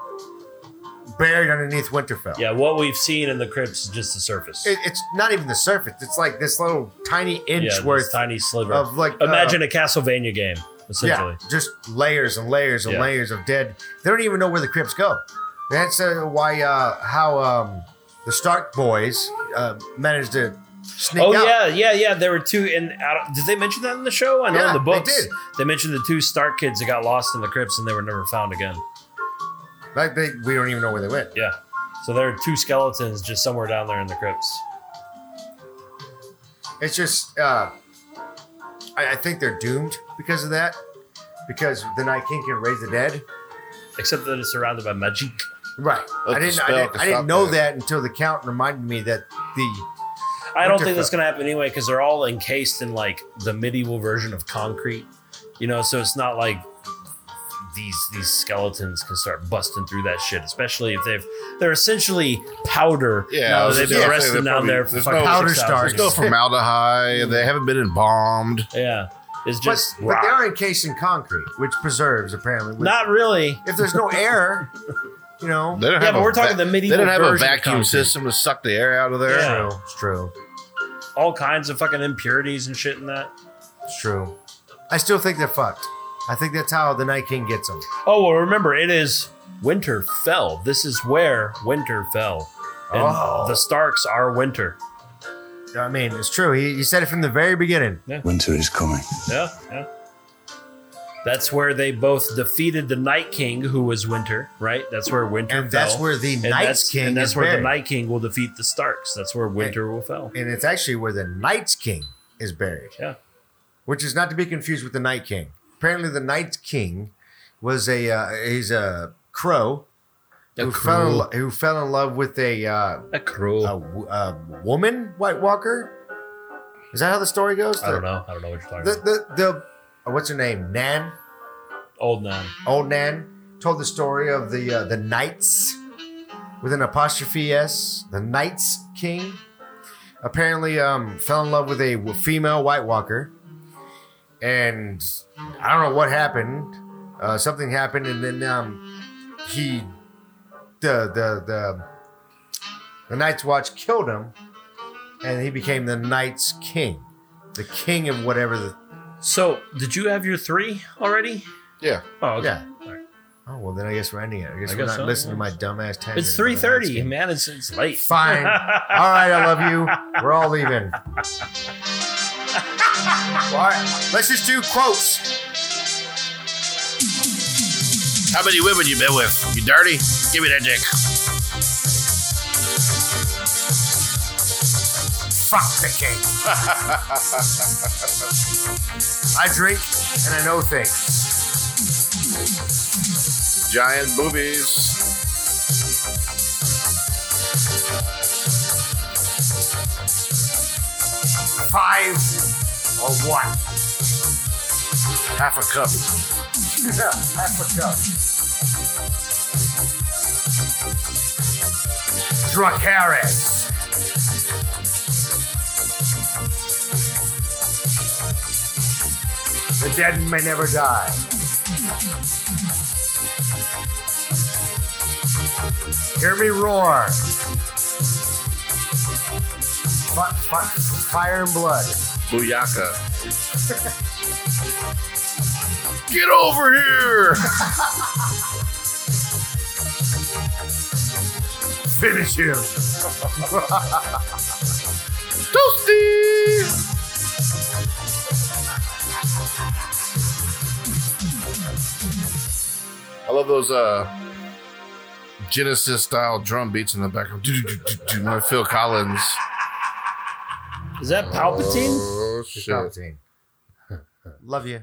buried underneath Winterfell. Yeah, what we've seen in the crypts is just the surface. It, it's not even the surface. It's like this little tiny inch yeah, worth this tiny sliver of like uh, Imagine a Castlevania game, essentially. Yeah, just layers and layers and Yeah. layers of dead. They don't even know where the crypts go. That's uh, why uh, how um, the Stark boys uh, managed to sneak Oh out. yeah, yeah, yeah. There were two in. I don't- Did they mention that in the show? I know Yeah, in the they books did. they mentioned the two Stark kids that got lost in the crypts and they were never found again. Like they, we don't even know where they went. Yeah, so there are two skeletons just somewhere down there in the crypts. It's just uh, I, I think they're doomed because of that. Because the Night King can raise the dead, except that it's surrounded by magic. Right. That's I the didn't, I spell didn't, to I didn't stop know that. that until the count reminded me that the I don't Winterfell. think that's going to happen anyway because they're all encased in like the medieval version of concrete, you know. So it's not like these these skeletons can start busting through that shit, especially if they've they're essentially powder. Yeah, I now that they've was just been gonna say, resting they're down there. probably- there's for fucking no- Powder 6,000 stars. There's no Mm. formaldehyde. They haven't been embalmed. Yeah, it's but, just but they are encased in concrete, which preserves apparently. Which- not really. if there's no air, you know. They don't Yeah, have but a we're talking the medieval They didn't have a version of vacuum concrete. system to suck the air out of there. Yeah. True, It's true. All kinds of fucking impurities and shit in that. It's true. I still think they're fucked. I think that's how the Night King gets them. Oh well, remember it is winter fell. This is where winter fell, and Oh. the Starks are winter. I mean, it's true. He, he said it from the very beginning. Winter is coming. Yeah, yeah. That's where they both defeated the Night King, who was Winter, right? That's where Winter And fell. that's where the and Night that's, King and that's is where buried. the Night King will defeat the Starks. That's where Winter will fell. And it's actually where the Night King is buried. Yeah. Which is not to be confused with the Night King. Apparently, the Night King was a uh, he's a crow who fell in, lo- who fell in love with a uh, A cruel. a, w- a woman White Walker. Is that how the story goes? I don't know. I don't know what you're talking The about. the, the uh, what's her name? Nan, Old man. old Nan, told the story of the uh, the knights with an apostrophe s. The knights king apparently um, fell in love with a w- female White Walker, and I don't know what happened. Uh, something happened, and then um, he the the the the Night's Watch killed him, and he became the Night's King, the king of whatever the So, did you have your three already? Yeah. Oh, okay. Yeah. Oh well, then I guess we're ending it. I guess I we're guess not so. listening to my dumbass tangent. It's three thirty, man. It's it's late. Fine. all right, I love you. We're all leaving. all right, let's just do quotes. How many women you been with? You dirty? Give me that dick. Fuck the king. I drink and I know things. Giant boobies. Five or one. Half a cup. Yeah, half a cup. Dracarys. The dead may never die. Hear me roar. Fi- fi- fire and blood. Booyaka. Get over here! Finish him. Toasty! I love those uh, Genesis style drum beats in the background. Do-do-do-do-do, like Phil Collins. Is that Palpatine? Oh, shit. Palpatine. Love you.